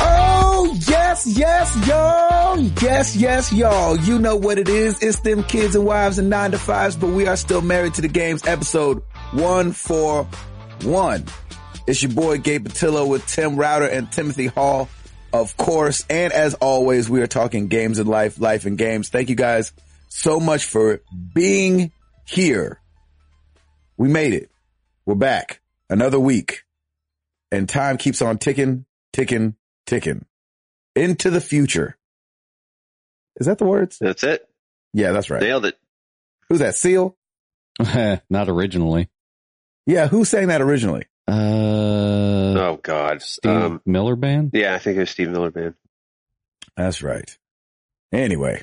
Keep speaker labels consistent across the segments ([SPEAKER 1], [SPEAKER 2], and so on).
[SPEAKER 1] Oh, Yes, y'all. Yes, yes, y'all. You know what it is. It's them kids and wives and nine to fives, but we are still married to the games episode 141. It's your boy Gabe Patillo with Tim Router and Timothy Hall, of course. And as always, we are talking games and life, life and games. Thank you guys so much for being here. We made it. We're back another week and time keeps on ticking, ticking, ticking into the future. Is that the words?
[SPEAKER 2] That's it.
[SPEAKER 1] Yeah, that's right.
[SPEAKER 2] Nailed it.
[SPEAKER 1] Who's that? Seal?
[SPEAKER 3] Not originally.
[SPEAKER 1] Yeah, who sang that originally?
[SPEAKER 3] Uh,
[SPEAKER 2] oh God.
[SPEAKER 3] Steve
[SPEAKER 2] Um,
[SPEAKER 3] Miller Band?
[SPEAKER 2] yeah, I think it was Steve Miller Band.
[SPEAKER 1] That's right. Anyway,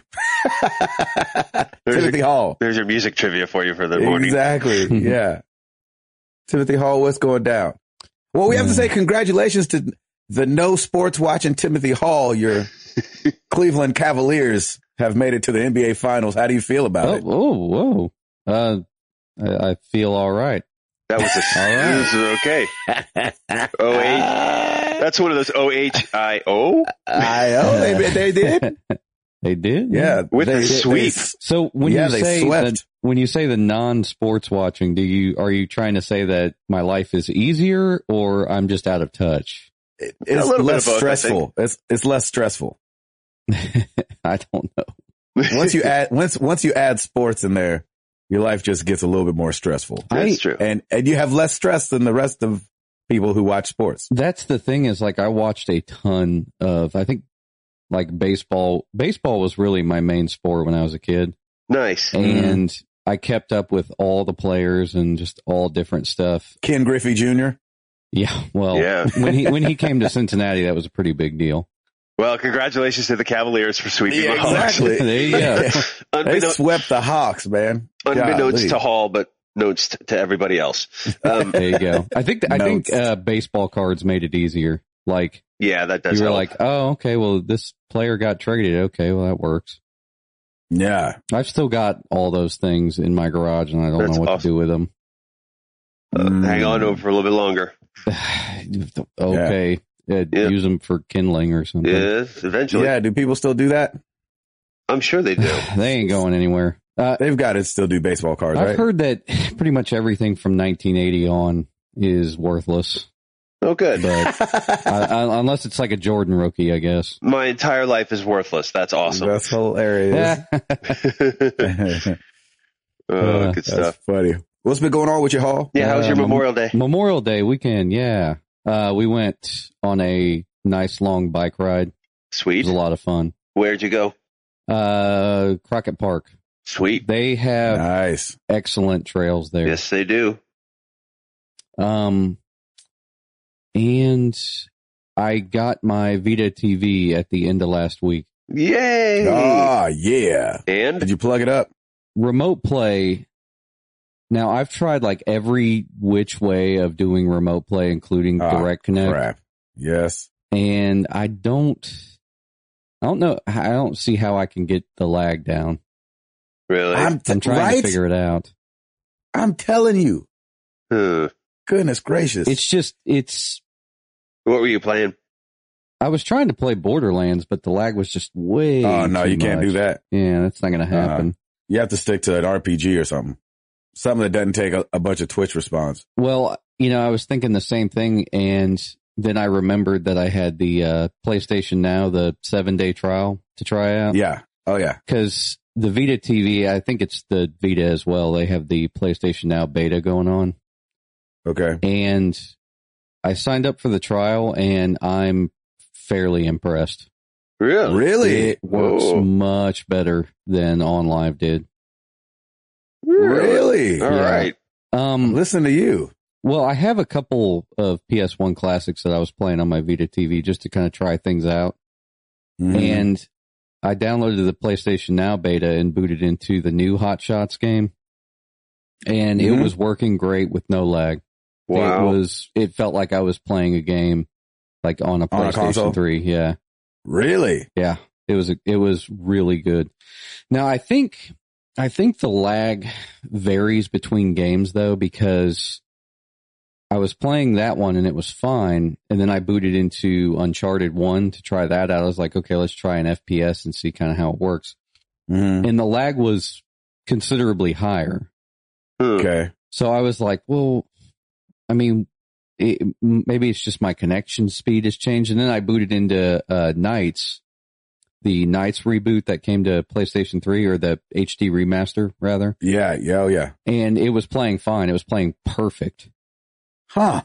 [SPEAKER 2] There's
[SPEAKER 1] Timothy Hall.
[SPEAKER 2] There's your music trivia for you for the morning.
[SPEAKER 1] Exactly. yeah. Timothy Hall, what's going down? Well, we have to
[SPEAKER 2] Mm.
[SPEAKER 1] say congratulations to the no sports watching Timothy Hall. Your Cleveland Cavaliers have made it to the NBA Finals. How do you feel about
[SPEAKER 3] Oh,
[SPEAKER 1] it?
[SPEAKER 3] oh, whoa. Uh, I, I feel all right.
[SPEAKER 2] That was a
[SPEAKER 3] right.
[SPEAKER 2] this is okay. Oh eight. That's one of those O H I O
[SPEAKER 1] I oh they, they did.
[SPEAKER 3] They did?
[SPEAKER 1] Yeah,
[SPEAKER 2] with
[SPEAKER 1] they,
[SPEAKER 2] a
[SPEAKER 1] they-
[SPEAKER 2] sweep.
[SPEAKER 3] So when
[SPEAKER 1] Yeah,
[SPEAKER 3] you
[SPEAKER 1] they
[SPEAKER 3] say
[SPEAKER 1] swept.
[SPEAKER 3] that, when you say the non-sports watching, do you are you trying to say that my life is easier or I'm just out of touch?
[SPEAKER 1] It-
[SPEAKER 2] A
[SPEAKER 1] it's
[SPEAKER 2] little bit
[SPEAKER 1] less
[SPEAKER 2] of both, I
[SPEAKER 1] stressful. It's it's less stressful
[SPEAKER 3] I don't know.
[SPEAKER 1] once you add once once you add sports in there. Your life just gets a little bit more stressful,
[SPEAKER 2] That's true.
[SPEAKER 1] and and you have less stress than the rest of people who watch sports.
[SPEAKER 3] That's the thing is like I watched a ton of I think like baseball. Baseball was really my main sport when I was a kid.
[SPEAKER 2] Nice. Mm-hmm.
[SPEAKER 1] Mhm.
[SPEAKER 3] and I kept up with all the players and just all different stuff.
[SPEAKER 1] Ken Griffey Jr.
[SPEAKER 3] Yeah, well,
[SPEAKER 2] Yeah.
[SPEAKER 3] when he when he came to Cincinnati, that was a pretty big deal.
[SPEAKER 2] Well, congratulations to the Cavaliers for sweeping
[SPEAKER 1] Yeah,
[SPEAKER 2] the Hawks.
[SPEAKER 1] exactly.
[SPEAKER 3] there you go.
[SPEAKER 1] They
[SPEAKER 2] Unbeknown-
[SPEAKER 1] swept the Hawks, man.
[SPEAKER 2] unbeknownst
[SPEAKER 1] Golly.
[SPEAKER 2] to Hall, but notes to everybody else. Um,
[SPEAKER 3] There you go. I think I think
[SPEAKER 1] Notes.
[SPEAKER 3] uh, baseball cards made it easier. Like
[SPEAKER 2] yeah, that does
[SPEAKER 3] you were
[SPEAKER 2] help.
[SPEAKER 3] like, oh, okay, well, this player got traded. Okay, well, that works.
[SPEAKER 1] Yeah,
[SPEAKER 3] I've still got all those things in my garage, and I don't
[SPEAKER 2] That's
[SPEAKER 3] know what
[SPEAKER 2] awesome.
[SPEAKER 3] to do with them.
[SPEAKER 2] Uh, hang on
[SPEAKER 1] Mm.
[SPEAKER 2] over for a little bit longer.
[SPEAKER 3] okay, uh,
[SPEAKER 2] Yeah.
[SPEAKER 3] use them for kindling or something.
[SPEAKER 2] Yes, eventually.
[SPEAKER 1] yeah. Do people still do that?
[SPEAKER 2] I'm sure they do.
[SPEAKER 3] They ain't going anywhere. Uh,
[SPEAKER 1] They've got to still do baseball cards,
[SPEAKER 3] I've
[SPEAKER 1] right?
[SPEAKER 3] heard that pretty much everything from 1980 on is worthless,
[SPEAKER 2] Oh, good.
[SPEAKER 3] but uh, unless it's like a Jordan rookie, I guess.
[SPEAKER 2] My entire life is worthless. That's awesome.
[SPEAKER 1] That's hilarious.
[SPEAKER 2] oh, good
[SPEAKER 3] That's
[SPEAKER 2] stuff.
[SPEAKER 1] Uh, That's funny. What's been going on with your Hall?
[SPEAKER 2] Yeah, how was your
[SPEAKER 3] um,
[SPEAKER 2] Memorial Day?
[SPEAKER 3] Memorial Day weekend, yeah. Uh, we went on a nice long bike ride. It
[SPEAKER 2] Sweet.
[SPEAKER 3] was a lot of fun.
[SPEAKER 2] Where'd you go?
[SPEAKER 3] Uh, Crockett Park.
[SPEAKER 2] Sweet.
[SPEAKER 3] They have
[SPEAKER 1] Nice.
[SPEAKER 3] excellent trails there.
[SPEAKER 2] Yes, they do.
[SPEAKER 3] Um, and I got my Vita TV at the end of last week.
[SPEAKER 2] Yay!
[SPEAKER 1] Ah, yeah. Did
[SPEAKER 2] and
[SPEAKER 1] you plug it up?
[SPEAKER 3] remote play. Now I've tried like every which way of doing remote play, including
[SPEAKER 1] Ah,
[SPEAKER 3] direct connect,
[SPEAKER 1] Crap. Yes.
[SPEAKER 3] and I don't, I don't know, I don't see how I can get the lag down.
[SPEAKER 2] really?
[SPEAKER 1] I'm, t-
[SPEAKER 3] I'm trying
[SPEAKER 1] right?
[SPEAKER 3] to figure it out.
[SPEAKER 1] I'm telling you.
[SPEAKER 2] Hmm.
[SPEAKER 1] Goodness gracious.
[SPEAKER 3] It's just, it's.
[SPEAKER 2] What were you playing?
[SPEAKER 3] I was trying to play Borderlands, but the lag was just way.
[SPEAKER 1] oh, no,
[SPEAKER 3] too
[SPEAKER 1] you can't
[SPEAKER 3] much.
[SPEAKER 1] do that. Uh-huh.
[SPEAKER 3] Yeah, that's not going to happen.
[SPEAKER 1] You have to stick to an RPG or something. Something that doesn't take a, a bunch of Twitch response.
[SPEAKER 3] Well, you know, I was thinking the same thing, and then I remembered that I had the uh, PlayStation Now, the seven day trial to try out.
[SPEAKER 1] Yeah. Oh, yeah.
[SPEAKER 3] because the Vita TV, I think it's the Vita as well. They have the PlayStation Now beta going on,
[SPEAKER 1] Okay.
[SPEAKER 3] and I signed up for the trial, and I'm fairly impressed.
[SPEAKER 2] Really?
[SPEAKER 1] Really?
[SPEAKER 3] It works
[SPEAKER 2] Whoa.
[SPEAKER 3] much better than On Live did.
[SPEAKER 1] Really?
[SPEAKER 2] All
[SPEAKER 3] Yeah.
[SPEAKER 2] right.
[SPEAKER 3] Um,
[SPEAKER 1] Listen to you.
[SPEAKER 3] well, I have a couple of PS1 classics that I was playing on my Vita TV just to kind of try things out,
[SPEAKER 1] Mhm.
[SPEAKER 3] and I downloaded the PlayStation Now beta and booted into the new Hot Shots game, and
[SPEAKER 1] Mhm.
[SPEAKER 3] it was working great with no lag.
[SPEAKER 2] Wow.
[SPEAKER 3] It was it felt like I was playing a game like on
[SPEAKER 1] On
[SPEAKER 3] a
[SPEAKER 1] a
[SPEAKER 3] PlayStation
[SPEAKER 1] console?
[SPEAKER 3] 3. Yeah.
[SPEAKER 1] really?
[SPEAKER 3] Yeah. It was it was really good. Now I think I think the lag varies between games though because I was playing that one and it was fine. And then I booted into Uncharted 1 to try that out. I was like, okay, let's try an FPS and see kind of how it works.
[SPEAKER 1] Mhm.
[SPEAKER 3] And the lag was considerably higher.
[SPEAKER 2] Hmm.
[SPEAKER 1] Okay.
[SPEAKER 3] So I was like, well, I mean, it, maybe it's just my connection speed has changed. And then I booted into uh, Knights, the Knights reboot that came to PlayStation 3 or the HD remaster rather.
[SPEAKER 1] Yeah. Yeah. oh, Yeah.
[SPEAKER 3] And it was playing fine. It was playing perfect.
[SPEAKER 1] Huh.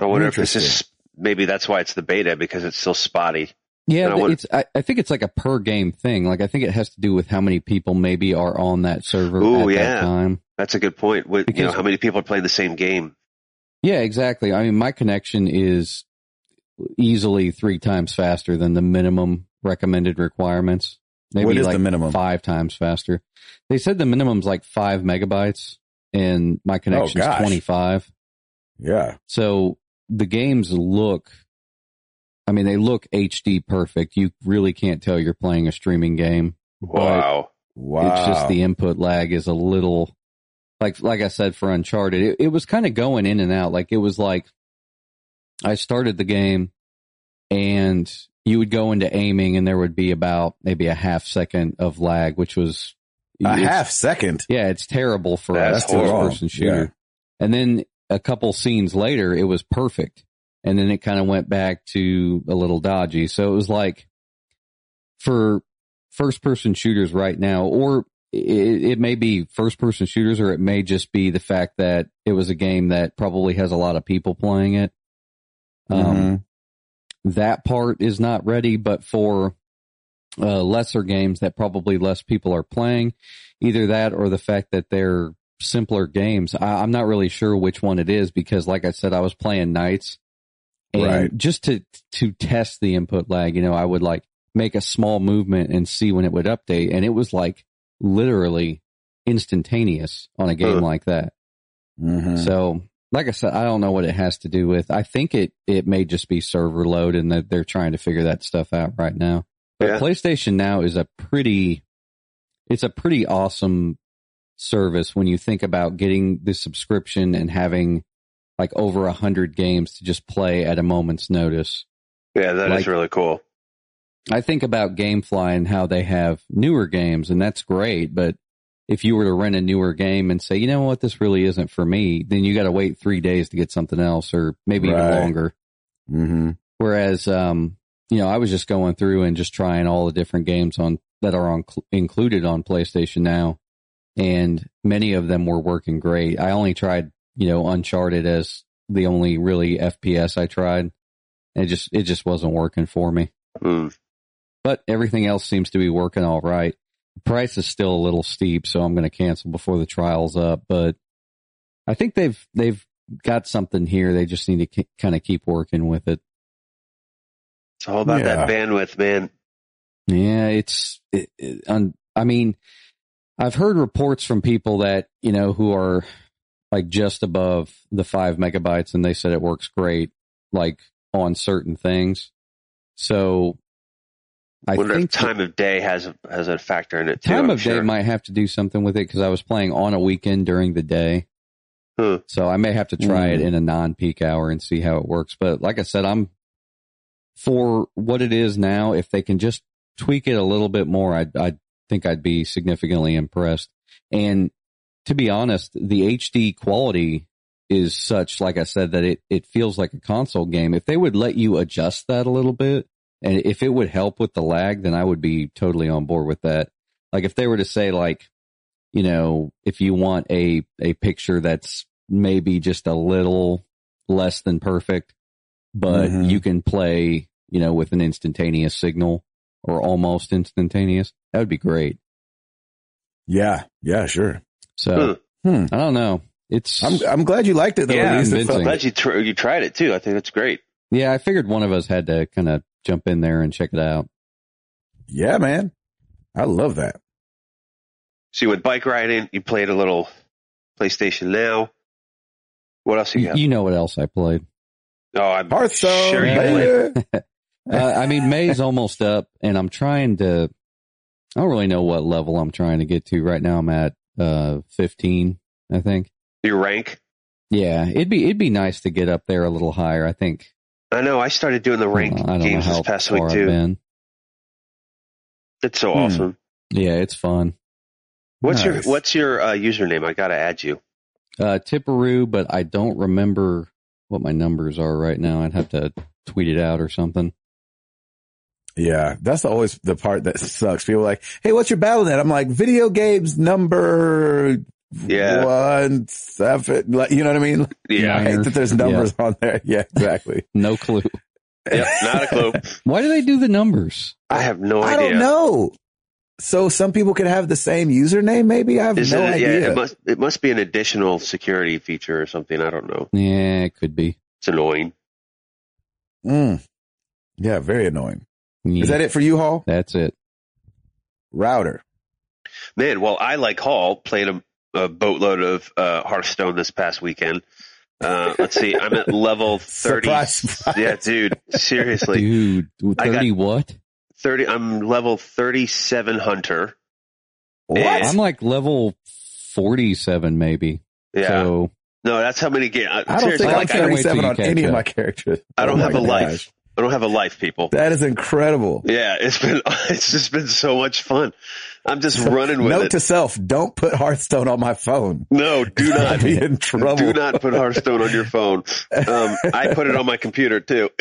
[SPEAKER 2] I wonder if this is
[SPEAKER 1] Interesting.
[SPEAKER 2] maybe that's why it's the beta because it's still spotty.
[SPEAKER 3] Yeah,
[SPEAKER 2] And I would-
[SPEAKER 3] it's. I, I think it's like a per game thing. Like I think it has to do with how many people maybe are on that server
[SPEAKER 2] Ooh,
[SPEAKER 3] at
[SPEAKER 2] yeah.
[SPEAKER 3] that time.
[SPEAKER 2] That's a good point. What, you know,
[SPEAKER 3] Because-
[SPEAKER 2] how many people are playing the same game?
[SPEAKER 3] Yeah, exactly. I mean, my connection is easily three times faster than the minimum recommended requirements. Maybe
[SPEAKER 1] what is
[SPEAKER 3] like
[SPEAKER 1] the minimum?
[SPEAKER 3] five times faster. They said the minimum's like five megabytes, and my connection's
[SPEAKER 1] Oh, gosh.
[SPEAKER 3] twenty five.
[SPEAKER 1] Yeah.
[SPEAKER 3] So the games look. I mean, they look HD perfect. You really can't tell you're playing a streaming game. But
[SPEAKER 2] Wow.
[SPEAKER 1] Wow.
[SPEAKER 3] It's just the input lag is a little like like I said for Uncharted, it, it was kind of going in and out. Like it was like I started the game and you would go into aiming and there would be about maybe a half second of lag, which was
[SPEAKER 1] a
[SPEAKER 3] it's-
[SPEAKER 1] half second.
[SPEAKER 3] Yeah, it's terrible for
[SPEAKER 2] That's
[SPEAKER 3] us first
[SPEAKER 1] horrible.
[SPEAKER 3] person shooter. And then a couple scenes later, it was perfect. And then it kind of went back to a little dodgy. So it was like for first person shooters right now, or it, it may be first person shooters, or it may just be the fact that it was a game that probably has a lot of people playing it. Um,
[SPEAKER 1] Mhm.
[SPEAKER 3] that part is not ready, but for uh, lesser games that probably less people are playing, either that or the fact that they're simpler games. I, I'm not really sure which one it is because, like I said, I was playing nights, and
[SPEAKER 1] Right.
[SPEAKER 3] just to to test the input lag, you know, I would like make a small movement and see when it would update, and it was like literally instantaneous on a game
[SPEAKER 2] Huh.
[SPEAKER 3] like that.
[SPEAKER 1] Mhm.
[SPEAKER 3] So, like I said, I don't know what it has to do with. I think it it may just be server load and that they're trying to figure that stuff out right now. But
[SPEAKER 2] Yeah.
[SPEAKER 3] PlayStation Now is a pretty it's a pretty awesome service when you think about getting the subscription and having like over a hundred games to just play at a moment's notice.
[SPEAKER 2] Yeah, that is
[SPEAKER 3] Like-
[SPEAKER 2] really cool.
[SPEAKER 3] I think about GameFly and how they have newer games, and that's great. But if you were to rent a newer game and say, you know what, this really isn't for me, then you got to wait three days to get something else, or maybe even
[SPEAKER 1] Right.
[SPEAKER 3] longer.
[SPEAKER 1] Mhm.
[SPEAKER 3] Whereas, um, you know, I was just going through and just trying all the different games on that are on included on PlayStation now, and many of them were working great. I only tried, you know, Uncharted as the only really FPS I tried. It just it just wasn't working for me
[SPEAKER 2] Hmm.
[SPEAKER 3] but everything else seems to be working all right. The price is still a little steep, so I'm going to cancel before the trial's up. But I think they've they've got something here. They just need to k- kind of keep working with it.
[SPEAKER 2] It's all about
[SPEAKER 1] Yeah.
[SPEAKER 2] that bandwidth, man.
[SPEAKER 3] Yeah, it's. It, it, un, I mean, I've heard reports from people that you know who are like just above the five megabytes, and they said it works great, like on certain things. So, I
[SPEAKER 2] wonder if
[SPEAKER 3] think that-
[SPEAKER 2] time of day has has a factor in it too.
[SPEAKER 3] time
[SPEAKER 2] I'm
[SPEAKER 3] of day
[SPEAKER 2] sure.
[SPEAKER 3] might have to do something with it because I was playing on a weekend during the day.
[SPEAKER 2] Hmm.
[SPEAKER 3] So I may have to try it
[SPEAKER 1] Mm.
[SPEAKER 3] in a non peak hour and see how it works. But like I said, I'm for what it is now. If they can just tweak it a little bit more, I, I think I'd be significantly impressed. And to be honest, the HD quality is such, like I said, that it, it feels like a console game. If they would let you adjust that a little bit and if it would help with the lag, then I would be totally on board with that. Like if they were to say like, you know, if you want a, a picture that's maybe just a little less than perfect, but
[SPEAKER 1] Mhm.
[SPEAKER 3] you can play, you know, with an instantaneous signal or almost instantaneous, that would be great.
[SPEAKER 1] Yeah. Yeah. Sure.
[SPEAKER 3] So
[SPEAKER 1] Hmm.
[SPEAKER 3] I don't know. It's
[SPEAKER 1] I'm I'm glad you liked it though.
[SPEAKER 2] Yeah,
[SPEAKER 1] at least it
[SPEAKER 3] convincing.
[SPEAKER 1] felt-
[SPEAKER 2] I'm glad you tr- you tried it too. I think that's great.
[SPEAKER 3] Yeah, I figured one of us had to kind of jump in there and check it out.
[SPEAKER 1] yeah, man. I love that.
[SPEAKER 2] So you went bike riding. You played a little PlayStation Now. What else you
[SPEAKER 3] You,
[SPEAKER 2] got?
[SPEAKER 3] you know what else I played?
[SPEAKER 2] oh, I'm
[SPEAKER 1] Hearthstone.
[SPEAKER 2] Sure you played.
[SPEAKER 1] baby.
[SPEAKER 3] Uh, I mean, May's almost up, and I'm trying to. I don't really know what level I'm trying to get to right now. I'm at uh 15, I think.
[SPEAKER 2] Your rank.
[SPEAKER 3] Yeah, it'd be it'd be nice to get up there a little higher. I think. Uh,
[SPEAKER 2] I know. I started doing the rank
[SPEAKER 3] Oh, I don't know
[SPEAKER 2] games
[SPEAKER 3] how
[SPEAKER 2] this past
[SPEAKER 3] far
[SPEAKER 2] week
[SPEAKER 3] I've
[SPEAKER 2] too.
[SPEAKER 3] been.
[SPEAKER 2] That's so
[SPEAKER 1] Hmm.
[SPEAKER 2] awesome.
[SPEAKER 3] Yeah, it's fun.
[SPEAKER 2] What's
[SPEAKER 1] Nice.
[SPEAKER 2] your What's your uh, username? I gotta add you.
[SPEAKER 3] Uh, Tipperoo, but I don't remember what my numbers are right now. I'd have to tweet it out or something.
[SPEAKER 1] Yeah, that's always the part that sucks. People are like, hey, what's your battle net? I'm like, video games number
[SPEAKER 2] Yeah.
[SPEAKER 1] one seven. Like, you know what I mean? I
[SPEAKER 2] Yeah.
[SPEAKER 1] hate that there's numbers on there. Yeah, exactly.
[SPEAKER 3] No clue.
[SPEAKER 2] yep. Not a clue.
[SPEAKER 3] Why do they do the numbers?
[SPEAKER 2] I have no
[SPEAKER 1] I
[SPEAKER 2] idea.
[SPEAKER 1] don't know. So some people could have the same username, maybe? I have
[SPEAKER 2] Is
[SPEAKER 1] no
[SPEAKER 2] it,
[SPEAKER 1] idea.
[SPEAKER 2] Yeah, it must it must be an additional security feature or something. I don't know.
[SPEAKER 3] Yeah, it could be.
[SPEAKER 2] It's annoying.
[SPEAKER 1] Mm. Yeah, very annoying.
[SPEAKER 3] Yeah,
[SPEAKER 1] Is that it for you, Hall?
[SPEAKER 3] That's it.
[SPEAKER 1] Router.
[SPEAKER 2] Man, well, I like Hall played a, a boatload of uh, Hearthstone this past weekend. Uh, let's see, I'm at level thirty.
[SPEAKER 1] Surprise, surprise.
[SPEAKER 2] Yeah, dude, seriously,
[SPEAKER 3] Dude,
[SPEAKER 2] I got-
[SPEAKER 3] thirty what?
[SPEAKER 2] thirty. I'm level thirty-seven hunter.
[SPEAKER 1] What?
[SPEAKER 2] Yeah.
[SPEAKER 3] I'm like level forty-seven, maybe.
[SPEAKER 2] Yeah,
[SPEAKER 3] So
[SPEAKER 2] no, that's how many games.
[SPEAKER 1] I don't
[SPEAKER 2] seriously,
[SPEAKER 1] think I'm
[SPEAKER 2] like, I,
[SPEAKER 3] can't
[SPEAKER 2] don't,
[SPEAKER 3] wait till
[SPEAKER 1] 37
[SPEAKER 3] you
[SPEAKER 1] on
[SPEAKER 3] catch
[SPEAKER 1] any of
[SPEAKER 3] up.
[SPEAKER 1] my characters.
[SPEAKER 2] I don't
[SPEAKER 1] Oh
[SPEAKER 2] have
[SPEAKER 1] my
[SPEAKER 2] a life.
[SPEAKER 1] gosh.
[SPEAKER 2] I don't have a life, people.
[SPEAKER 1] That is incredible.
[SPEAKER 2] Yeah, it's been it's just been so much fun. I'm just running with
[SPEAKER 1] Note
[SPEAKER 2] it.
[SPEAKER 1] to self, don't put Hearthstone on my phone.
[SPEAKER 2] no, do
[SPEAKER 1] I'd
[SPEAKER 2] not.
[SPEAKER 1] be in trouble.
[SPEAKER 2] Do not put Hearthstone on your phone. Um, I put it on my computer too.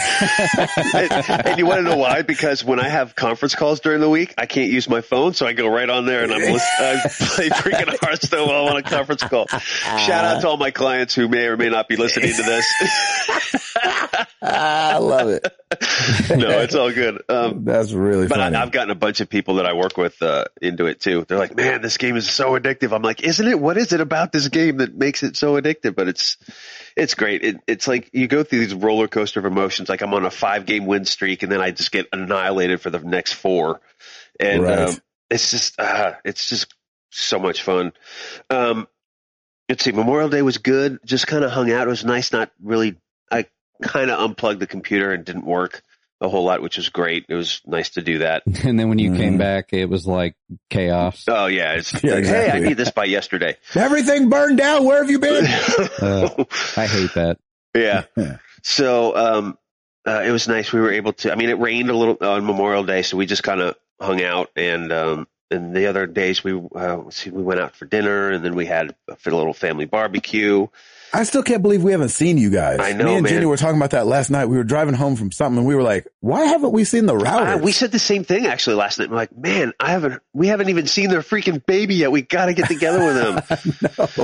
[SPEAKER 2] and, and you want to know why? Because when I have conference calls during the week, I can't use my phone, so I go right on there and I'm lis- I play freaking Hearthstone while I'm on a conference call. Shout out to all my clients who may or may not be listening to this.
[SPEAKER 1] I love it.
[SPEAKER 2] no, it's all good. Um,
[SPEAKER 1] That's really
[SPEAKER 2] but
[SPEAKER 1] funny.
[SPEAKER 2] I, I've gotten a bunch of people that I work with uh, into it too. They're like, "Man, this game is so addictive." I'm like, "Isn't it? What is it about this game that makes it so addictive?" But it's it's great. It, it's like you go through these roller coaster of emotions. Like I'm on a five game win streak, and then I just get annihilated for the next four. And
[SPEAKER 1] Right.
[SPEAKER 2] um, it's just uh, it's just so much fun. Um, let's see. Memorial Day was good. Just kind of hung out. It was nice. Not really. I kind of unplugged the computer and didn't work a whole lot, which was great. It was nice to do that.
[SPEAKER 3] and then when you
[SPEAKER 1] Mhm.
[SPEAKER 3] came back, it was like chaos.
[SPEAKER 2] Oh yeah, it's
[SPEAKER 1] Yeah,
[SPEAKER 2] like,
[SPEAKER 1] exactly.
[SPEAKER 2] hey, I need this by yesterday.
[SPEAKER 1] Everything burned down. Where have you been?
[SPEAKER 3] Uh, I hate that.
[SPEAKER 2] yeah. So um, uh, it was nice. We were able to. I mean, it rained a little on Memorial Day, so we just kind of hung out. And um, and the other days we uh, let's see, we went out for dinner, and then we had a fit- a little family barbecue.
[SPEAKER 1] I still can't believe we haven't seen you guys.
[SPEAKER 2] I know,
[SPEAKER 1] Me and Jenny
[SPEAKER 2] man.
[SPEAKER 1] were talking about that last night. We were driving home from something and we were like, why haven't we seen the router?
[SPEAKER 2] Uh, we said the same thing actually last night. I'm like, man, I haven't. We haven't even seen their freaking baby yet. We got to get together with them.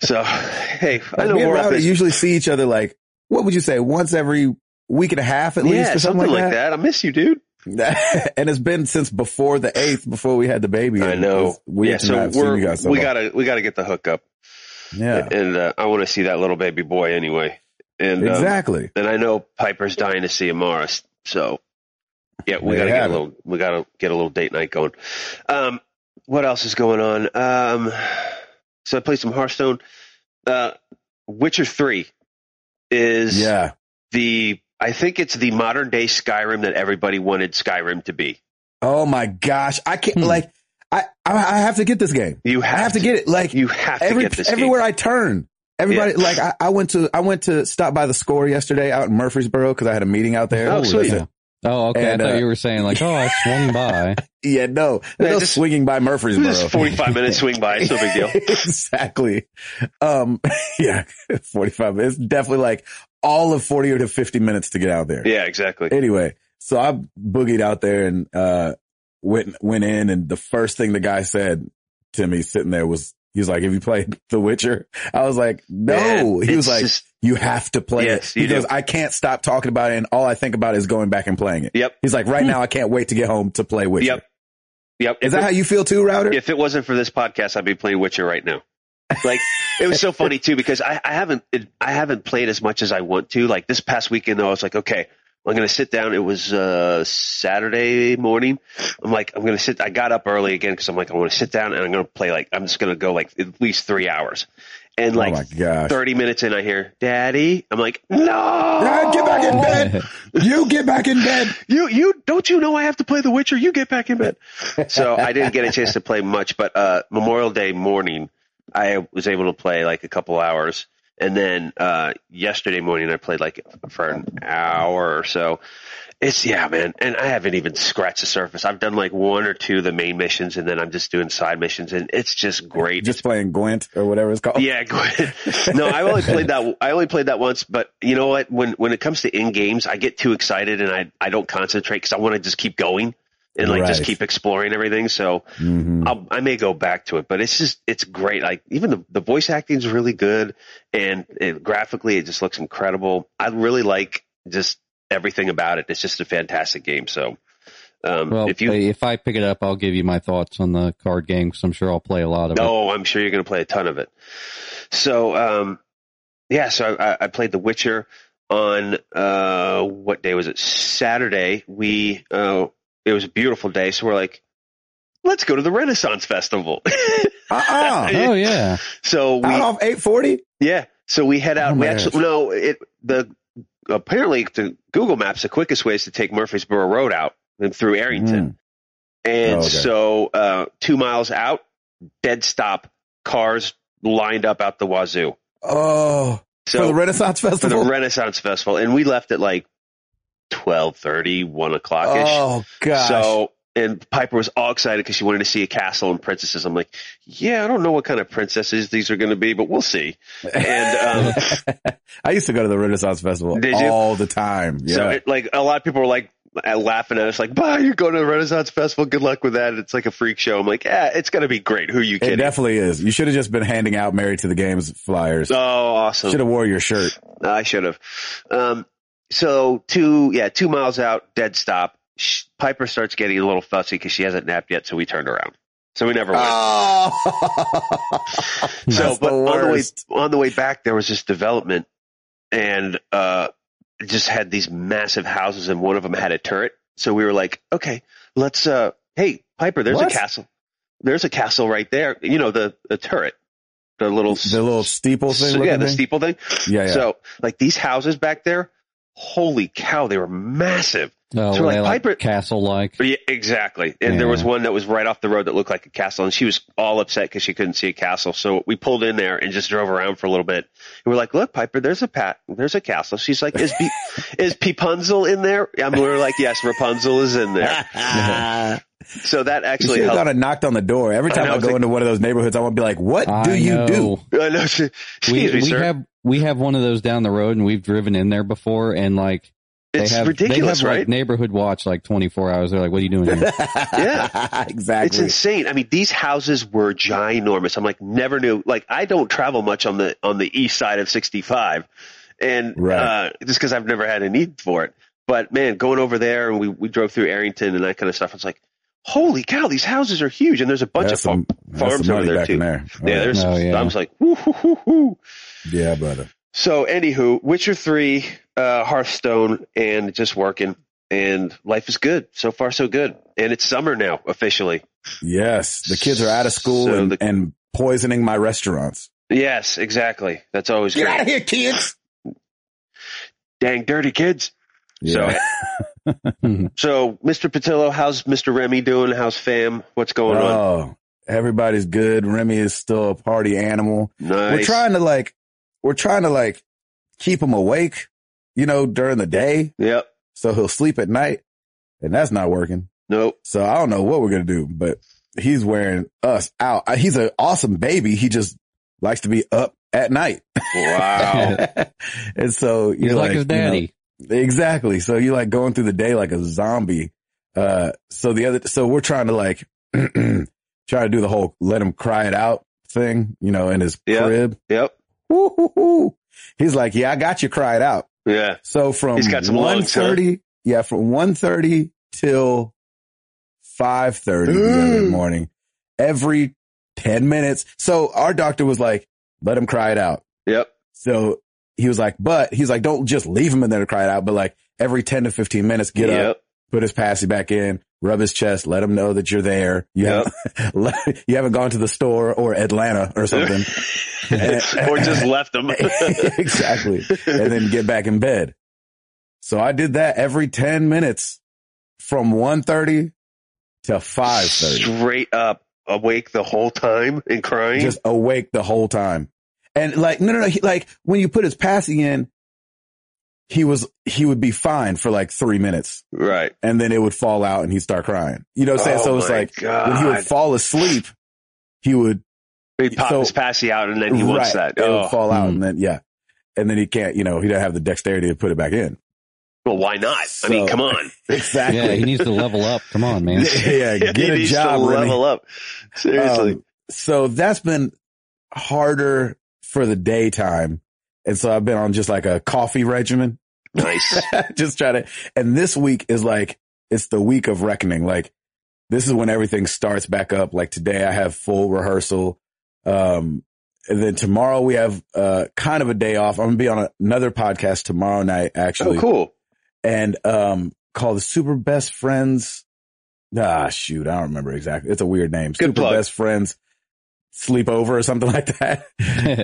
[SPEAKER 2] So hey, I
[SPEAKER 1] like,
[SPEAKER 2] know
[SPEAKER 1] me and
[SPEAKER 2] we're all
[SPEAKER 1] router
[SPEAKER 2] busy.
[SPEAKER 1] usually see each other like, what would you say, once every week and a half at least
[SPEAKER 2] yeah,
[SPEAKER 1] or
[SPEAKER 2] something like that. I miss you, dude.
[SPEAKER 1] and it's been since before the 8th, before we had the baby.
[SPEAKER 2] I know.
[SPEAKER 1] We
[SPEAKER 2] yeah, so we're
[SPEAKER 1] you guys so
[SPEAKER 2] we
[SPEAKER 1] long.
[SPEAKER 2] gotta we gotta get the hook up,
[SPEAKER 1] Yeah,
[SPEAKER 2] and uh, I want to see that little baby boy anyway. And um,
[SPEAKER 1] exactly.
[SPEAKER 2] and I know Piper's dying to see Amaris, so yeah, we
[SPEAKER 1] There
[SPEAKER 2] gotta
[SPEAKER 1] you
[SPEAKER 2] get a
[SPEAKER 1] have it.
[SPEAKER 2] little we gotta get a little date night going. Um, what else is going on? Um, so I played some Hearthstone. Uh, Witcher Three is
[SPEAKER 1] Yeah.
[SPEAKER 2] the I think it's the modern day Skyrim that everybody wanted Skyrim to be.
[SPEAKER 1] Oh my gosh. I can't
[SPEAKER 3] Hmm.
[SPEAKER 1] like, I, I, I have to get this game.
[SPEAKER 2] You have,
[SPEAKER 1] I have to get it. Like
[SPEAKER 2] you have to
[SPEAKER 1] every,
[SPEAKER 2] get this
[SPEAKER 1] everywhere I turn, everybody, like I, I went to, I went to stop by the score yesterday out in Murfreesboro cause I had a meeting out there.
[SPEAKER 2] Oh,
[SPEAKER 1] That's
[SPEAKER 2] sweet.
[SPEAKER 1] it.
[SPEAKER 3] Oh, okay.
[SPEAKER 1] And,
[SPEAKER 3] I thought
[SPEAKER 1] uh,
[SPEAKER 3] you were saying like, oh, I swung by.
[SPEAKER 1] Yeah. No,
[SPEAKER 2] Yeah,
[SPEAKER 1] no
[SPEAKER 2] just-
[SPEAKER 1] swinging by
[SPEAKER 2] game. This
[SPEAKER 1] Murfreesboro.
[SPEAKER 2] forty-five minute swing by, it's no big deal.
[SPEAKER 1] exactly. Um, yeah, 45 minutes. Definitely like all of 40 or to 50 minutes to get out there.
[SPEAKER 2] Yeah, exactly.
[SPEAKER 1] Anyway, so I boogied out there and, uh, went, went in and the first thing the guy said to me sitting there was, he was like, have you played The Witcher? I was like, no.
[SPEAKER 2] Man,
[SPEAKER 1] he was
[SPEAKER 2] it's
[SPEAKER 1] like,
[SPEAKER 2] just-
[SPEAKER 1] you have to play
[SPEAKER 2] Yes,
[SPEAKER 1] it. He
[SPEAKER 2] you do.
[SPEAKER 1] goes, I can't stop talking about it and all I think about is going back and playing it.
[SPEAKER 2] yep, Hmm.
[SPEAKER 1] He's like, right now I can't wait to get home to play Witcher.
[SPEAKER 2] yep, yep.
[SPEAKER 1] Is that how you feel too, Router?
[SPEAKER 2] if it wasn't for this podcast, I'd be playing Witcher right now. Like it was so funny too because I, I haven't it, I haven't played as much as I want to. Like this past weekend though, I was like, okay, I'm gonna sit down. It was uh, Saturday morning. I'm like, I'm gonna sit. I got up early again because I'm like, I want to sit down and I'm gonna play. Like I'm just gonna go like at least three hours. And like
[SPEAKER 1] oh my gosh.
[SPEAKER 2] 30 minutes in, I hear Daddy. I'm like, no,
[SPEAKER 1] Dad, get back in bed. You get back in bed.
[SPEAKER 2] you you don't you know I have to play The Witcher? You get back in bed. So I didn't get a chance to play much, but uh, Memorial Day morning I was able to play like a couple hours, and then uh, yesterday morning I played like for an hour or so. It's yeah, man, and I haven't even scratched the surface. I've done like one or two of the main missions, and then I'm just doing side missions, and it's just great.
[SPEAKER 1] Just playing Gwent or whatever it's called.
[SPEAKER 2] Yeah, go ahead. no, I only played that. I only played that once. But you know what? When when it comes to in games, I get too excited and I I don't concentrate because I want to just keep going and like just
[SPEAKER 1] Right.
[SPEAKER 2] keep exploring everything. So
[SPEAKER 1] Mhm.
[SPEAKER 2] I'll, I may go back to it, but it's just it's great. Like even the the voice acting is really good and it, graphically it just looks incredible. I really like just everything about it. It's just a fantastic game. So um,
[SPEAKER 3] Well,
[SPEAKER 2] if you
[SPEAKER 3] if I pick it up, I'll give you my thoughts on the card game because I'm sure I'll play a lot of it.
[SPEAKER 2] No, I'm sure you're going to play a ton of it. So, um, yeah, so I, I- I played The Witcher on uh, what day was it? Saturday. We uh, it was a beautiful day, so we're like, let's go to the Renaissance Festival.
[SPEAKER 1] Uh-uh.
[SPEAKER 3] Oh yeah,
[SPEAKER 2] so we
[SPEAKER 1] Out off 840?
[SPEAKER 2] yeah, so we head out.
[SPEAKER 1] Oh,
[SPEAKER 2] we
[SPEAKER 1] my
[SPEAKER 2] actually no it the apparently the Google Maps the quickest way is to take Murfreesboro Road out and through Arrington.
[SPEAKER 1] Mm.
[SPEAKER 2] And
[SPEAKER 1] Oh, okay.
[SPEAKER 2] so, uh, two miles out, dead stop, cars lined up out the wazoo.
[SPEAKER 1] Oh, for the
[SPEAKER 2] So
[SPEAKER 1] Renaissance
[SPEAKER 2] for the
[SPEAKER 1] Festival?
[SPEAKER 2] Renaissance Festival, and we left at like 1230, 1 o'clock ish.
[SPEAKER 1] oh, gosh.
[SPEAKER 2] So, and Piper was all excited because she wanted to see a castle and princesses. I'm like, yeah, I don't know what kind of princesses these are going to be, but we'll see. and, um,
[SPEAKER 1] I used to go to the Renaissance Festival
[SPEAKER 2] Did you?
[SPEAKER 1] all the time. Yeah.
[SPEAKER 2] So, it, like, a lot of people were like uh, laughing at us, like, "Bah, you're going to the Renaissance Festival. Good luck with that. It's like a freak show." I'm like, "Yeah, it's going to be great. Who you
[SPEAKER 1] it
[SPEAKER 2] kidding?"
[SPEAKER 1] definitely is. You should have just been handing out Married to the Games flyers.
[SPEAKER 2] oh, awesome.
[SPEAKER 1] Should have wore your shirt.
[SPEAKER 2] I should have. Um, so two, yeah, two miles out, dead stop. Sh Piper starts getting a little fussy because she hasn't napped yet, so we turned around. So we never went.
[SPEAKER 1] Oh,
[SPEAKER 2] so,
[SPEAKER 1] that's
[SPEAKER 2] but
[SPEAKER 1] the
[SPEAKER 2] on the way
[SPEAKER 1] worst.
[SPEAKER 2] on the way back, there was this development, and uh, it just had these massive houses, and one of them had a turret. So we were like, okay, let's. Uh, hey, Piper, there's
[SPEAKER 1] What?
[SPEAKER 2] a castle. There's a castle right there. You know the the turret, the little s-
[SPEAKER 1] the little steeple
[SPEAKER 2] s-
[SPEAKER 1] thing.
[SPEAKER 2] yeah,
[SPEAKER 1] looking
[SPEAKER 2] the
[SPEAKER 1] thing?
[SPEAKER 2] steeple thing.
[SPEAKER 1] Yeah, yeah.
[SPEAKER 2] So, like these houses back there, holy cow, they were massive.
[SPEAKER 3] oh,
[SPEAKER 2] So,
[SPEAKER 3] were
[SPEAKER 2] like,
[SPEAKER 3] they like
[SPEAKER 2] Piper-
[SPEAKER 3] castle like.
[SPEAKER 2] But yeah, exactly. And there
[SPEAKER 3] Yeah.
[SPEAKER 2] was one that was right off the road that looked like a castle, and she was all upset because she couldn't see a castle. So we pulled in there and just drove around for a little bit. And we're like, "Look, Piper, there's a pat, there's a castle." She's like, "Is Be- is Rapunzel in there?" And we're like, "Yes, Rapunzel is in there." So that
[SPEAKER 1] You
[SPEAKER 2] actually
[SPEAKER 1] should have
[SPEAKER 2] helped.
[SPEAKER 1] gone and knocked on the door. Every
[SPEAKER 2] I
[SPEAKER 1] time
[SPEAKER 2] know,
[SPEAKER 1] I,
[SPEAKER 2] it's
[SPEAKER 1] go
[SPEAKER 2] like-
[SPEAKER 1] into one of those neighborhoods, I want to be like, "What do
[SPEAKER 3] I
[SPEAKER 1] you do?"
[SPEAKER 3] know.
[SPEAKER 2] I know. she-
[SPEAKER 3] We,
[SPEAKER 2] Excuse me,
[SPEAKER 3] we
[SPEAKER 2] sir.
[SPEAKER 3] have we have one of those down the road, and we've driven in there before, and like
[SPEAKER 2] it's
[SPEAKER 3] they have,
[SPEAKER 2] ridiculous,
[SPEAKER 3] they have,
[SPEAKER 2] right?
[SPEAKER 3] Like, neighborhood watch like 24 hours. They're like, what are you doing here?
[SPEAKER 1] yeah,
[SPEAKER 2] It's
[SPEAKER 1] exactly.
[SPEAKER 2] insane. I mean, these houses were ginormous. I'm like, never knew. Like, I don't travel much on the on the east side of 65, and uh,
[SPEAKER 1] Right.
[SPEAKER 2] just because I've never had a need for it. But man, going over there and we we drove through Arrington and that kind of stuff. It's like, holy cow, these houses are huge, and there's a bunch
[SPEAKER 1] That's
[SPEAKER 2] of farm.
[SPEAKER 1] some- that's some
[SPEAKER 2] farms over
[SPEAKER 1] money
[SPEAKER 2] there,
[SPEAKER 1] back in
[SPEAKER 2] too.
[SPEAKER 1] there.
[SPEAKER 2] Yeah,
[SPEAKER 1] Alright.
[SPEAKER 2] there's.
[SPEAKER 3] Oh, yeah.
[SPEAKER 2] I was like, woo hoo hoo hoo.
[SPEAKER 1] yeah, brother.
[SPEAKER 2] So, anywho, Witcher three, uh, Hearthstone, and just working, and life is good so far, so good. And it's summer now officially.
[SPEAKER 1] Yes, the kids are out of school
[SPEAKER 2] So
[SPEAKER 1] and,
[SPEAKER 2] the-
[SPEAKER 1] and poisoning my restaurants.
[SPEAKER 2] Yes, exactly. That's always
[SPEAKER 1] Get
[SPEAKER 2] great.
[SPEAKER 1] out of here, kids!
[SPEAKER 2] Dang dirty kids.
[SPEAKER 1] Yeah. Mm-hmm.
[SPEAKER 2] So, Mr. Patillo, how's Mr. Remy doing? How's fam? What's going on?
[SPEAKER 1] oh, everybody's good. Remy is still a party animal.
[SPEAKER 2] Nice.
[SPEAKER 1] We're trying to like, we're trying to like keep him awake, you know, during the day,
[SPEAKER 2] Yep.
[SPEAKER 1] so he'll sleep at night, and that's not working.
[SPEAKER 2] Nope.
[SPEAKER 1] So I don't know what we're gonna do, but he's wearing us out. Uh, He's an awesome baby. He just likes to be up at night,
[SPEAKER 2] Wow.
[SPEAKER 1] and so
[SPEAKER 3] He's
[SPEAKER 1] you're
[SPEAKER 3] like, his
[SPEAKER 1] you know,
[SPEAKER 3] daddy.
[SPEAKER 1] Exactly. So you're like going through the day like a zombie. Uh, so the other, so we're trying to like, try to do the whole let him cry it out thing, you know, in his
[SPEAKER 2] Yeah.
[SPEAKER 1] crib.
[SPEAKER 2] yep.
[SPEAKER 1] Woo-hoo-hoo. He's like, yeah, I got you cry it out.
[SPEAKER 2] Yeah.
[SPEAKER 1] So from
[SPEAKER 2] He's got some lungs, huh?
[SPEAKER 1] 1:30 yeah, from 1.30 till 5.30 the other
[SPEAKER 2] Mm.
[SPEAKER 1] morning, every 10 minutes. So our doctor was like, let him cry it out.
[SPEAKER 2] Yep.
[SPEAKER 1] So he was like, but he's like, don't just leave him in there to cry it out, but like every 10 to 15 minutes, get
[SPEAKER 2] yep.
[SPEAKER 1] up, put his passy back in, rub his chest, let him know that you're there. You,
[SPEAKER 2] Yep.
[SPEAKER 1] haven't, let- you haven't gone to the store or Atlanta or something.
[SPEAKER 2] or just left them.
[SPEAKER 1] exactly. And then get back in bed. So I did that every 10 minutes from 1.30 to 5.30.
[SPEAKER 2] Straight up. awake the whole time and crying.
[SPEAKER 1] just awake the whole time. And like, no, no, no. He, like when you put his passing in, he was, he would be fine for like three minutes
[SPEAKER 2] right.
[SPEAKER 1] and then it would fall out and he'd start crying. You know what I'm saying?
[SPEAKER 2] Oh
[SPEAKER 1] so it's
[SPEAKER 2] my
[SPEAKER 1] like
[SPEAKER 2] God.
[SPEAKER 1] when he would fall asleep, he would,
[SPEAKER 2] he pop
[SPEAKER 1] so-
[SPEAKER 2] his passy out and then he wants
[SPEAKER 1] right,
[SPEAKER 2] that.
[SPEAKER 1] It
[SPEAKER 2] Oh,
[SPEAKER 1] would fall
[SPEAKER 3] Mm-hmm.
[SPEAKER 1] out and then, yeah. And then he can't, you know, he doesn't have the dexterity to put it back in.
[SPEAKER 2] well, why not? I mean,
[SPEAKER 1] So-
[SPEAKER 2] come on.
[SPEAKER 1] Exactly.
[SPEAKER 3] Yeah, he needs to level up. Come on, man.
[SPEAKER 1] yeah, get
[SPEAKER 2] he
[SPEAKER 1] a
[SPEAKER 2] needs
[SPEAKER 1] job.
[SPEAKER 2] to
[SPEAKER 1] Remy.
[SPEAKER 2] level up. Seriously.
[SPEAKER 1] Um, so that's been harder for the daytime. And so I've been on just like a coffee regimen,
[SPEAKER 2] nice.
[SPEAKER 1] just try to, and this week is like, it's the week of reckoning. Like this is when everything starts back up. Like today I have full rehearsal. Um, and then tomorrow we have, uh, kind of a day off. I'm going to be on another podcast tomorrow night, actually
[SPEAKER 2] Oh, cool.
[SPEAKER 1] and um called the Super Best Friends. Ah, shoot, I don't remember exactly. It's a weird name.
[SPEAKER 2] Good
[SPEAKER 1] Super
[SPEAKER 2] plug.
[SPEAKER 1] Best Friends Sleepover or something like that.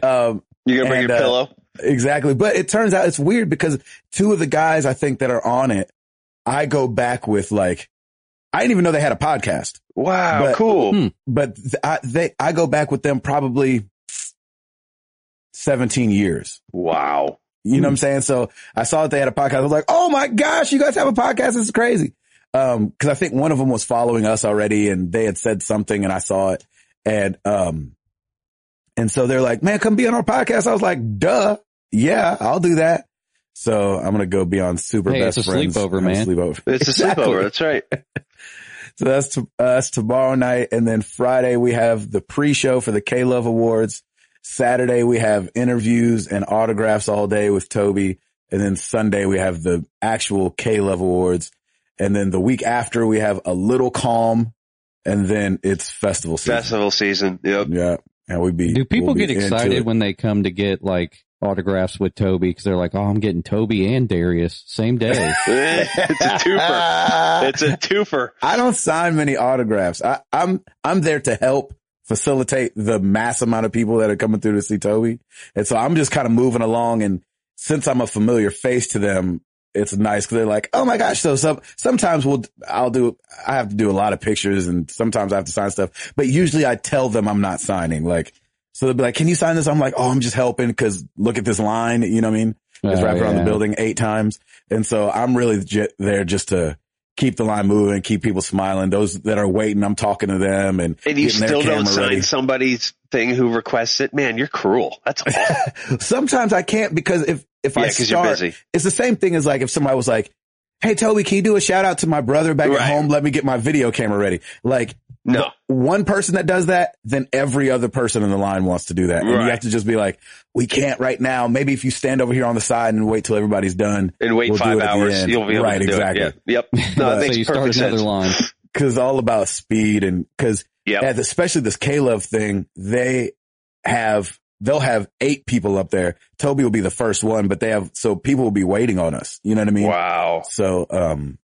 [SPEAKER 1] um,
[SPEAKER 2] You're gonna bring
[SPEAKER 1] And,
[SPEAKER 2] your
[SPEAKER 1] uh,
[SPEAKER 2] pillow.
[SPEAKER 1] exactly. But it turns out it's weird because two of the guys I think that are on it, I go back with like, I didn't even know they had a podcast,
[SPEAKER 2] Wow,
[SPEAKER 1] but-
[SPEAKER 2] cool.
[SPEAKER 3] Hmm.
[SPEAKER 1] but th- I, they, I go back with them probably 17 years.
[SPEAKER 2] Wow.
[SPEAKER 1] You
[SPEAKER 3] Hmm.
[SPEAKER 1] know what I'm saying? So I saw that they had a podcast. I was like, oh my gosh, you guys have a podcast. This is crazy. Um, cause I think one of them was following us already and they had said something and I saw it. And, um, and so they're like, man, come be on our podcast. I was like, duh. Yeah, I'll do that. So I'm going to go be on super
[SPEAKER 3] Hey,
[SPEAKER 1] best
[SPEAKER 3] it's a
[SPEAKER 1] friends.
[SPEAKER 3] sleepover,
[SPEAKER 1] I'm a
[SPEAKER 3] man.
[SPEAKER 1] Sleepover.
[SPEAKER 2] It's
[SPEAKER 1] Exactly.
[SPEAKER 2] a sleepover. That's right.
[SPEAKER 1] So that's, to, uh, that's tomorrow night. And then Friday we have the pre-show for the K-Love Awards. Saturday we have interviews and autographs all day with Toby. And then Sunday we have the actual K-Love Awards. And then the week after we have a little calm and then it's festival season.
[SPEAKER 2] Festival season. Yep.
[SPEAKER 1] yeah. And we be,
[SPEAKER 3] Do people
[SPEAKER 1] we'll be
[SPEAKER 3] get
[SPEAKER 1] into
[SPEAKER 3] excited
[SPEAKER 1] it.
[SPEAKER 3] when they come to get like autographs with Toby? Cause they're like, Oh, I'm getting Toby and Darius same day.
[SPEAKER 2] it's a twofer. It's a twofer.
[SPEAKER 1] I don't sign many autographs. I, I'm I'm there to help facilitate the mass amount of people that are coming through to see Toby, and so I'm just kind of moving along. And since I'm a familiar face to them, it's nice because they're like, "Oh my gosh!" So some sometimes we'll I'll do I have to do a lot of pictures, and sometimes I have to sign stuff. But usually I tell them I'm not signing. Like so they'll be like, "Can you sign this?" I'm like, "Oh, I'm just helping because look at this line." You know what I mean? Just
[SPEAKER 3] Oh,
[SPEAKER 1] wrap around the
[SPEAKER 3] yeah.
[SPEAKER 1] building eight times. And so I'm really j- there just to keep the line moving, keep people smiling. Those that are waiting, I'm talking to them and,
[SPEAKER 2] And you
[SPEAKER 1] getting their
[SPEAKER 2] still don't
[SPEAKER 1] camera
[SPEAKER 2] sign
[SPEAKER 1] ready.
[SPEAKER 2] somebody's thing who requests it. Man, you're cruel. That's awful. yeah,
[SPEAKER 1] Sometimes I can't because if, if I
[SPEAKER 2] because you're
[SPEAKER 1] start,
[SPEAKER 2] busy.
[SPEAKER 1] it's the same thing as like if somebody was like, Hey, Toby, can you do a shout out to my brother back
[SPEAKER 2] Right.
[SPEAKER 1] at home? Let me get my video camera ready. Like
[SPEAKER 2] No.
[SPEAKER 1] one person that does that, then every other person in the line wants to do that. And you
[SPEAKER 2] Right.
[SPEAKER 1] have to just be like, we can't right now. Maybe if you stand over here on the side and wait till everybody's done.
[SPEAKER 2] And wait
[SPEAKER 1] We'll do
[SPEAKER 2] five
[SPEAKER 1] it at the
[SPEAKER 2] hours.
[SPEAKER 1] end.
[SPEAKER 2] You'll be able
[SPEAKER 1] Right,
[SPEAKER 2] to do
[SPEAKER 1] exactly.
[SPEAKER 2] it. Yeah. Yep. No,
[SPEAKER 1] Right.
[SPEAKER 2] that
[SPEAKER 3] so
[SPEAKER 2] makes
[SPEAKER 3] you start
[SPEAKER 2] perfect
[SPEAKER 3] another
[SPEAKER 2] sense.
[SPEAKER 3] line.
[SPEAKER 1] Cause it's all about speed and cause
[SPEAKER 2] Yep.
[SPEAKER 1] at especially this Caleb thing, they have they'll have eight people up there. Toby will be the first one, but they have so people will be waiting on us. You know what I mean?
[SPEAKER 2] Wow.
[SPEAKER 1] So um,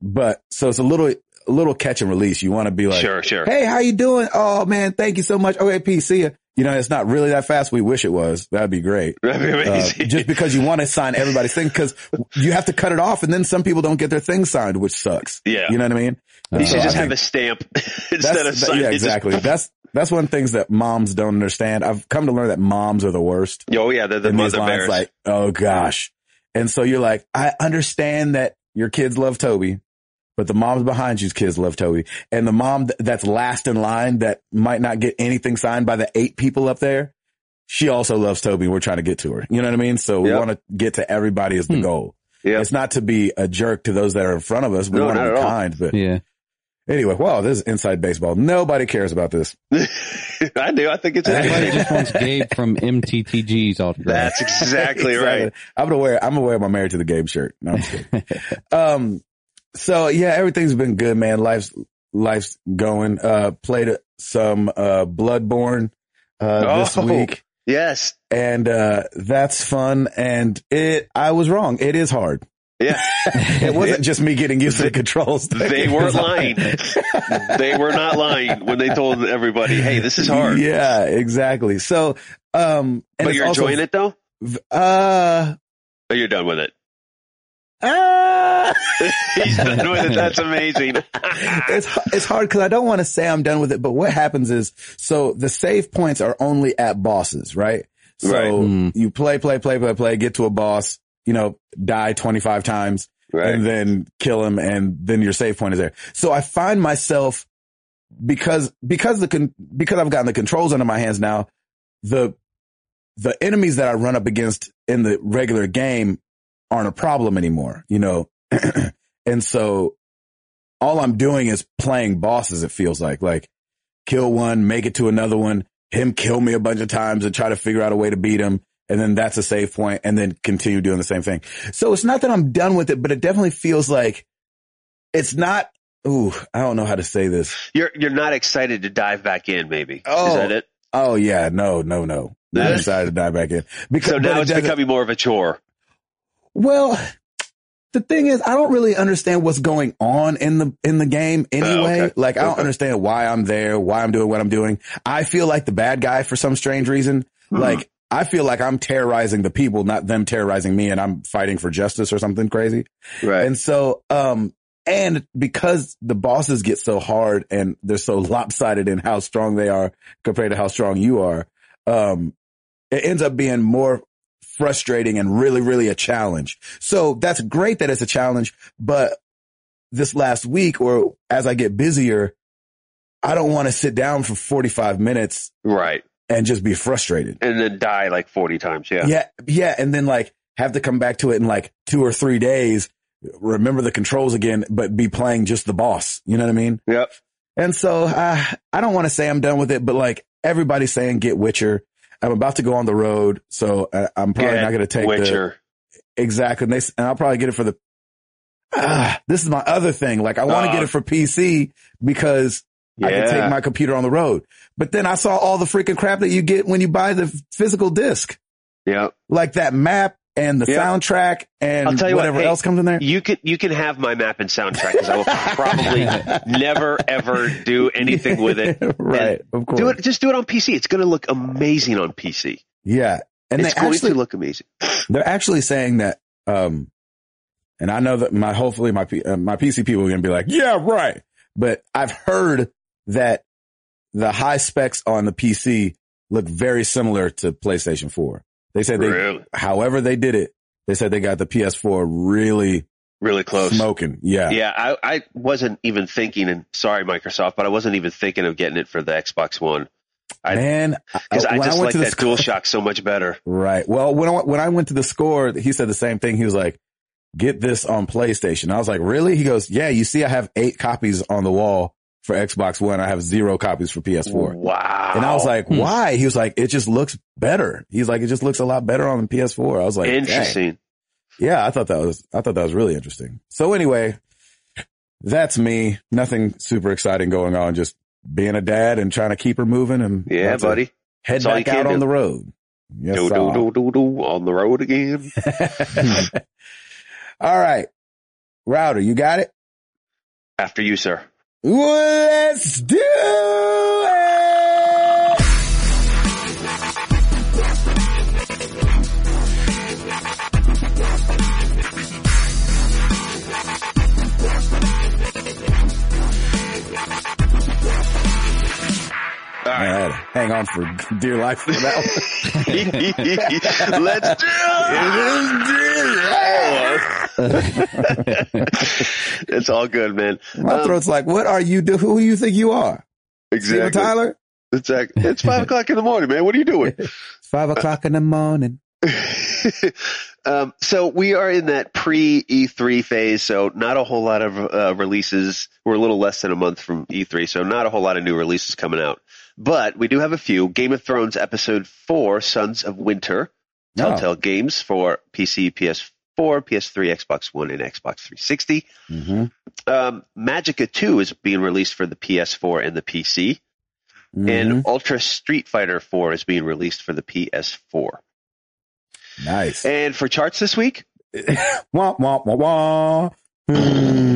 [SPEAKER 1] but so it's a little a little catch and release. You want to be like,
[SPEAKER 2] sure, sure.
[SPEAKER 1] hey, how you doing? Oh man, thank you so much. Okay, peace, see ya. You know, it's not really that fast. We wish it was. That'd be great.
[SPEAKER 2] That'd be
[SPEAKER 1] Uh,
[SPEAKER 2] amazing.
[SPEAKER 1] just because you want to sign everybody's thing, because you have to cut it off, and then some people don't get their thing signed, which sucks.
[SPEAKER 2] yeah.
[SPEAKER 1] You know what I mean?
[SPEAKER 2] you
[SPEAKER 3] Oh,
[SPEAKER 2] should
[SPEAKER 1] so
[SPEAKER 2] just
[SPEAKER 1] I
[SPEAKER 2] have
[SPEAKER 1] think-
[SPEAKER 2] a stamp
[SPEAKER 1] that's,
[SPEAKER 2] instead of
[SPEAKER 1] that-
[SPEAKER 2] sign.
[SPEAKER 1] yeah,
[SPEAKER 2] It just-
[SPEAKER 1] exactly. that's that's one of the things that moms don't understand. I've come to learn that moms are the worst
[SPEAKER 2] oh yeah, they're the
[SPEAKER 1] in these
[SPEAKER 2] mother
[SPEAKER 1] lines.
[SPEAKER 2] bears.
[SPEAKER 1] Like, oh gosh, and so you're like, I understand that your kids love Toby, but the moms behind you's kids love Toby, and the mom th- that's last in line that might not get anything signed by the eight people up there. She also loves Toby. We're trying to get to her. You know what I mean? So we
[SPEAKER 2] Yep.
[SPEAKER 1] want to get to everybody is the
[SPEAKER 3] Hmm.
[SPEAKER 1] goal.
[SPEAKER 2] Yep.
[SPEAKER 1] It's not to be a jerk to those that are in front of us. We
[SPEAKER 2] No,
[SPEAKER 1] want
[SPEAKER 2] not
[SPEAKER 1] to
[SPEAKER 2] at
[SPEAKER 1] be
[SPEAKER 2] all.
[SPEAKER 1] kind, but
[SPEAKER 3] Yeah.
[SPEAKER 1] Anyway, wow, this is inside baseball. Nobody cares about this.
[SPEAKER 2] I do. I think it's
[SPEAKER 3] Everybody
[SPEAKER 2] interesting.
[SPEAKER 3] just wants Gabe from MTTG's autograph.
[SPEAKER 2] That's exactly right.
[SPEAKER 1] I'm gonna wear. I'm gonna wear my married to the game shirt. No, I'm just kidding. um, so yeah, everything's been good, man. Life's life's going. Uh, played some uh Bloodborne uh this
[SPEAKER 2] Oh.
[SPEAKER 1] week,
[SPEAKER 2] Yes.
[SPEAKER 1] and uh that's fun. And it, I was wrong. It is hard.
[SPEAKER 2] Yeah.
[SPEAKER 1] It wasn't just me getting used to the controls.
[SPEAKER 2] They weren't lying. they were not lying when they told everybody, "Hey, this is hard."
[SPEAKER 1] Yeah, exactly. So, um, and
[SPEAKER 2] but
[SPEAKER 1] it's
[SPEAKER 2] you're
[SPEAKER 1] also,
[SPEAKER 2] enjoying it though.
[SPEAKER 1] Uh,
[SPEAKER 2] Or you're done with it.
[SPEAKER 1] ah!
[SPEAKER 2] He's done with it. That's amazing.
[SPEAKER 1] it's it's hard because I don't want to say I'm done with it. But what happens is, so the save points are only at bosses, right? So
[SPEAKER 2] Right.
[SPEAKER 3] Mm.
[SPEAKER 1] you play, play, play, play, play, get to a boss, you know, die 25 times, and then kill him, and then your save point is there. So I find myself because because the con- because I've gotten the controls under my hands now, the the enemies that I run up against in the regular game aren't a problem anymore, you know. and so all I'm doing is playing bosses. It feels like like kill one, make it to another one, him kill me a bunch of times and try to figure out a way to beat him. And then that's a save point and then continue doing the same thing. So it's not that I'm done with it, but it definitely feels like it's not. Ooh, I don't know how to say this.
[SPEAKER 2] You're you're not excited to dive back in, maybe.
[SPEAKER 1] Oh.
[SPEAKER 2] Is that it?
[SPEAKER 1] Oh yeah, no, no, no. I
[SPEAKER 2] Yeah.
[SPEAKER 1] decided to dive back in because
[SPEAKER 2] So
[SPEAKER 1] but
[SPEAKER 2] now
[SPEAKER 1] it
[SPEAKER 2] it's
[SPEAKER 1] doesn't-
[SPEAKER 2] becoming more of a chore.
[SPEAKER 1] well. The thing is, I don't really understand what's going on in the in the game anyway.
[SPEAKER 2] Oh, okay.
[SPEAKER 1] Like, I don't
[SPEAKER 2] Okay.
[SPEAKER 1] understand why I'm there, why I'm doing what I'm doing. I feel like the bad guy for some strange reason.
[SPEAKER 2] Hmm.
[SPEAKER 1] Like, I feel like I'm terrorizing the people, not them terrorizing me, and I'm fighting for justice or something crazy.
[SPEAKER 2] Right.
[SPEAKER 1] And so, um, and because the bosses get so hard and they're so lopsided in how strong they are compared to how strong you are, um, it ends up being more frustrating and really, really a challenge. So that's great that it's a challenge, but this last week or as I get busier, I don't want to sit down for 45 minutes
[SPEAKER 2] right.
[SPEAKER 1] and just be frustrated.
[SPEAKER 2] And then die like forty times. Yeah.
[SPEAKER 1] Yeah. Yeah. And then like have to come back to it in like two or three days, remember the controls again, but be playing just the boss. You know what I mean?
[SPEAKER 2] Yep.
[SPEAKER 1] And so uh, I don't want to say I'm done with it, but like everybody's saying get Witcher. I'm about to go on the road. So uh, I'm probably
[SPEAKER 2] Get
[SPEAKER 1] not going to take the,
[SPEAKER 2] Witcher.
[SPEAKER 1] Exactly. And, they, s- and I'll probably get it for the, ah, this is my other thing. Like I want to
[SPEAKER 2] Ah.
[SPEAKER 1] get it for PC because I can take my computer on the road. But then I saw all the freaking crap that you get when you buy the f- physical disc
[SPEAKER 2] yeah.
[SPEAKER 1] like that map and the
[SPEAKER 2] Yeah.
[SPEAKER 1] soundtrack and
[SPEAKER 2] I'll tell you what,
[SPEAKER 1] whatever
[SPEAKER 2] hey,
[SPEAKER 1] else comes in there.
[SPEAKER 2] You can you can have my map and soundtrack because I will probably never ever do anything with it.
[SPEAKER 1] right, of course.
[SPEAKER 2] Do it. Just do it on PC. It's going to look amazing on PC.
[SPEAKER 1] Yeah. And
[SPEAKER 2] it's
[SPEAKER 1] they
[SPEAKER 2] going
[SPEAKER 1] actually,
[SPEAKER 2] to look amazing.
[SPEAKER 1] they're actually saying that, um, and I know that my, hopefully my, P- uh, my PC people are going to be like, yeah, right. But I've heard that the high specs on the PC look very similar to PlayStation 4. They said they,
[SPEAKER 2] Really,
[SPEAKER 1] however they did it, they said they got the PS4 really
[SPEAKER 2] really close.
[SPEAKER 1] smoking. Yeah.
[SPEAKER 2] Yeah, I, I wasn't even thinking, and sorry, Microsoft, but I wasn't even thinking of getting it for the Xbox One I-
[SPEAKER 1] Man,
[SPEAKER 2] because I
[SPEAKER 1] Oh, when
[SPEAKER 2] just
[SPEAKER 1] went
[SPEAKER 2] like
[SPEAKER 1] to the
[SPEAKER 2] that
[SPEAKER 1] school-
[SPEAKER 2] DualShock so much better.
[SPEAKER 1] Right. Well, when I, when I went to the score, he said the same thing. He was like, get this on PlayStation. I was like, really? He goes, yeah, you see, I have eight copies on the wall for Xbox One. I have zero copies for PS4.
[SPEAKER 2] Wow.
[SPEAKER 1] And I was like,
[SPEAKER 3] Hmm.
[SPEAKER 1] why? He was like, it just looks better. He's like, it just looks a lot better on the PS4. I was like, interesting.
[SPEAKER 2] interesting.
[SPEAKER 1] Yeah. I thought that was, I thought that was really interesting. So anyway, that's me. Nothing super exciting going on. Just being a dad and trying to keep her moving and
[SPEAKER 2] Yeah,
[SPEAKER 1] that's it.
[SPEAKER 2] buddy.
[SPEAKER 1] head
[SPEAKER 2] That's all you
[SPEAKER 1] back
[SPEAKER 2] can
[SPEAKER 1] out
[SPEAKER 2] do.
[SPEAKER 1] on the road. Yes,
[SPEAKER 2] Do,
[SPEAKER 1] sir.
[SPEAKER 2] do, do, do, do, on the road again.
[SPEAKER 1] All right. Router, you got it?
[SPEAKER 2] After you, sir.
[SPEAKER 1] Let's do it!
[SPEAKER 2] All
[SPEAKER 1] I
[SPEAKER 2] right.
[SPEAKER 1] had to hang on for dear life for that one.
[SPEAKER 2] Let's do it. it's all good, man.
[SPEAKER 1] My
[SPEAKER 2] Um,
[SPEAKER 1] throat's like, what are you do? Who you think you are? Steven
[SPEAKER 2] Exactly.
[SPEAKER 1] Tyler?
[SPEAKER 2] Exactly. It's five o'clock in the morning, man. What are you doing?
[SPEAKER 1] It's five o'clock in the morning.
[SPEAKER 2] um, so we are in that pre E3 phase, so not a whole lot of uh, releases. We're a little less than a month from E3, so not a whole lot of new releases coming out. But we do have a few. Game of Thrones episode four, Sons of Winter,
[SPEAKER 1] No.
[SPEAKER 2] Telltale Games for PC, PS4, PS3, Xbox One, and Xbox 360.
[SPEAKER 1] Mhm.
[SPEAKER 2] Um, Magica 2 is being released for the PS4 and the PC,
[SPEAKER 1] Mhm.
[SPEAKER 2] and Ultra Street Fighter 4 is being released for the PS4.
[SPEAKER 1] nice.
[SPEAKER 2] And for charts this week,
[SPEAKER 1] Wah, wah, wah, wah. Hmm.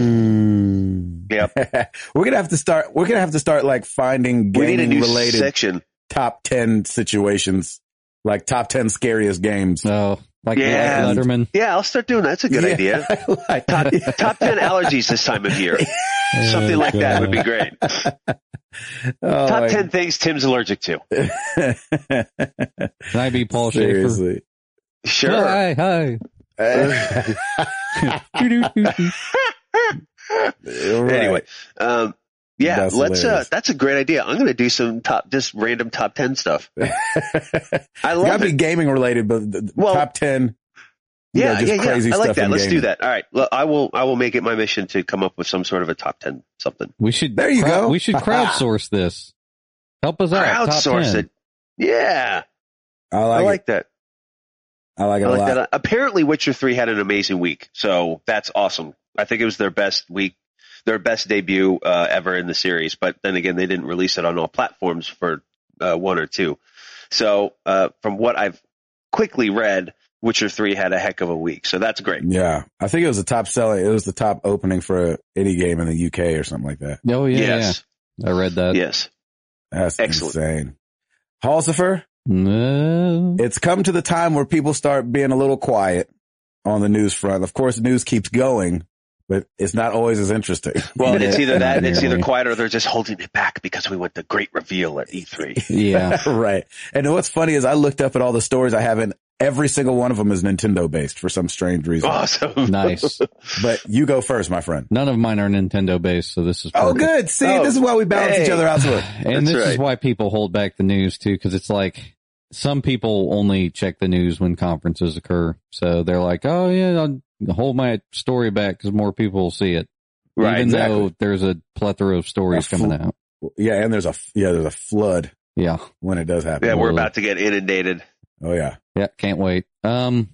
[SPEAKER 2] Yep.
[SPEAKER 1] we're gonna have to start. We're gonna have to start like finding
[SPEAKER 2] we need a
[SPEAKER 1] gaming
[SPEAKER 2] new
[SPEAKER 1] related
[SPEAKER 2] section.
[SPEAKER 1] top ten situations, like top ten scariest games.
[SPEAKER 3] No, Oh, Like,
[SPEAKER 2] Yeah.
[SPEAKER 3] like Letterman.
[SPEAKER 2] Yeah, I'll start doing that. That's a good
[SPEAKER 1] Yeah.
[SPEAKER 2] idea.
[SPEAKER 1] Like-
[SPEAKER 2] Top, top 10 allergies this time of year. Something like that would be great.
[SPEAKER 1] Oh,
[SPEAKER 2] Top
[SPEAKER 1] my-
[SPEAKER 2] 10 things Tim's allergic to.
[SPEAKER 3] Can I be Paul Schaefer? Oh,
[SPEAKER 1] Seriously.
[SPEAKER 2] Sure.
[SPEAKER 3] Hi, hi.
[SPEAKER 1] Uh, right.
[SPEAKER 2] Anyway, um, yeah,
[SPEAKER 1] That's
[SPEAKER 2] let's. Uh,
[SPEAKER 1] hilarious.
[SPEAKER 2] that's a great idea. I'm going to do some top, just random top ten stuff. I
[SPEAKER 1] It's
[SPEAKER 2] love
[SPEAKER 1] gotta
[SPEAKER 2] it.
[SPEAKER 1] be gaming related, but the- the
[SPEAKER 2] Well,
[SPEAKER 1] top ten. you know,
[SPEAKER 2] yeah,
[SPEAKER 1] just
[SPEAKER 2] yeah, yeah.
[SPEAKER 1] crazy
[SPEAKER 2] I like
[SPEAKER 1] stuff
[SPEAKER 2] that.
[SPEAKER 1] in
[SPEAKER 2] Let's
[SPEAKER 1] gaming.
[SPEAKER 2] do that. All right, Look, I will. I will make it my mission to come up with some sort of a top ten something.
[SPEAKER 3] We should.
[SPEAKER 1] There you go.
[SPEAKER 3] We should crowdsource this. Help us out. Top
[SPEAKER 2] Crowdsource
[SPEAKER 3] 10.
[SPEAKER 2] it. Yeah,
[SPEAKER 1] I
[SPEAKER 2] I
[SPEAKER 1] like,
[SPEAKER 2] like that.
[SPEAKER 1] it. I like it
[SPEAKER 2] I
[SPEAKER 1] a
[SPEAKER 2] like
[SPEAKER 1] lot.
[SPEAKER 2] that. Apparently, Witcher Three had an amazing week, so that's awesome. I think it was their best week, their best debut uh, ever in the series. But then again, they didn't release it on all platforms for uh, one or two. So, uh, from what I've quickly read, Witcher Three had a heck of a week, so that's great.
[SPEAKER 1] Yeah, I think it was the top selling. It was the top opening for any game in the UK or something like that.
[SPEAKER 3] Oh yeah,
[SPEAKER 2] yes,
[SPEAKER 3] yeah. I read that.
[SPEAKER 2] yes.
[SPEAKER 1] That's
[SPEAKER 2] Excellent.
[SPEAKER 1] insane. Halsifer,
[SPEAKER 3] No.
[SPEAKER 1] it's come to the time where people start being a little quiet on the news front. Of course, news keeps going, but it's not always as interesting.
[SPEAKER 2] Well,
[SPEAKER 3] Yeah.
[SPEAKER 2] it's either that, it's either
[SPEAKER 3] Yeah.
[SPEAKER 2] quiet, or they're just holding it back because we want the great reveal at E E3.
[SPEAKER 3] Yeah.
[SPEAKER 1] right. And what's funny is I looked up at all the stories I have, and every single one of them is Nintendo based for some strange reason.
[SPEAKER 2] Oh. Awesome.
[SPEAKER 3] nice.
[SPEAKER 1] But you go first, my friend.
[SPEAKER 3] None of mine are Nintendo based, so this is
[SPEAKER 1] Oh,
[SPEAKER 3] perfect.
[SPEAKER 1] good. See,
[SPEAKER 2] Oh,
[SPEAKER 1] this is why we balance
[SPEAKER 2] hey.
[SPEAKER 1] each other out. To it.
[SPEAKER 3] And
[SPEAKER 2] That's
[SPEAKER 3] this is
[SPEAKER 2] right.
[SPEAKER 3] why people hold back the news too, because it's like some people only check the news when conferences occur. So they're like, "Oh yeah, I'll hold my story back because more people will see it."
[SPEAKER 2] Right.
[SPEAKER 3] Even
[SPEAKER 1] exactly.
[SPEAKER 3] though there's a plethora of stories
[SPEAKER 1] A
[SPEAKER 3] coming
[SPEAKER 1] fl-
[SPEAKER 3] out.
[SPEAKER 1] Yeah, and there's a yeah, there's a flood
[SPEAKER 3] Yeah.
[SPEAKER 1] when it does happen.
[SPEAKER 2] Yeah, we're
[SPEAKER 3] Absolutely.
[SPEAKER 2] about to get inundated.
[SPEAKER 1] Oh yeah.
[SPEAKER 3] Yeah, can't wait. Um,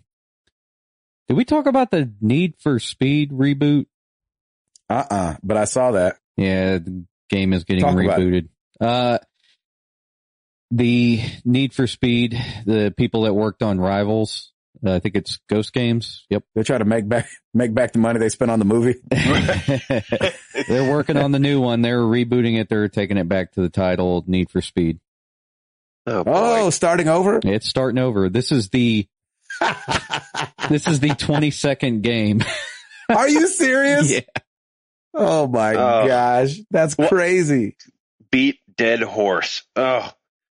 [SPEAKER 3] did we talk about the Need for Speed reboot?
[SPEAKER 1] Uh uh But I saw that.
[SPEAKER 3] Yeah, the game is getting
[SPEAKER 1] Talk about
[SPEAKER 3] rebooted. Uh, the Need for Speed, the people that worked on Rivals, uh, I think it's Ghost Games. Yep.
[SPEAKER 1] They're trying to make back make back the money they spent on the movie.
[SPEAKER 3] They're working on the new one. They're rebooting it. They're taking it back to the title Need for Speed.
[SPEAKER 2] Oh, boy.
[SPEAKER 1] Oh, starting over.
[SPEAKER 3] It's starting over. This is the, this is the 22nd game.
[SPEAKER 1] Are you serious? Oh my
[SPEAKER 2] Oh.
[SPEAKER 1] gosh, that's
[SPEAKER 2] What-
[SPEAKER 1] crazy.
[SPEAKER 2] beat dead horse. Oh,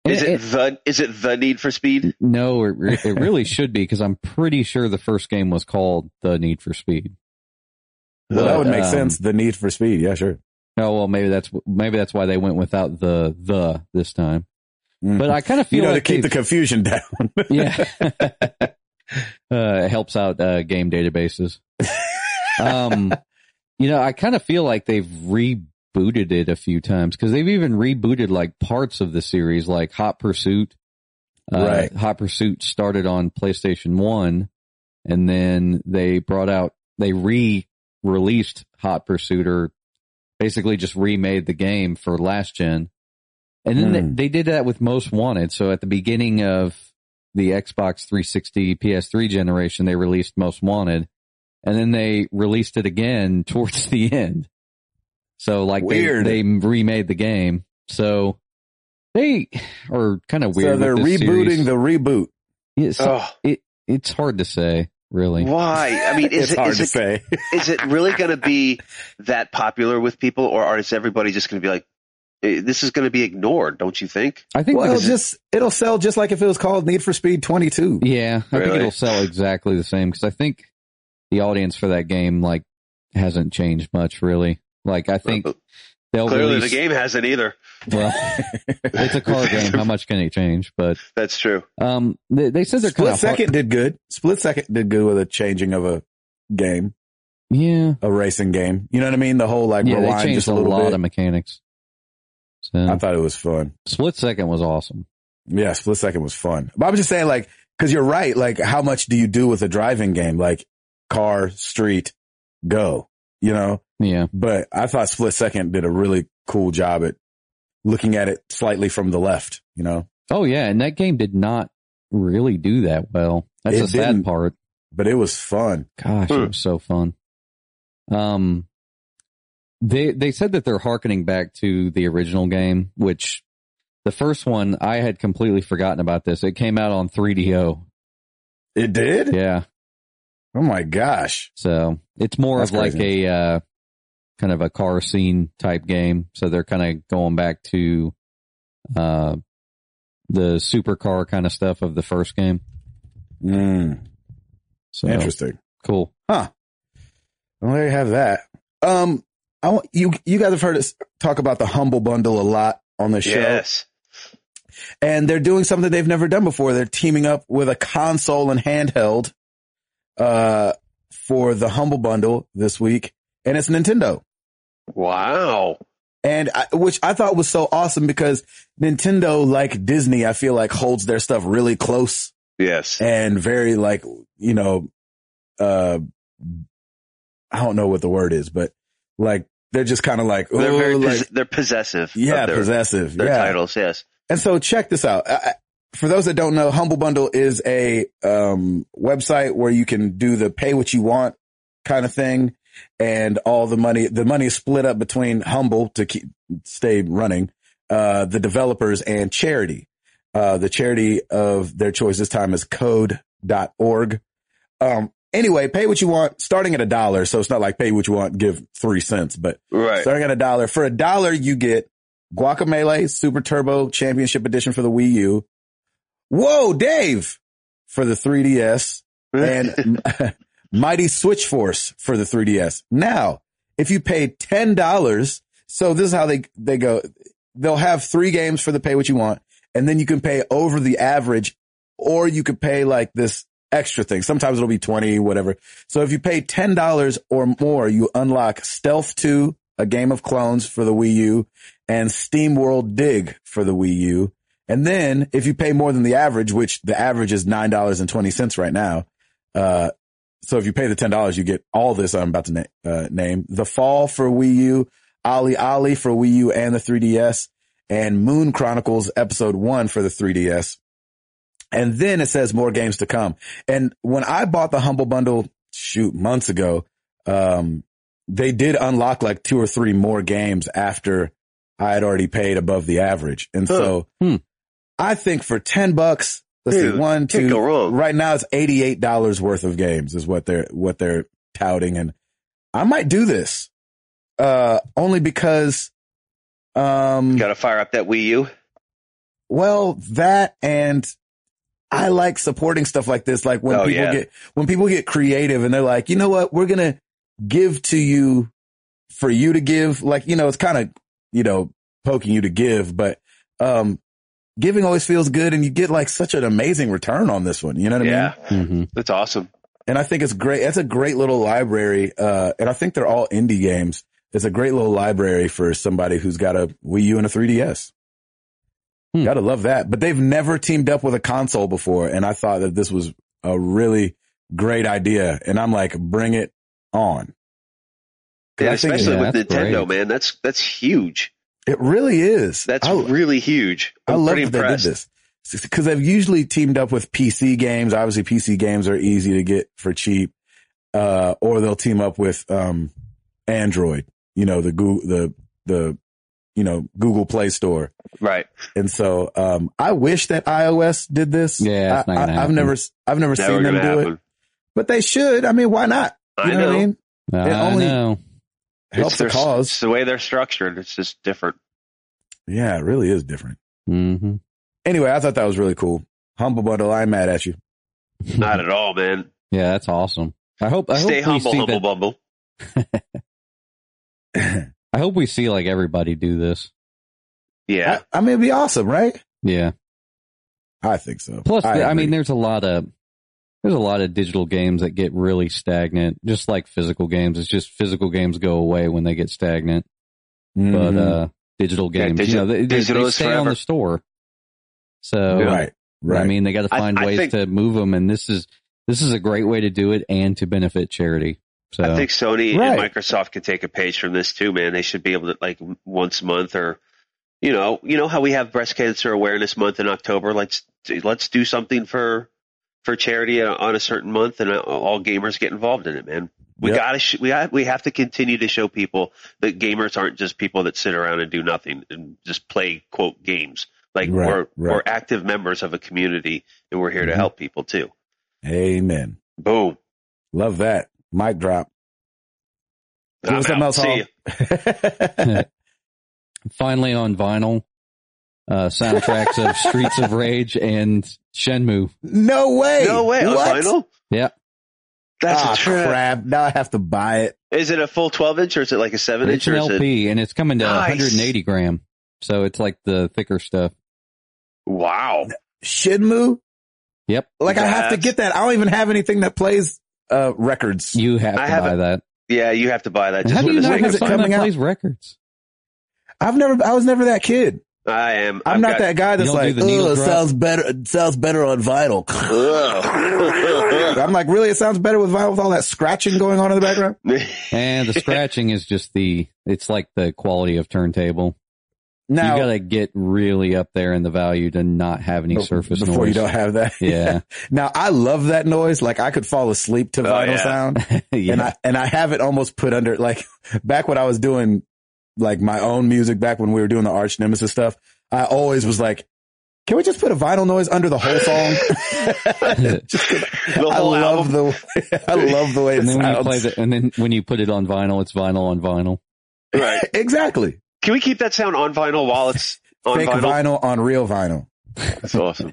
[SPEAKER 2] is it,
[SPEAKER 3] It-
[SPEAKER 2] the is it the Need for Speed?
[SPEAKER 3] No, it, re- it really should be because I'm pretty sure the first game was called The Need for Speed.
[SPEAKER 1] Well, that
[SPEAKER 3] But,
[SPEAKER 1] would make
[SPEAKER 3] um,
[SPEAKER 1] sense. The need for speed. Yeah, sure.
[SPEAKER 3] Oh well, maybe that's maybe that's why they went without the the this time.
[SPEAKER 1] Mm.
[SPEAKER 3] But I kind of feel
[SPEAKER 1] you know,
[SPEAKER 3] like
[SPEAKER 1] to keep the
[SPEAKER 3] they've-
[SPEAKER 1] confusion down.
[SPEAKER 3] yeah, uh, it helps out uh, game databases. Um, you know, I kind of feel like they've rebooted it a few times because they've even rebooted like parts of the series, like Hot Pursuit. Uh,
[SPEAKER 1] Right.
[SPEAKER 3] Hot Pursuit started on PlayStation One, and then they brought out they re-released Hot Pursuit or basically just remade the game for last gen. And then
[SPEAKER 1] Hmm.
[SPEAKER 3] they, they did that with Most Wanted. So at the beginning of the Xbox 360 PS3 generation, they released Most Wanted and then they released it again towards the end. So like
[SPEAKER 1] Weird.
[SPEAKER 3] they they remade the game. So they are kind of weird.
[SPEAKER 1] so they're
[SPEAKER 3] with this
[SPEAKER 1] rebooting
[SPEAKER 3] series.
[SPEAKER 1] the reboot.
[SPEAKER 3] Yeah, so
[SPEAKER 2] Oh,
[SPEAKER 3] it's hard to say, really.
[SPEAKER 2] why? I mean,
[SPEAKER 1] it's
[SPEAKER 2] is it,
[SPEAKER 1] hard
[SPEAKER 2] is
[SPEAKER 1] to
[SPEAKER 2] it,
[SPEAKER 1] say.
[SPEAKER 2] is it really going to be that popular with people, or is everybody just going to be like, eh, this is going to be ignored? Don't you think?
[SPEAKER 3] I think
[SPEAKER 1] well,
[SPEAKER 3] because-
[SPEAKER 1] it'll just it'll sell just like if it was called Need for Speed 22.
[SPEAKER 3] yeah, I think
[SPEAKER 2] Really?
[SPEAKER 3] it'll sell exactly the same because I think the audience for that game like hasn't changed much, really. Like I think
[SPEAKER 2] Uh,
[SPEAKER 3] they'll
[SPEAKER 2] Clearly,
[SPEAKER 3] release,
[SPEAKER 2] the game hasn't either.
[SPEAKER 3] Well, it's a car game. How much can it change? But
[SPEAKER 2] That's true.
[SPEAKER 3] um, they, they said they're kind
[SPEAKER 1] Split
[SPEAKER 3] of
[SPEAKER 1] Second did good. Split Second did good with a changing of a game,
[SPEAKER 3] yeah.
[SPEAKER 1] a racing game. You know what I mean? The whole like
[SPEAKER 3] yeah, they
[SPEAKER 1] rewind
[SPEAKER 3] changed
[SPEAKER 1] just
[SPEAKER 3] a,
[SPEAKER 1] a little
[SPEAKER 3] lot
[SPEAKER 1] bit.
[SPEAKER 3] of mechanics. So
[SPEAKER 1] I thought it was fun.
[SPEAKER 3] split second was awesome.
[SPEAKER 1] Yeah, Split Second was fun. But I'm just saying like, cause you're right. Like how much do you do with a driving game? Like car, street, go, you know?
[SPEAKER 3] Yeah,
[SPEAKER 1] But I thought Split Second did a really cool job at looking at it slightly from the left, you know?
[SPEAKER 3] Oh yeah, and that game did not really do that well. That's
[SPEAKER 1] It
[SPEAKER 3] the sad
[SPEAKER 1] didn't.
[SPEAKER 3] part.
[SPEAKER 1] But it was fun.
[SPEAKER 3] Gosh,
[SPEAKER 2] Hmm.
[SPEAKER 3] it was so fun. Um, they they said that they're harkening back to the original game, which the first one I had completely forgotten about. This it came out on 3DO,
[SPEAKER 1] It did?
[SPEAKER 3] Yeah.
[SPEAKER 1] Oh my gosh.
[SPEAKER 3] So it's more
[SPEAKER 1] That's
[SPEAKER 3] of like
[SPEAKER 1] crazy.
[SPEAKER 3] a, uh, kind of a car scene type game. So they're kind of going back to, uh, the supercar kind of stuff of the first game.
[SPEAKER 1] Mm,
[SPEAKER 3] So
[SPEAKER 1] Interesting.
[SPEAKER 3] cool.
[SPEAKER 1] Well, there you have that. Um, I want, you, you guys have heard us talk about the humble bundle a lot on the show.
[SPEAKER 2] Yes.
[SPEAKER 1] and they're doing something they've never done before. They're teaming up with a console and handheld, uh, for the Humble Bundle this week, and it's Nintendo.
[SPEAKER 2] Wow.
[SPEAKER 1] And I, which I thought was so awesome because Nintendo, like Disney, I feel like holds their stuff really close
[SPEAKER 2] Yes.
[SPEAKER 1] and very like, you know, uh, I don't know what the word is, but like, they're just kind of like,
[SPEAKER 2] They're very
[SPEAKER 1] "Ooh,"
[SPEAKER 2] pos-
[SPEAKER 1] oh, like,
[SPEAKER 2] they're possessive.
[SPEAKER 1] yeah,
[SPEAKER 2] of their,
[SPEAKER 1] possessive.
[SPEAKER 2] their
[SPEAKER 1] yeah.
[SPEAKER 2] titles. Yes.
[SPEAKER 1] And so check this out. I, I- for those that don't know, Humble Bundle is a um, website where you can do the pay what you want kind of thing, and all the money the money is split up between Humble to keep stay running, uh, the developers and charity. Uh, the charity of their choice this time is Code.org. Um, anyway, pay what you want, starting at a dollar. So it's not like pay what you want, give three cents, but
[SPEAKER 2] Right.
[SPEAKER 1] Starting at a dollar. For a dollar, you get Guacamele Super Turbo Championship Edition for the Wii U. Whoa, Dave! For the 3DS and Mighty Switch Force for the 3DS. Now, if you pay $10, so this is how they, they go. They'll have three games for the pay what you want, and then you can pay over the average, or you could pay like this extra thing. Sometimes it'll be 20, whatever. So if you pay $10 or more, you unlock Stealth 2, a game of clones for the Wii U, and Steam World Dig for the Wii U. And then if you pay more than the average, which the average is $9.20 right now, uh, so if you pay the $10, you get all this I'm about to na- uh, name. The Fall for Wii U, Ali Ali for Wii U and the 3DS, and Moon Chronicles Episode 1 for the 3DS. And then it says more games to come. And when I bought the Humble Bundle, shoot, months ago, um, they did unlock like two or three more games after I had already paid above the average. And so
[SPEAKER 3] Huh. Hmm.
[SPEAKER 1] I think for 10 bucks, let's see,
[SPEAKER 2] Dude,
[SPEAKER 1] one,
[SPEAKER 2] Can't
[SPEAKER 1] two,
[SPEAKER 2] go wrong.
[SPEAKER 1] Right now it's eighty-eight dollars worth of games is what they're what they're touting, and I might do this, uh, only because, um,
[SPEAKER 2] Got to fire up that Wii U.
[SPEAKER 1] well, that and I like supporting stuff like this. Like when
[SPEAKER 2] Oh,
[SPEAKER 1] people
[SPEAKER 2] yeah.
[SPEAKER 1] get when people get creative and they're like, you know what, we're gonna give to you for you to give. Like you know, it's kind of you know poking you to give, but um, giving always feels good, and you get like such an amazing return on this one. You know what I mean?
[SPEAKER 2] Yeah.
[SPEAKER 3] hmm
[SPEAKER 2] That's awesome.
[SPEAKER 1] and I think it's great. That's a great little library. Uh, and I think they're all indie games. It's a great little library for somebody who's got a Wii U and a 3DS.
[SPEAKER 3] Hmm.
[SPEAKER 1] Gotta love that. But they've never teamed up with a console before. And I thought that this was a really great idea. And I'm like, bring it on. 'Cause
[SPEAKER 2] And
[SPEAKER 1] I think
[SPEAKER 2] especially
[SPEAKER 3] yeah,
[SPEAKER 2] with
[SPEAKER 3] that's
[SPEAKER 2] Nintendo,
[SPEAKER 3] great.
[SPEAKER 2] man. That's that's huge.
[SPEAKER 1] it really is.
[SPEAKER 2] That's
[SPEAKER 1] I-
[SPEAKER 2] really huge.
[SPEAKER 1] Oh. I
[SPEAKER 2] I'm
[SPEAKER 1] love
[SPEAKER 2] pretty
[SPEAKER 1] that they did
[SPEAKER 2] impressed.
[SPEAKER 1] this because they've usually teamed up with PC games. Obviously, PC games are easy to get for cheap, uh, or they'll team up with um, Android. You know the Google the the you know Google Play Store.
[SPEAKER 2] Right.
[SPEAKER 1] And so um, I wish that iOS did this.
[SPEAKER 3] Yeah, it's
[SPEAKER 1] I, I,
[SPEAKER 3] not gonna
[SPEAKER 1] have
[SPEAKER 3] happen.
[SPEAKER 1] never s- I've never
[SPEAKER 2] Never
[SPEAKER 1] seen them
[SPEAKER 2] gonna
[SPEAKER 1] do it,
[SPEAKER 2] happen.
[SPEAKER 1] but they should. I mean, why not? You
[SPEAKER 2] I know.
[SPEAKER 1] what I mean? It
[SPEAKER 3] I
[SPEAKER 1] only-
[SPEAKER 3] know.
[SPEAKER 1] Helps
[SPEAKER 2] it's
[SPEAKER 1] the
[SPEAKER 2] their-
[SPEAKER 1] cause.
[SPEAKER 2] It's the way they're structured. It's just different.
[SPEAKER 1] Yeah, it really is different.
[SPEAKER 3] hmm
[SPEAKER 1] Anyway, I thought that was really cool. Humble bundle. I'm mad at you.
[SPEAKER 2] Not at all, man.
[SPEAKER 3] yeah, that's awesome. I hope, I hope
[SPEAKER 2] Stay
[SPEAKER 3] we
[SPEAKER 2] humble,
[SPEAKER 3] see
[SPEAKER 2] humble
[SPEAKER 3] that-
[SPEAKER 2] bumble.
[SPEAKER 3] I hope we see like everybody do this.
[SPEAKER 2] Yeah.
[SPEAKER 1] I, I mean, it'd be awesome, right?
[SPEAKER 3] Yeah.
[SPEAKER 1] I think so.
[SPEAKER 3] Plus, the- I,
[SPEAKER 1] agree.
[SPEAKER 3] mean, there's a lot of there's a lot of digital games that get really stagnant, just like physical games. It's just physical games go away when they get stagnant, but
[SPEAKER 1] Mhm.
[SPEAKER 3] uh, digital
[SPEAKER 2] Yeah,
[SPEAKER 3] games,
[SPEAKER 2] digi-
[SPEAKER 3] you know, they, they-
[SPEAKER 2] digital
[SPEAKER 3] they
[SPEAKER 2] is
[SPEAKER 3] stay on
[SPEAKER 2] forever.
[SPEAKER 3] the store. So,
[SPEAKER 1] right, right.
[SPEAKER 3] I mean, they got to
[SPEAKER 2] I-
[SPEAKER 3] find
[SPEAKER 2] I
[SPEAKER 3] ways
[SPEAKER 2] think-
[SPEAKER 3] to move them, and this is this is a great way to do it and to benefit charity. So,
[SPEAKER 2] I think Sony and
[SPEAKER 1] Right.
[SPEAKER 2] Microsoft could take a page from this too, man. They should be able to like w- once a month or you know, you know how we have breast cancer awareness month in October. Let's let's do something for for charity uh, on a certain month, and uh, all gamers get involved in it, man. We
[SPEAKER 1] Yep.
[SPEAKER 2] gotta sh- we got we have to continue to show people that gamers aren't just people that sit around and do nothing and just play quote games. Like
[SPEAKER 1] Right,
[SPEAKER 2] we're
[SPEAKER 1] right.
[SPEAKER 2] we're active members of a community, and we're here
[SPEAKER 1] Mhm.
[SPEAKER 2] to help people too.
[SPEAKER 1] Amen.
[SPEAKER 2] Boom.
[SPEAKER 1] Love that. Mic drop. Give
[SPEAKER 2] I'm
[SPEAKER 1] us something
[SPEAKER 2] out.
[SPEAKER 1] else,
[SPEAKER 2] See
[SPEAKER 1] Hall.
[SPEAKER 2] ya.
[SPEAKER 3] Finally on vinyl, uh, soundtracks of Streets of Rage and Shenmue.
[SPEAKER 1] no way.
[SPEAKER 2] No way. On
[SPEAKER 1] What?
[SPEAKER 2] vinyl?
[SPEAKER 3] Yeah.
[SPEAKER 2] That's
[SPEAKER 1] Ah,
[SPEAKER 2] a trip.
[SPEAKER 1] crap. Now I have to buy it.
[SPEAKER 2] Is it a full 12 inch or is it like a 7 inch
[SPEAKER 3] It's
[SPEAKER 2] or
[SPEAKER 3] an
[SPEAKER 2] is it?
[SPEAKER 3] LP and it's coming to
[SPEAKER 2] Nice.
[SPEAKER 3] 180 gram. So it's like the thicker stuff.
[SPEAKER 2] Wow.
[SPEAKER 1] Shinmu?
[SPEAKER 3] Yep.
[SPEAKER 1] Like I have to
[SPEAKER 2] That's-
[SPEAKER 1] get that. I don't even have anything that plays uh records.
[SPEAKER 3] You have
[SPEAKER 2] I
[SPEAKER 3] to
[SPEAKER 2] have
[SPEAKER 3] buy
[SPEAKER 2] a-
[SPEAKER 3] that.
[SPEAKER 2] Yeah, you have to buy that. Just
[SPEAKER 3] How do
[SPEAKER 2] for
[SPEAKER 3] you
[SPEAKER 2] the
[SPEAKER 3] not
[SPEAKER 2] sake
[SPEAKER 3] have
[SPEAKER 1] is it
[SPEAKER 2] of
[SPEAKER 3] something
[SPEAKER 1] coming
[SPEAKER 3] that
[SPEAKER 1] out?
[SPEAKER 3] plays records?
[SPEAKER 1] I've never I was never that kid.
[SPEAKER 2] I am.
[SPEAKER 1] I'm
[SPEAKER 2] I've
[SPEAKER 1] not
[SPEAKER 2] got-
[SPEAKER 1] that guy that's
[SPEAKER 3] don't
[SPEAKER 1] like,
[SPEAKER 3] do the needle
[SPEAKER 1] oh,
[SPEAKER 3] drop?"
[SPEAKER 1] sounds better it sounds better on vinyl.
[SPEAKER 2] Ugh.
[SPEAKER 1] I'm like, really? It sounds better with vinyl with all that scratching going on in the background?
[SPEAKER 3] And the scratching is just the, it's like the quality of turntable.
[SPEAKER 1] Now,
[SPEAKER 3] you gotta get really up there in the value to not have any
[SPEAKER 1] Oh,
[SPEAKER 3] surface
[SPEAKER 1] before
[SPEAKER 3] noise.
[SPEAKER 1] you don't have that.
[SPEAKER 3] yeah.
[SPEAKER 1] Now I love that noise. Like I could fall asleep to
[SPEAKER 2] Oh,
[SPEAKER 1] vinyl
[SPEAKER 2] yeah.
[SPEAKER 1] sound,
[SPEAKER 3] yeah.
[SPEAKER 1] and I and I have it almost put under like back when I was doing like my own music back when we were doing the Arch Nemesis stuff. I always was like, can we just put a vinyl noise under the whole song? Just 'cause
[SPEAKER 2] The
[SPEAKER 1] I
[SPEAKER 2] whole
[SPEAKER 1] love
[SPEAKER 2] album.
[SPEAKER 1] the I love the way it
[SPEAKER 3] and then when you
[SPEAKER 1] sounds.
[SPEAKER 3] play the, and then when you put it on vinyl, it's vinyl on vinyl.
[SPEAKER 2] right.
[SPEAKER 1] exactly.
[SPEAKER 2] Can we keep that sound on vinyl while it's on
[SPEAKER 1] Fake
[SPEAKER 2] vinyl?
[SPEAKER 1] vinyl on real vinyl.
[SPEAKER 2] That's awesome.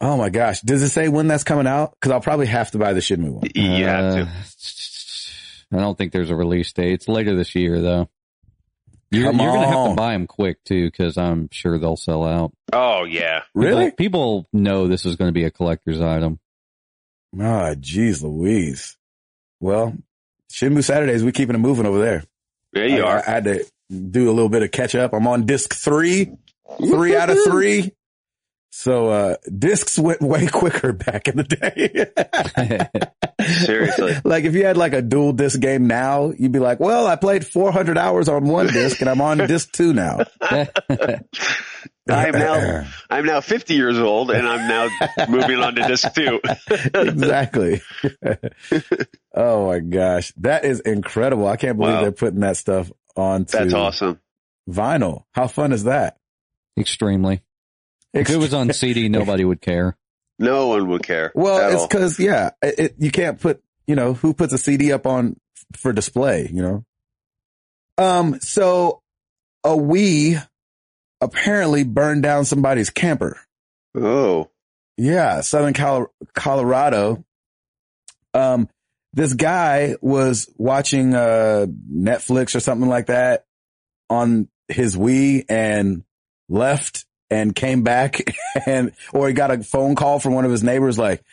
[SPEAKER 1] Oh my gosh. Does it say when that's coming out? Cause I'll probably have to buy the Shinmu one.
[SPEAKER 2] You have
[SPEAKER 3] Uh,
[SPEAKER 2] to.
[SPEAKER 3] I don't think there's a release date. It's later this year though. You're,
[SPEAKER 1] Come
[SPEAKER 3] you're gonna have
[SPEAKER 1] on.
[SPEAKER 3] to buy them quick too, because I'm sure they'll sell out.
[SPEAKER 2] Oh, yeah.
[SPEAKER 1] Really?
[SPEAKER 3] People, people know this is going to be a collector's item.
[SPEAKER 1] Ah, jeez Louise. Well, Shinmu Saturdays, we keeping it moving over there.
[SPEAKER 2] There you
[SPEAKER 1] I,
[SPEAKER 2] are.
[SPEAKER 1] I had to do a little bit of catch up. I'm on disc three, three out of three. So, uh, discs went way quicker back in the day.
[SPEAKER 2] Seriously.
[SPEAKER 1] like if you had like a dual disc game now, you'd be like, well, I played 400 hours on one disc and I'm on disc two now. Uh,
[SPEAKER 2] I'm now I'm now 50 years old, and I'm now moving on to disc two.
[SPEAKER 1] exactly. oh my gosh. That is incredible. I can't believe
[SPEAKER 2] Wow.
[SPEAKER 1] they're putting that stuff onto
[SPEAKER 2] That's awesome.
[SPEAKER 1] vinyl. How fun is that?
[SPEAKER 3] Extremely. If it was on CD, nobody would care.
[SPEAKER 2] No one would care.
[SPEAKER 1] Well,
[SPEAKER 2] at
[SPEAKER 1] it's
[SPEAKER 2] all.
[SPEAKER 1] cause yeah, it, it- you can't put, you know, who puts a CD up on f- for display, you know? Um, so a we apparently burned down somebody's camper.
[SPEAKER 2] oh,
[SPEAKER 1] Yeah, Southern Col- Colorado. Um, this guy was watching uh Netflix or something like that on his Wii and left and came back and or he got a phone call from one of his neighbors like,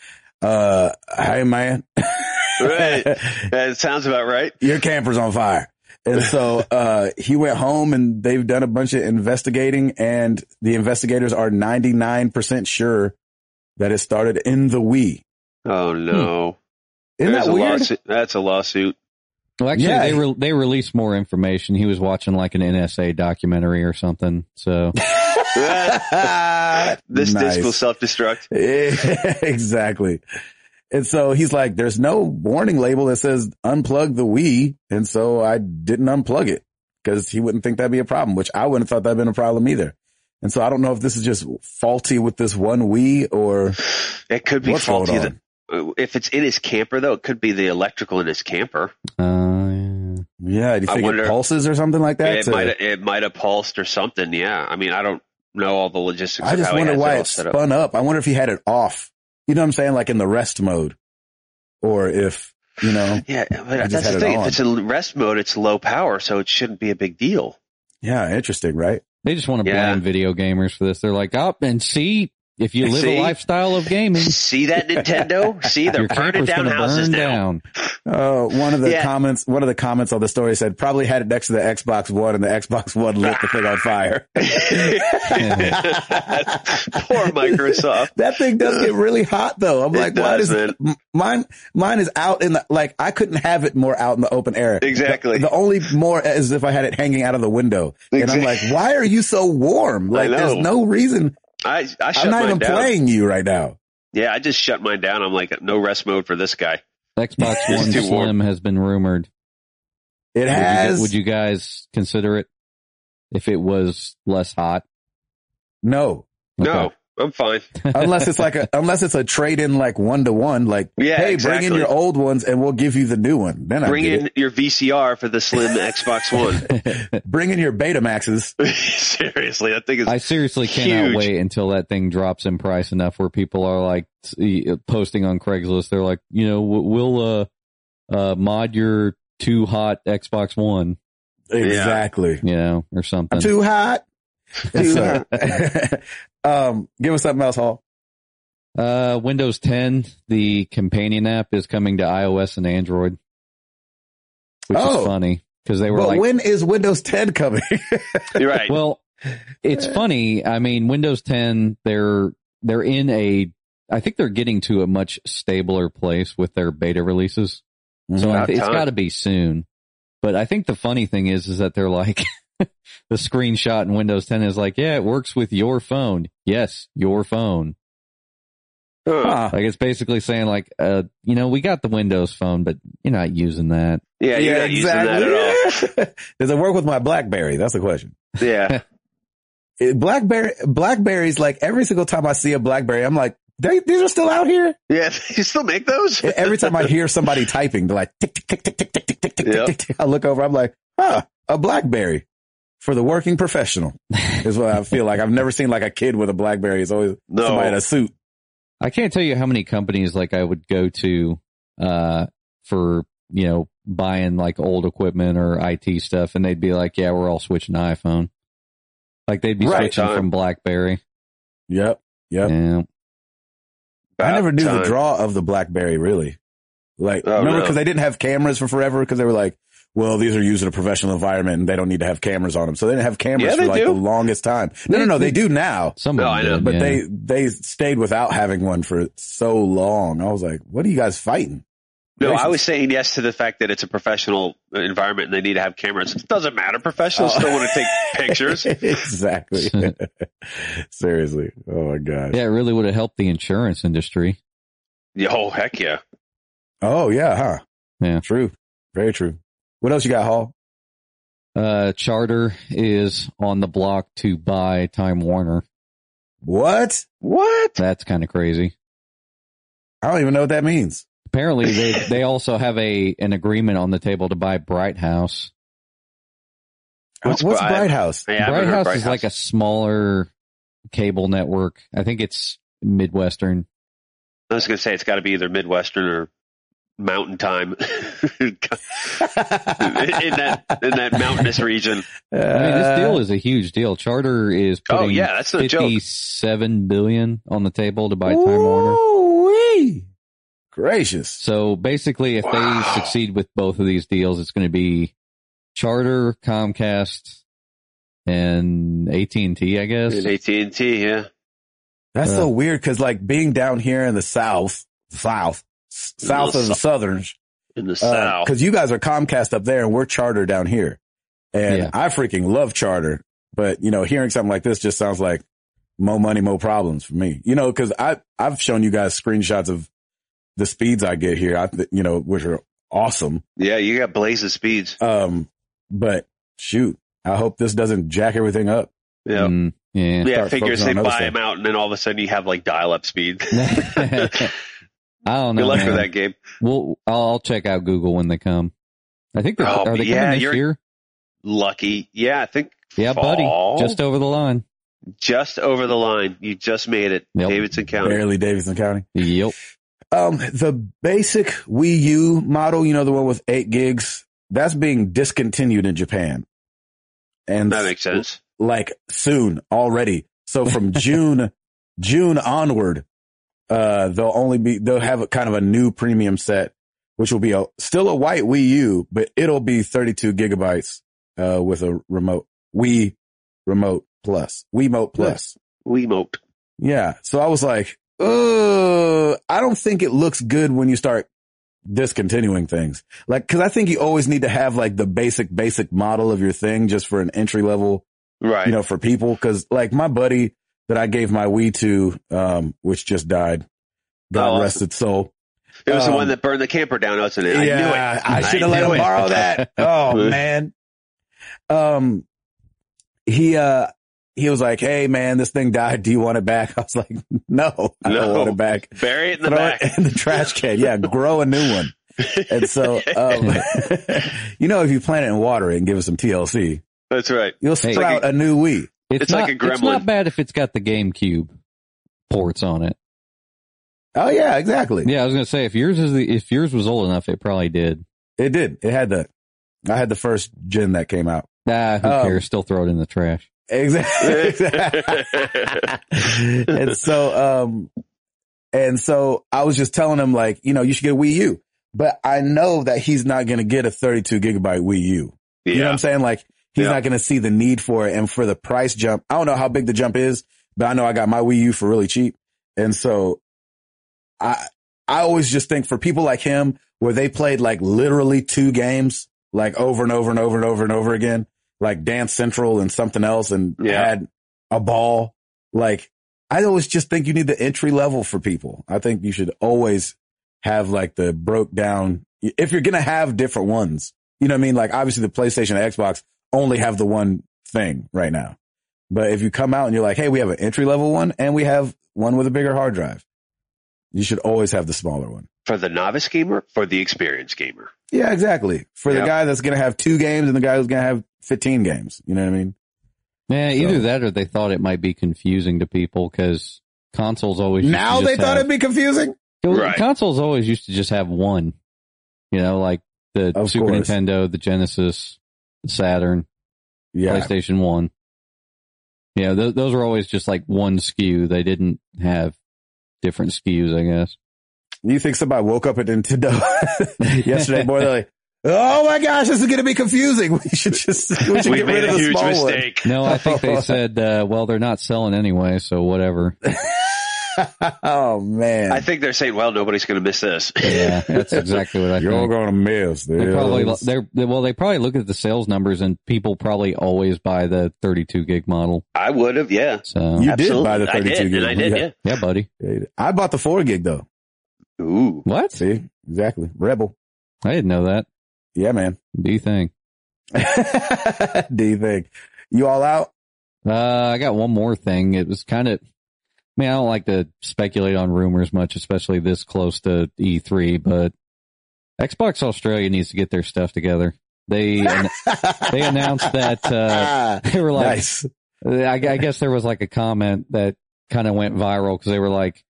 [SPEAKER 1] uh, hey man,
[SPEAKER 2] right. That sounds about right.
[SPEAKER 1] your camper's on fire. And so uh he went home and they've done a bunch of investigating and the investigators are 99% sure that it started in the Wii.
[SPEAKER 2] Oh no.
[SPEAKER 1] Hmm. Isn't
[SPEAKER 2] There's
[SPEAKER 1] that
[SPEAKER 2] a
[SPEAKER 1] weird?
[SPEAKER 2] lawsuit. That's a lawsuit.
[SPEAKER 3] Well, actually,
[SPEAKER 1] Yeah.
[SPEAKER 3] they re- they released more information. He was watching like an NSA documentary or something. So
[SPEAKER 2] This
[SPEAKER 1] Nice.
[SPEAKER 2] disc will self-destruct.
[SPEAKER 1] Yeah, exactly. And so he's like, there's no warning label that says unplug the Wii. And so I didn't unplug it because he wouldn't think that'd be a problem, which I wouldn't have thought that'd been a problem either. And so I don't know if this is just faulty with this one Wii or
[SPEAKER 2] It could be
[SPEAKER 1] what's going
[SPEAKER 2] faulty.
[SPEAKER 1] on.
[SPEAKER 2] that- uh, if it's in his camper, though, it could be the electrical in his camper.
[SPEAKER 3] uh,
[SPEAKER 1] Yeah. Do you
[SPEAKER 2] I
[SPEAKER 1] think
[SPEAKER 2] wonder-
[SPEAKER 1] it pulses or something like that?
[SPEAKER 2] it
[SPEAKER 1] to-
[SPEAKER 2] might have it might have pulsed or something. Yeah. I mean, I don't know all the logistics.
[SPEAKER 1] I
[SPEAKER 2] of
[SPEAKER 1] just
[SPEAKER 2] how he
[SPEAKER 1] wonder
[SPEAKER 2] has
[SPEAKER 1] why
[SPEAKER 2] it all
[SPEAKER 1] it
[SPEAKER 2] set up.
[SPEAKER 1] spun up. I wonder if he had it off. You know what I'm saying? Like in the rest mode or if, you know,
[SPEAKER 2] Yeah, but
[SPEAKER 1] just
[SPEAKER 2] that's
[SPEAKER 1] had
[SPEAKER 2] the
[SPEAKER 1] it
[SPEAKER 2] thing.
[SPEAKER 1] on.
[SPEAKER 2] If it's in rest mode, it's low power, so it shouldn't be a big deal.
[SPEAKER 1] yeah, interesting, right?
[SPEAKER 3] they just want to
[SPEAKER 2] Yeah.
[SPEAKER 3] blame video gamers for this. They're like, oh, and see if you live
[SPEAKER 2] See?
[SPEAKER 3] a lifestyle of gaming,
[SPEAKER 2] See that Nintendo? See they're
[SPEAKER 3] your
[SPEAKER 2] burning
[SPEAKER 3] camper's
[SPEAKER 2] down
[SPEAKER 3] going to
[SPEAKER 2] houses
[SPEAKER 3] burn
[SPEAKER 2] now.
[SPEAKER 3] down.
[SPEAKER 1] Uh, one of the
[SPEAKER 2] Yeah.
[SPEAKER 1] comments, one of the comments on the story said probably had it next to the Xbox One and the Xbox One lit the thing on fire.
[SPEAKER 2] Poor Microsoft.
[SPEAKER 1] That thing does get really hot though. I'm
[SPEAKER 2] It
[SPEAKER 1] like, why
[SPEAKER 2] does,
[SPEAKER 1] does
[SPEAKER 2] man.
[SPEAKER 1] m- mine, mine is out in the, like, I couldn't have it more out in the open air.
[SPEAKER 2] Exactly.
[SPEAKER 1] The only more is if I had it hanging out of the window. And I'm like,
[SPEAKER 2] Exact-
[SPEAKER 1] why are you so warm? Like, there's
[SPEAKER 2] know.
[SPEAKER 1] no reason.
[SPEAKER 2] I I shut
[SPEAKER 1] I'm not
[SPEAKER 2] mine
[SPEAKER 1] even
[SPEAKER 2] down.
[SPEAKER 1] playing you right now.
[SPEAKER 2] Yeah, I just shut mine down. I'm like, no rest mode for this guy.
[SPEAKER 3] Xbox One
[SPEAKER 2] too
[SPEAKER 3] Slim
[SPEAKER 2] warm.
[SPEAKER 3] has been rumored.
[SPEAKER 1] It
[SPEAKER 3] Would you gu-
[SPEAKER 1] has.
[SPEAKER 3] would you guys consider it if it was less hot?
[SPEAKER 1] no.
[SPEAKER 2] No, I'm fine.
[SPEAKER 1] unless it's like a unless it's a trade in like one to one, like
[SPEAKER 2] Yeah,
[SPEAKER 1] hey,
[SPEAKER 2] exactly.
[SPEAKER 1] bring in your old ones and we'll give you the new one. Then
[SPEAKER 2] Bring
[SPEAKER 1] I get
[SPEAKER 2] in your VCR for the slim Xbox One.
[SPEAKER 1] it. Bring in your Betamaxes.
[SPEAKER 2] Seriously, that thing is.
[SPEAKER 3] I seriously cannot
[SPEAKER 2] Huge.
[SPEAKER 3] wait until that thing drops in price enough where people are like t- eh, posting on Craigslist. They're like, you know, w- we'll uh, uh, mod your too hot Xbox One,
[SPEAKER 1] Exactly.
[SPEAKER 3] you know, or something.
[SPEAKER 1] I'm too hot.
[SPEAKER 2] Too
[SPEAKER 1] So- um, give us something else, Hall.
[SPEAKER 3] uh, Windows 10, the companion app is coming to iOS and Android, which
[SPEAKER 1] Oh.
[SPEAKER 3] is funny because they were
[SPEAKER 1] But
[SPEAKER 3] like,
[SPEAKER 1] when is Windows 10 coming?
[SPEAKER 2] you're right.
[SPEAKER 3] well, it's funny. I mean, Windows 10, they're, they're in a, I think they're getting to a much stabler place with their beta releases. So I
[SPEAKER 2] About
[SPEAKER 3] th- it's
[SPEAKER 2] time.
[SPEAKER 3] got to be soon. But I think the funny thing is, is that they're like, the screenshot in Windows 10 is like, yeah, it works with your phone. Yes, your phone.
[SPEAKER 2] Huh.
[SPEAKER 1] Huh.
[SPEAKER 3] Like it's basically saying like, uh, you know, we got the Windows phone, but you're not using that.
[SPEAKER 2] Yeah, you're not using that at
[SPEAKER 1] Does it work with my BlackBerry? That's the question.
[SPEAKER 2] all. Yeah.
[SPEAKER 1] It- BlackBerry, Blackberries, like every single time I see a Blackberry, I'm like, they, these are still out here.
[SPEAKER 2] Yeah. You still make those?
[SPEAKER 1] Every time I hear somebody typing, they're like, tick, tick, tick, tick, tick, tick, tick, tick, tick,
[SPEAKER 2] Yep.
[SPEAKER 1] tick, tick. I look over, I'm like, huh, a Blackberry for the working professional is what I feel like. I've never seen like a kid with a Blackberry. It's always
[SPEAKER 2] No.
[SPEAKER 1] somebody in a suit.
[SPEAKER 3] I can't tell you how many companies like I would go to, uh, for, you know, buying like old equipment or IT stuff. And they'd be like, yeah, we're all switching to iPhone. Like they'd be
[SPEAKER 2] Right, uh,
[SPEAKER 3] switching
[SPEAKER 2] time.
[SPEAKER 3] from Blackberry.
[SPEAKER 1] Yep. Yep.
[SPEAKER 3] Yeah.
[SPEAKER 1] I never
[SPEAKER 2] About
[SPEAKER 1] knew
[SPEAKER 2] time.
[SPEAKER 1] the draw of the BlackBerry really. Like,
[SPEAKER 2] Oh,
[SPEAKER 1] remember
[SPEAKER 2] no.
[SPEAKER 1] because they didn't have cameras for forever because they were like, well, these are used in a professional environment and they don't need to have cameras on them. So they didn't have cameras
[SPEAKER 2] Yeah,
[SPEAKER 1] for
[SPEAKER 2] they
[SPEAKER 1] like
[SPEAKER 2] do.
[SPEAKER 1] the longest time. No, no, no, they do now,
[SPEAKER 3] Some
[SPEAKER 2] No,
[SPEAKER 3] of
[SPEAKER 2] I
[SPEAKER 3] them
[SPEAKER 2] know,
[SPEAKER 3] did,
[SPEAKER 1] but
[SPEAKER 3] yeah.
[SPEAKER 1] they, they stayed without having one for so long. I was like, what are you guys fighting?
[SPEAKER 2] No, I
[SPEAKER 1] Relations-
[SPEAKER 2] was saying yes to the fact that it's a professional environment and they need to have cameras. It doesn't matter. Professionals
[SPEAKER 1] Oh.
[SPEAKER 2] still want to take pictures.
[SPEAKER 1] exactly. Seriously. Oh my gosh.
[SPEAKER 3] Yeah, it really would have helped the insurance industry.
[SPEAKER 2] Yeah, Oh, heck yeah.
[SPEAKER 1] Oh yeah. Huh.
[SPEAKER 3] Yeah.
[SPEAKER 1] True. Very true. What else you got, Hall?
[SPEAKER 3] Uh, Charter is on the block to buy Time Warner.
[SPEAKER 1] What?
[SPEAKER 2] What?
[SPEAKER 3] That's kind of crazy.
[SPEAKER 1] I don't even know what that means.
[SPEAKER 3] Apparently, they they also have a an agreement on the table to buy Bright House.
[SPEAKER 1] What's,
[SPEAKER 2] What's
[SPEAKER 1] what's
[SPEAKER 2] Bri-
[SPEAKER 1] Bright House?
[SPEAKER 2] Yeah, I haven't
[SPEAKER 3] Bright
[SPEAKER 2] heard
[SPEAKER 3] House
[SPEAKER 2] Bright
[SPEAKER 3] is like a smaller cable network. I think it's Midwestern.
[SPEAKER 2] I was going to say it's got to be either Midwestern or Mountain Time in that in that mountainous region.
[SPEAKER 3] I mean, this deal is a huge deal. Charter is putting
[SPEAKER 2] Uh, Oh yeah, that's no joke.
[SPEAKER 3] fifty seven billion on the table to buy Time Warner.
[SPEAKER 1] Ooh-wee. Gracious.
[SPEAKER 3] So basically, if
[SPEAKER 2] Wow.
[SPEAKER 3] they succeed with both of these deals, it's going to be Charter, Comcast, and AT and T. I guess.
[SPEAKER 2] AT and T, yeah.
[SPEAKER 1] That's so
[SPEAKER 3] Uh.
[SPEAKER 1] weird because like being down here in the South, South, s- South of the Southerns,
[SPEAKER 2] In
[SPEAKER 3] Uh,
[SPEAKER 2] the
[SPEAKER 1] because
[SPEAKER 2] south.
[SPEAKER 1] Uh, you guys are Comcast up there and we're Charter down here. And
[SPEAKER 3] Yeah.
[SPEAKER 1] I freaking love Charter, but you know, hearing something like this just sounds like more money, more problems for me. You know, because I I've shown you guys screenshots of the speeds I get here. I th- you know, which are awesome.
[SPEAKER 2] Yeah, you got blazing speeds.
[SPEAKER 1] Um, but shoot, I hope this doesn't jack everything up.
[SPEAKER 2] Yeah.
[SPEAKER 3] Mm, yeah.
[SPEAKER 2] Yeah,
[SPEAKER 1] Start
[SPEAKER 2] figures
[SPEAKER 1] focusing
[SPEAKER 2] they
[SPEAKER 1] on other
[SPEAKER 2] buy
[SPEAKER 1] stuff.
[SPEAKER 2] them out, and then all of a sudden you have like dial-up speed. Good
[SPEAKER 3] I don't know.
[SPEAKER 2] luck
[SPEAKER 3] Oh, man.
[SPEAKER 2] with that game.
[SPEAKER 3] We'll, I'll, I'll check out Google when they come. I think they're,
[SPEAKER 2] Oh,
[SPEAKER 3] are they
[SPEAKER 2] yeah,
[SPEAKER 3] coming
[SPEAKER 2] you're-
[SPEAKER 3] this year?
[SPEAKER 2] Lucky, yeah, I think.
[SPEAKER 3] Yeah,
[SPEAKER 2] fall?
[SPEAKER 3] buddy, just over the line.
[SPEAKER 2] just over the line. You just made it,
[SPEAKER 3] Yep.
[SPEAKER 2] Davidson County.
[SPEAKER 1] Barely Davidson County.
[SPEAKER 3] Yep.
[SPEAKER 1] Um, the basic Wii U model, you know, the one with eight gigs, that's being discontinued in Japan. And
[SPEAKER 2] That makes sense.
[SPEAKER 1] like soon already. So from June, June onward, uh, they'll only be, they'll have a kind of a new premium set, which will be a, still a white Wii U, but it'll be 32 gigabytes, uh, with a remote, Wii remote plus, Wiimote plus.
[SPEAKER 2] Wiimote.
[SPEAKER 1] Yeah. So I was like, uh, I don't think it looks good when you start discontinuing things. Like, cause I think you always need to have like the basic, basic model of your thing just for an entry level,
[SPEAKER 2] Right.
[SPEAKER 1] you know, for people. Cause like my buddy that I gave my Wii to, um, which just died, God
[SPEAKER 2] Oh, awesome.
[SPEAKER 1] rest its soul.
[SPEAKER 2] it was
[SPEAKER 1] um,
[SPEAKER 2] the one that burned the camper down, wasn't it? I knew it.
[SPEAKER 1] I should have let
[SPEAKER 2] knew
[SPEAKER 1] him
[SPEAKER 2] it.
[SPEAKER 1] borrow that. Oh man. Um, he, uh, he was like, Hey man, this thing died. Do you want it back? I was like, no, I don't
[SPEAKER 2] No.
[SPEAKER 1] want it back.
[SPEAKER 2] Bury it in the
[SPEAKER 1] Throw
[SPEAKER 2] back.
[SPEAKER 1] it in the trash can. Yeah. Grow a new one. And so, um, you know, if you plant it in water and give it some TLC,
[SPEAKER 2] That's right.
[SPEAKER 1] you'll
[SPEAKER 3] Hey.
[SPEAKER 1] sprout a new wheat.
[SPEAKER 2] It's like
[SPEAKER 3] not-
[SPEAKER 2] a
[SPEAKER 3] It's not
[SPEAKER 2] gremlin.
[SPEAKER 3] bad if it's got the GameCube ports on it.
[SPEAKER 1] Oh yeah, exactly.
[SPEAKER 3] Yeah, I was gonna say if yours is the if yours was old enough, it probably did.
[SPEAKER 1] It did. It had the, I had the first gin that came out.
[SPEAKER 3] Nah, Ah, who
[SPEAKER 1] Um,
[SPEAKER 3] cares? Still throw it in the trash.
[SPEAKER 1] Exactly. and so, um, and so I was just telling him like, you know, you should get a Wii U, but I know that he's not going to get a 32 gigabyte Wii U. You know what
[SPEAKER 2] yeah.
[SPEAKER 1] I'm saying? Like he's
[SPEAKER 2] Yeah.
[SPEAKER 1] not going to see the need for it. And for the price jump, I don't know how big the jump is, but I know I got my Wii U for really cheap. And so I, I always just think for people like him where they played like literally two games, like over and over and over and over and over again, like Dance Central and something else and
[SPEAKER 2] Yeah.
[SPEAKER 1] had a ball. Like I always just think you need the entry level for people. I think you should always have like the broke down. If you're going to have different ones, you know what I mean? Like obviously the PlayStation and Xbox only have the one thing right now. But if you come out and you're like, Hey, we have an entry level one and we have one with a bigger hard drive, you should always have the smaller one.
[SPEAKER 2] For the novice gamer, for the experienced gamer.
[SPEAKER 1] Yeah, exactly. For the
[SPEAKER 2] Yeah.
[SPEAKER 1] guy that's going to have two games and the guy who's going to have 15 games. You know what I mean?
[SPEAKER 3] Yeah, either
[SPEAKER 1] So-
[SPEAKER 3] that or they thought it might be confusing to people because consoles always used to
[SPEAKER 1] Now
[SPEAKER 3] just
[SPEAKER 1] they thought
[SPEAKER 3] have-
[SPEAKER 1] it'd be confusing.
[SPEAKER 3] Well,
[SPEAKER 2] Right.
[SPEAKER 3] Consoles always used to just have one, you know, like the
[SPEAKER 1] Of
[SPEAKER 3] Super
[SPEAKER 1] course.
[SPEAKER 3] Nintendo, the Genesis, the Saturn,
[SPEAKER 1] Yeah.
[SPEAKER 3] PlayStation One. Yeah, those, those were always just like one SKU. They didn't have different SKUs, I guess.
[SPEAKER 1] You think somebody woke up at Nintendo yesterday morning? They're like, oh my gosh, this is going to be confusing. We should just we should
[SPEAKER 2] We
[SPEAKER 1] get
[SPEAKER 2] made
[SPEAKER 1] rid
[SPEAKER 2] a
[SPEAKER 1] of the
[SPEAKER 2] huge
[SPEAKER 1] small
[SPEAKER 2] mistake.
[SPEAKER 3] No, I think they said, uh, well, they're not selling anyway, so whatever.
[SPEAKER 1] one. oh man,
[SPEAKER 2] I think they're saying, well, nobody's going to miss this.
[SPEAKER 3] Yeah, that's exactly what I
[SPEAKER 1] you're
[SPEAKER 3] think.
[SPEAKER 1] going to miss this.
[SPEAKER 3] They probably uh, they're well. They probably look at the sales numbers, and people probably always buy the 32 gig model.
[SPEAKER 2] I would have, yeah.
[SPEAKER 3] So
[SPEAKER 1] You did
[SPEAKER 2] Absolutely.
[SPEAKER 1] buy the
[SPEAKER 2] I did,
[SPEAKER 1] 32 gig.
[SPEAKER 2] and I did,
[SPEAKER 1] Yeah.
[SPEAKER 2] yeah.
[SPEAKER 3] yeah, buddy.
[SPEAKER 1] I bought the four gig though.
[SPEAKER 2] Ooh.
[SPEAKER 3] What?
[SPEAKER 1] See, exactly, rebel.
[SPEAKER 3] I didn't know that.
[SPEAKER 1] Yeah, man.
[SPEAKER 3] Do you think?
[SPEAKER 1] Do you think you all out?
[SPEAKER 3] Uh, I got one more thing. It was kind of, man, I don't like to speculate on rumors much, especially this close to E3, but Xbox Australia needs to get their stuff together. They, an- they announced that, uh, they were like,
[SPEAKER 1] nice.
[SPEAKER 3] I, I guess there was like a comment that kind of went viral because they were like,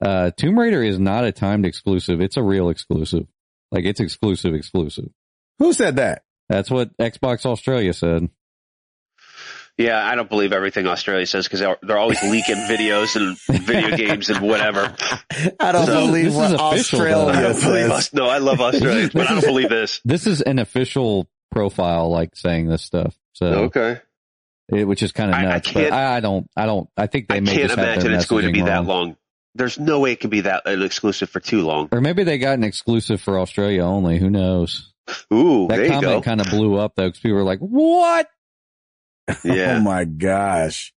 [SPEAKER 3] uh, Tomb Raider is not a timed exclusive. It's a real exclusive. Like it's exclusive, exclusive.
[SPEAKER 1] Who said that?
[SPEAKER 3] That's what Xbox Australia said.
[SPEAKER 2] Yeah, I don't believe everything Australia says because they're, they're always leaking videos and video games and whatever.
[SPEAKER 1] I don't
[SPEAKER 2] So-
[SPEAKER 1] believe
[SPEAKER 3] This is
[SPEAKER 1] what
[SPEAKER 3] official, though.
[SPEAKER 2] I
[SPEAKER 1] Australia
[SPEAKER 2] don't believe
[SPEAKER 1] says.
[SPEAKER 2] us. No, I love Australia, but I don't believe this.
[SPEAKER 3] This is an official profile, like saying this stuff. So.
[SPEAKER 2] Okay.
[SPEAKER 3] it, which is kind of
[SPEAKER 2] I- I
[SPEAKER 3] nuts. but
[SPEAKER 2] can't-
[SPEAKER 3] I, I don't, I don't, I think they
[SPEAKER 2] I
[SPEAKER 3] may
[SPEAKER 2] can't
[SPEAKER 3] just have
[SPEAKER 2] imagine
[SPEAKER 3] their
[SPEAKER 2] it's going to
[SPEAKER 3] messaging
[SPEAKER 2] be that
[SPEAKER 3] wrong.
[SPEAKER 2] long. There's no way it can be that an exclusive for too long.
[SPEAKER 3] Or maybe they got an exclusive for Australia only. Who knows?
[SPEAKER 2] Ooh,
[SPEAKER 3] That
[SPEAKER 2] there you go.
[SPEAKER 3] comment kind of blew up though, because people were like, "What?"
[SPEAKER 1] Oh
[SPEAKER 2] yeah.
[SPEAKER 1] my gosh.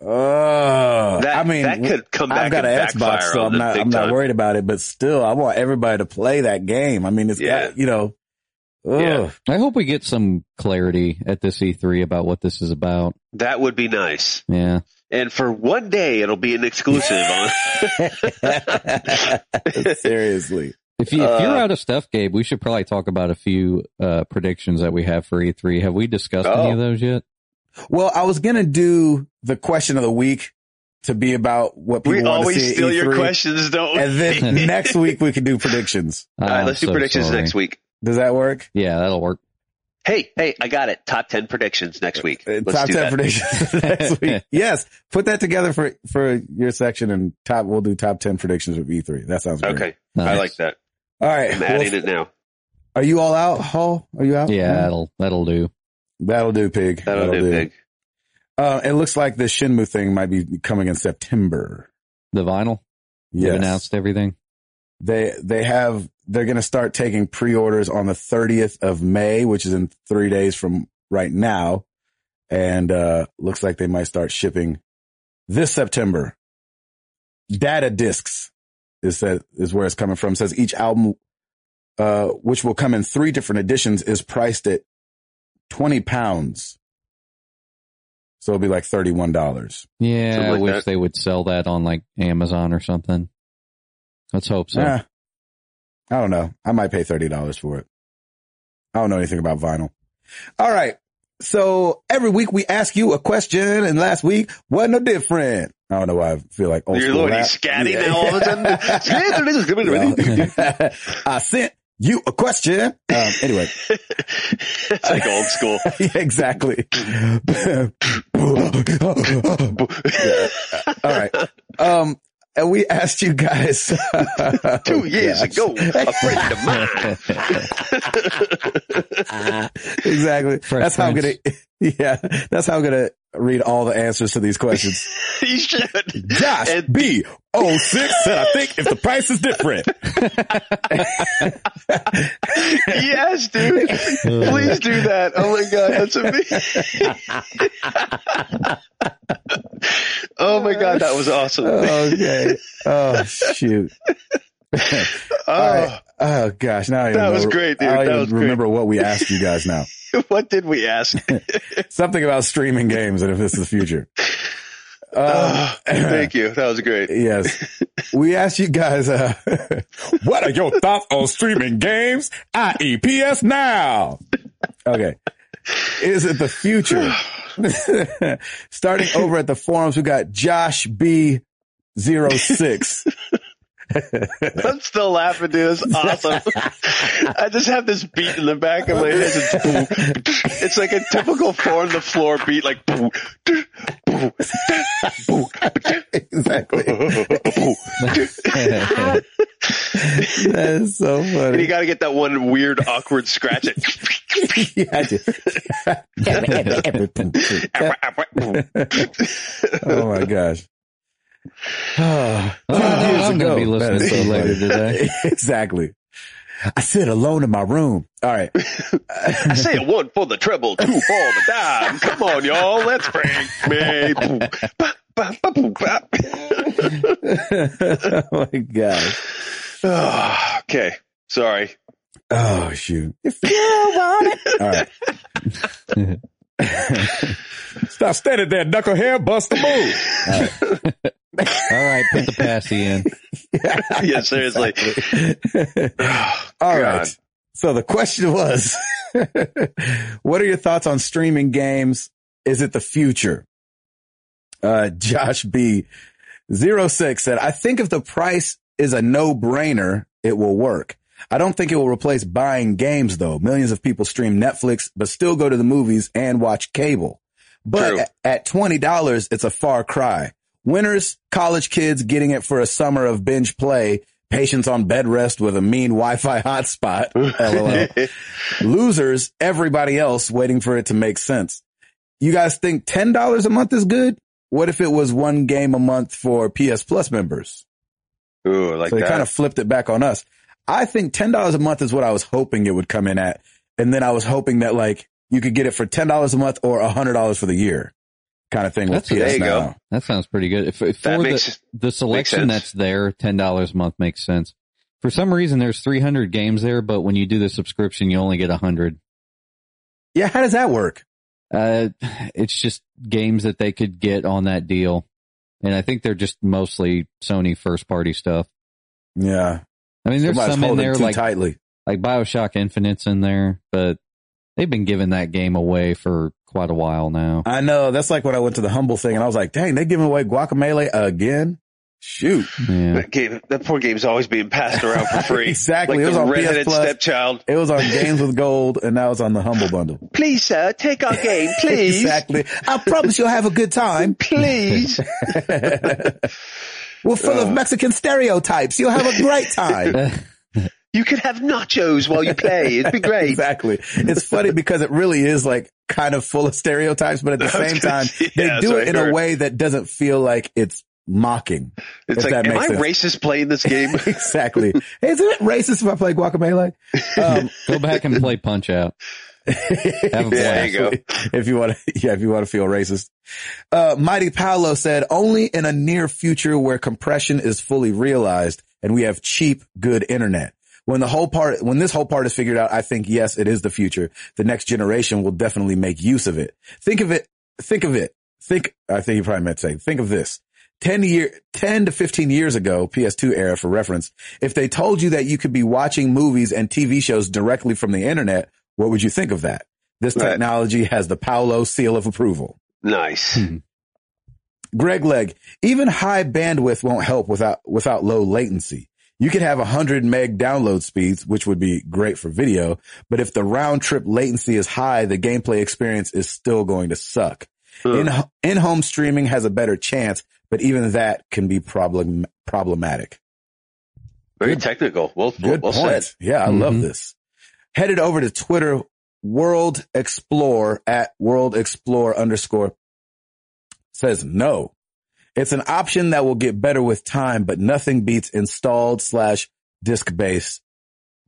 [SPEAKER 1] Uh,
[SPEAKER 2] that,
[SPEAKER 1] I mean,
[SPEAKER 2] that could come back
[SPEAKER 1] I've got
[SPEAKER 2] and
[SPEAKER 1] an
[SPEAKER 2] backfire
[SPEAKER 1] Xbox, so
[SPEAKER 2] on
[SPEAKER 1] I'm
[SPEAKER 2] them
[SPEAKER 1] not,
[SPEAKER 2] big
[SPEAKER 1] I'm not
[SPEAKER 2] time.
[SPEAKER 1] worried about it, but still, I want everybody to play that game. I mean, it's
[SPEAKER 2] Yeah.
[SPEAKER 1] got, you know, ugh.
[SPEAKER 2] Yeah.
[SPEAKER 3] I hope we get some clarity at this E3 about what this is about.
[SPEAKER 2] That would be nice.
[SPEAKER 3] Yeah,
[SPEAKER 2] And for one day, it'll be an exclusive on.
[SPEAKER 1] Seriously.
[SPEAKER 3] if you if you're
[SPEAKER 2] Uh,
[SPEAKER 3] out of stuff, Gabe, we should probably talk about a few uh, predictions that we have for E3. Have we discussed any
[SPEAKER 2] Oh.
[SPEAKER 3] of those yet?
[SPEAKER 1] Well, I was going to do the question of the week to be about what people
[SPEAKER 2] We
[SPEAKER 1] want to
[SPEAKER 2] always
[SPEAKER 1] see at
[SPEAKER 2] steal your
[SPEAKER 1] E3,
[SPEAKER 2] questions, don't we?
[SPEAKER 1] And then next week we can do predictions.
[SPEAKER 2] All right, let's do predictions next week.
[SPEAKER 1] Does that work?
[SPEAKER 3] Yeah, that'll work.
[SPEAKER 2] Hey, hey, I got it. Top 10 predictions next week.
[SPEAKER 1] Uh,
[SPEAKER 2] Let's
[SPEAKER 1] top
[SPEAKER 2] do
[SPEAKER 1] ten
[SPEAKER 2] that.
[SPEAKER 1] predictions next week. Yes, put that together for for your section and top. We'll do top ten predictions of E three. That sounds great.
[SPEAKER 2] Okay. I
[SPEAKER 3] Nice.
[SPEAKER 2] like that.
[SPEAKER 1] All right.
[SPEAKER 2] I'm adding
[SPEAKER 1] Well,
[SPEAKER 2] it now.
[SPEAKER 1] Are you all out, Hall? Are you out? Hmm?
[SPEAKER 3] Yeah, that'll that'll do.
[SPEAKER 1] that'll do, pig.
[SPEAKER 2] That'll, do, big.
[SPEAKER 1] Uh, it looks like the Shinmu thing might be coming in September.
[SPEAKER 3] The vinyl. They've
[SPEAKER 1] Yes.
[SPEAKER 3] announced everything.
[SPEAKER 1] They they have they're going to start taking pre-orders on the 30th of May, which is in 3 days from right now. And uh looks like they might start shipping this September. Data discs is that is where it's coming from. It says each album uh which will come in three different editions is priced at 20 pounds. So it'll be like $31.
[SPEAKER 3] Yeah,
[SPEAKER 2] Something
[SPEAKER 3] I
[SPEAKER 2] like
[SPEAKER 3] wish
[SPEAKER 2] that.
[SPEAKER 3] they would sell that on like Amazon or something. Let's hope so.
[SPEAKER 1] Eh, I don't know. I might pay $30 for it. I don't know anything about vinyl. All right. So every week we ask you a question and last week wasn't no different. I don't know why I feel like old
[SPEAKER 2] You're
[SPEAKER 1] school
[SPEAKER 2] literally
[SPEAKER 1] rap.
[SPEAKER 2] scatty
[SPEAKER 1] Yeah.
[SPEAKER 2] now all of a sudden. Scatter, this is coming to me.
[SPEAKER 1] Yeah. I sent you a question. Um, anyway,
[SPEAKER 2] it's like old school.
[SPEAKER 1] exactly. All right. Um, and we asked you guys Oh,
[SPEAKER 2] Two years ago, a friend of mine.
[SPEAKER 1] exactly.
[SPEAKER 3] Fresh
[SPEAKER 1] that's how
[SPEAKER 3] Prince.
[SPEAKER 1] I'm gonna. Yeah, that's how I'm gonna read all the answers to these questions.
[SPEAKER 2] you should.
[SPEAKER 1] Josh
[SPEAKER 2] And-
[SPEAKER 1] B. 06 said, "I think if the price is different,
[SPEAKER 2] Yes, dude. Please do that. Oh my god, that's amazing. oh my god, that was awesome.
[SPEAKER 1] Uh, okay. Oh shoot.
[SPEAKER 2] oh,
[SPEAKER 1] Alright. Oh gosh, now I don't
[SPEAKER 2] That
[SPEAKER 1] even
[SPEAKER 2] was
[SPEAKER 1] re-
[SPEAKER 2] great, dude.
[SPEAKER 1] I don't
[SPEAKER 2] That
[SPEAKER 1] even
[SPEAKER 2] was great.
[SPEAKER 1] remember what we asked you guys now.
[SPEAKER 2] what did we ask?
[SPEAKER 1] Something about streaming games and if this is the future. Uh,
[SPEAKER 2] Oh, thank you. That was great.
[SPEAKER 1] yes, we asked you guys. Uh, what are your thoughts on streaming games, i.e., PS Now? Okay, is it the future? Starting over at the forums, we got Josh B. 06.
[SPEAKER 2] I'm still laughing, dude. It's awesome. I just have this beat in the back of my head. It's, boom. it's like a typical four on the floor beat, like boom, doo, boom, doo, boom,
[SPEAKER 1] exactly.
[SPEAKER 2] boom.
[SPEAKER 1] That is so
[SPEAKER 2] And you
[SPEAKER 1] funny.
[SPEAKER 2] got to get that one weird, awkward scratch. It.
[SPEAKER 1] Yeah, I did. oh my gosh. Two years
[SPEAKER 3] I'm
[SPEAKER 1] ago.
[SPEAKER 3] going to be
[SPEAKER 1] That
[SPEAKER 3] listening
[SPEAKER 1] is
[SPEAKER 3] to it
[SPEAKER 1] so
[SPEAKER 3] later
[SPEAKER 1] funny.
[SPEAKER 3] today.
[SPEAKER 1] exactly. I sit alone in my room. All right.
[SPEAKER 2] I say a one for the treble, two for the dime. Come on, y'all. Let's prank me. Boom, ba, ba, ba, boom, ba.
[SPEAKER 1] oh my gosh.
[SPEAKER 2] Ah, okay. Sorry.
[SPEAKER 1] Oh shoot. If you want it. All right. Stop standing there, knucklehead. Bust the move.
[SPEAKER 3] All right, put the passy in.
[SPEAKER 2] Yeah, seriously. Oh,
[SPEAKER 1] All
[SPEAKER 2] God.
[SPEAKER 1] right. So the question was, what are your thoughts on streaming games? Is it the future? Uh, Josh B. 06 said, I think if the price is a no brainer, it will work. I don't think it will replace buying games though. Millions of people stream Netflix, but still go to the movies and watch cable. But
[SPEAKER 2] True.
[SPEAKER 1] a- at $20, it's a far cry. Winners, college kids getting it for a summer of binge play, patients on bed rest with a mean Wi-Fi hotspot. LOL. Losers, everybody else waiting for it to make sense. You guys think $10 a month is good? What if it was one game a month for PS Plus members?
[SPEAKER 2] Ooh, I like
[SPEAKER 1] so they
[SPEAKER 2] that.
[SPEAKER 1] kind of flipped it back on us. I think $10 a month is what I was hoping it would come in at. And then I was hoping that like you could get it for $10 a month or $100 for the year kind of thing
[SPEAKER 3] That's-
[SPEAKER 1] with PS
[SPEAKER 2] there you
[SPEAKER 1] Now.
[SPEAKER 2] go.
[SPEAKER 3] That sounds pretty good. If, if
[SPEAKER 2] that
[SPEAKER 3] for
[SPEAKER 2] makes
[SPEAKER 3] the, the selection
[SPEAKER 2] sense.
[SPEAKER 3] that's there, ten dollars a month makes sense. For some reason, there's 300 games there, but when you do the subscription, you only get 100.
[SPEAKER 1] Yeah. How does that work?
[SPEAKER 3] Uh, it's just games that they could get on that deal, and I think they're just mostly Sony first party stuff.
[SPEAKER 1] Yeah.
[SPEAKER 3] I mean, there's
[SPEAKER 1] Somebody's
[SPEAKER 3] some in
[SPEAKER 1] holding
[SPEAKER 3] there
[SPEAKER 1] too
[SPEAKER 3] like
[SPEAKER 1] tightly.
[SPEAKER 3] like Bioshock Infinite's in there, but they've been giving that game away for quite a while now.
[SPEAKER 1] I know. That's like when I went to the humble thing and I was like, dang, they giving away guacamole again. Shoot.
[SPEAKER 3] Yeah.
[SPEAKER 2] that game, that poor game's always being passed around for free.
[SPEAKER 1] Exactly. It
[SPEAKER 2] Like
[SPEAKER 1] was
[SPEAKER 2] the
[SPEAKER 1] on PS
[SPEAKER 2] redheaded
[SPEAKER 1] Plus.
[SPEAKER 2] stepchild.
[SPEAKER 1] It was on games with gold and now it's on the humble bundle.
[SPEAKER 2] Please, sir, take our game, please.
[SPEAKER 1] Exactly. I promise you'll have a good time.
[SPEAKER 2] Please.
[SPEAKER 1] We're full
[SPEAKER 2] Uh.
[SPEAKER 1] of Mexican stereotypes. You'll have a great time.
[SPEAKER 2] You could have nachos while you play. It'd be great.
[SPEAKER 1] Exactly. It's funny because it really is like kind of full of stereotypes, but at the
[SPEAKER 2] I was
[SPEAKER 1] same
[SPEAKER 2] gonna
[SPEAKER 1] time,
[SPEAKER 2] say,
[SPEAKER 1] they
[SPEAKER 2] yeah, that's
[SPEAKER 1] do
[SPEAKER 2] what
[SPEAKER 1] it
[SPEAKER 2] I
[SPEAKER 1] in a
[SPEAKER 2] heard.
[SPEAKER 1] way that doesn't feel like it's mocking. If
[SPEAKER 2] It's like,
[SPEAKER 1] that
[SPEAKER 2] am I
[SPEAKER 1] makes
[SPEAKER 2] racist playing this game?
[SPEAKER 1] Exactly. Isn't it racist if I play guacamole? Um,
[SPEAKER 3] Go back and play Punch Out. Have a
[SPEAKER 2] There
[SPEAKER 3] blast.
[SPEAKER 2] you go.
[SPEAKER 1] if you want to, yeah, if you want to feel racist. Uh, Mighty Paolo said only in a near future where compression is fully realized and we have cheap, good internet. When the whole part, when this whole part is figured out, I think yes, it is the future. The next generation will definitely make use of it. Think of it, think of it. Think, I think you probably meant to say, think of this. 10 year, 10 to 15 years ago, PS2 era for reference, if they told you that you could be watching movies and TV shows directly from the internet, what would you think of that? This
[SPEAKER 2] Right.
[SPEAKER 1] technology has the Paolo seal of approval.
[SPEAKER 2] Nice.
[SPEAKER 1] Greg Leg, even high bandwidth won't help without, without low latency. You could have 100 meg download speeds, which would be great for video, but if the round trip latency is high, the gameplay experience is still going to suck.
[SPEAKER 2] Ugh.
[SPEAKER 1] In, in home streaming has a better chance, but even that can be problem, problematic.
[SPEAKER 2] Very technical. Well,
[SPEAKER 1] Good
[SPEAKER 2] well
[SPEAKER 1] point.
[SPEAKER 2] said.
[SPEAKER 1] Yeah, I love
[SPEAKER 3] Mhm.
[SPEAKER 1] this. Headed over to Twitter, World Explore at World Explore underscore says no. It's an option that will get better with time, but nothing beats installed slash disk based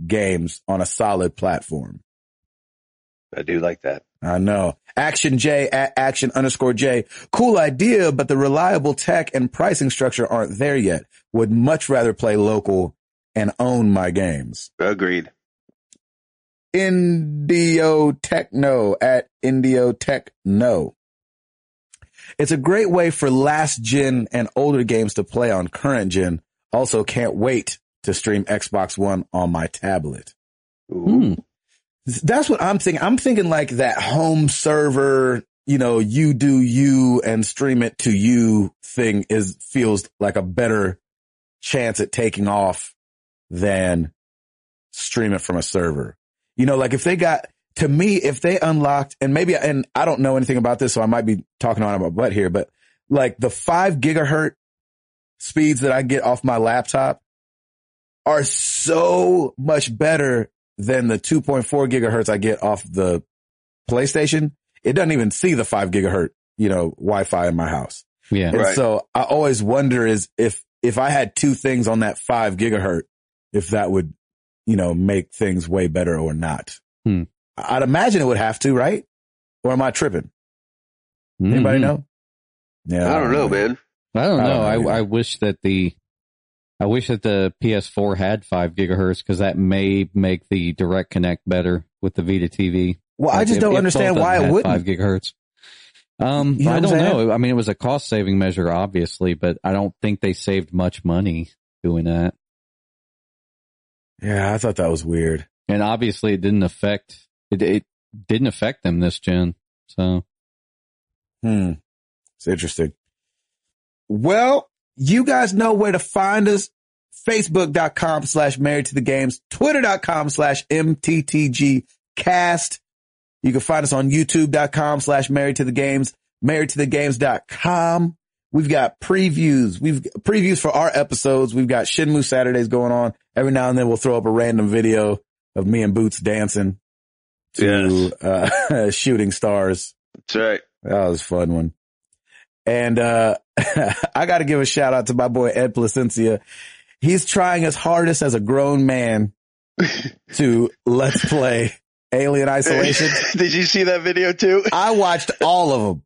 [SPEAKER 1] games on a solid platform.
[SPEAKER 2] I do like that.
[SPEAKER 1] I know. Action J at action underscore J. Cool idea, but the reliable tech and pricing structure aren't there yet. Would much rather play local and own my games.
[SPEAKER 2] Agreed.
[SPEAKER 1] Indio Techno at Indio Techno. It's a great way for last gen and older games to play on current gen. Also can't wait to stream Xbox One on my tablet.
[SPEAKER 2] Ooh.
[SPEAKER 3] Hmm.
[SPEAKER 1] That's what I'm thinking. I'm thinking like that home server, you know, you do you and stream it to you thing is feels like a better chance at taking off than stream it from a server. You know, like if they got to me, if they unlocked and maybe, and I don't know anything about this, so I might be talking on my butt here, but like the five gigahertz speeds that I get off my laptop are so much better than the 2.4 gigahertz I get off the PlayStation. It doesn't even see the five gigahertz, you know, Wi-Fi in my house.
[SPEAKER 3] Yeah.
[SPEAKER 1] And
[SPEAKER 2] Right.
[SPEAKER 1] so I always wonder is if, if I had two things on that five gigahertz, if that would, you know, make things way better or not.
[SPEAKER 3] Hmm.
[SPEAKER 1] I- I'd imagine it would have to, right? Or am I tripping? Anybody
[SPEAKER 3] Mhm.
[SPEAKER 1] know? Yeah.
[SPEAKER 2] I don't know, man.
[SPEAKER 3] I don't
[SPEAKER 1] I
[SPEAKER 3] know.
[SPEAKER 1] don't know
[SPEAKER 3] I, I
[SPEAKER 1] either.
[SPEAKER 3] wish that the I wish that the PS4 had five gigahertz because that may make the Direct Connect better with the Vita TV.
[SPEAKER 1] Well, I
[SPEAKER 3] Like,
[SPEAKER 1] just
[SPEAKER 3] if-
[SPEAKER 1] don't
[SPEAKER 3] if
[SPEAKER 1] understand
[SPEAKER 3] both of
[SPEAKER 1] why
[SPEAKER 3] them
[SPEAKER 1] it
[SPEAKER 3] had
[SPEAKER 1] wouldn't.
[SPEAKER 3] five gigahertz. Um,
[SPEAKER 1] You know
[SPEAKER 3] I
[SPEAKER 1] what I'm
[SPEAKER 3] don't
[SPEAKER 1] saying?
[SPEAKER 3] know. I mean, it was a cost saving measure, obviously, but I don't think they saved much money doing that.
[SPEAKER 1] Yeah, I thought that was weird.
[SPEAKER 3] And obviously, it didn't affect it. It didn't affect them this gen. So
[SPEAKER 1] Hmm. It's interesting. Well, you guys know where to find us. Facebook.com slash married to the games, Twitter.com slash MTTG cast. You can find us on YouTube.com slash married to the games, married to the games.com. We've got previews. We've previews for our episodes. We've got Shinmu Saturdays going on. Every now and then we'll throw up a random video of me and Boots dancing to, uh, shooting stars.
[SPEAKER 2] That's right.
[SPEAKER 1] That was a fun one. And uh I gotta give a shout out to my boy Ed Placencia. He's trying his hardest as a grown man to let's play Alien Isolation.
[SPEAKER 2] Did you see that video too?
[SPEAKER 1] I watched all of them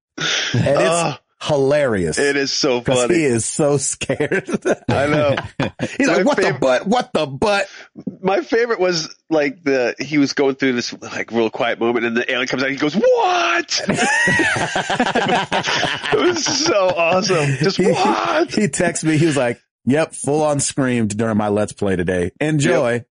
[SPEAKER 1] and it's
[SPEAKER 2] Oh,
[SPEAKER 1] hilarious.
[SPEAKER 2] it is so
[SPEAKER 1] Cause he
[SPEAKER 2] funny.
[SPEAKER 1] is so scared.
[SPEAKER 2] I know.
[SPEAKER 1] He's
[SPEAKER 2] My
[SPEAKER 1] like, what the
[SPEAKER 2] favorite-
[SPEAKER 1] butt? What the butt?
[SPEAKER 2] My favorite was like the he was going through this like real quiet moment, and the alien comes out. and He goes, "What?" it was so awesome. Just
[SPEAKER 1] He-
[SPEAKER 2] what?
[SPEAKER 1] He texted me. He was like, yep, full on screamed during my let's play today. Enjoy.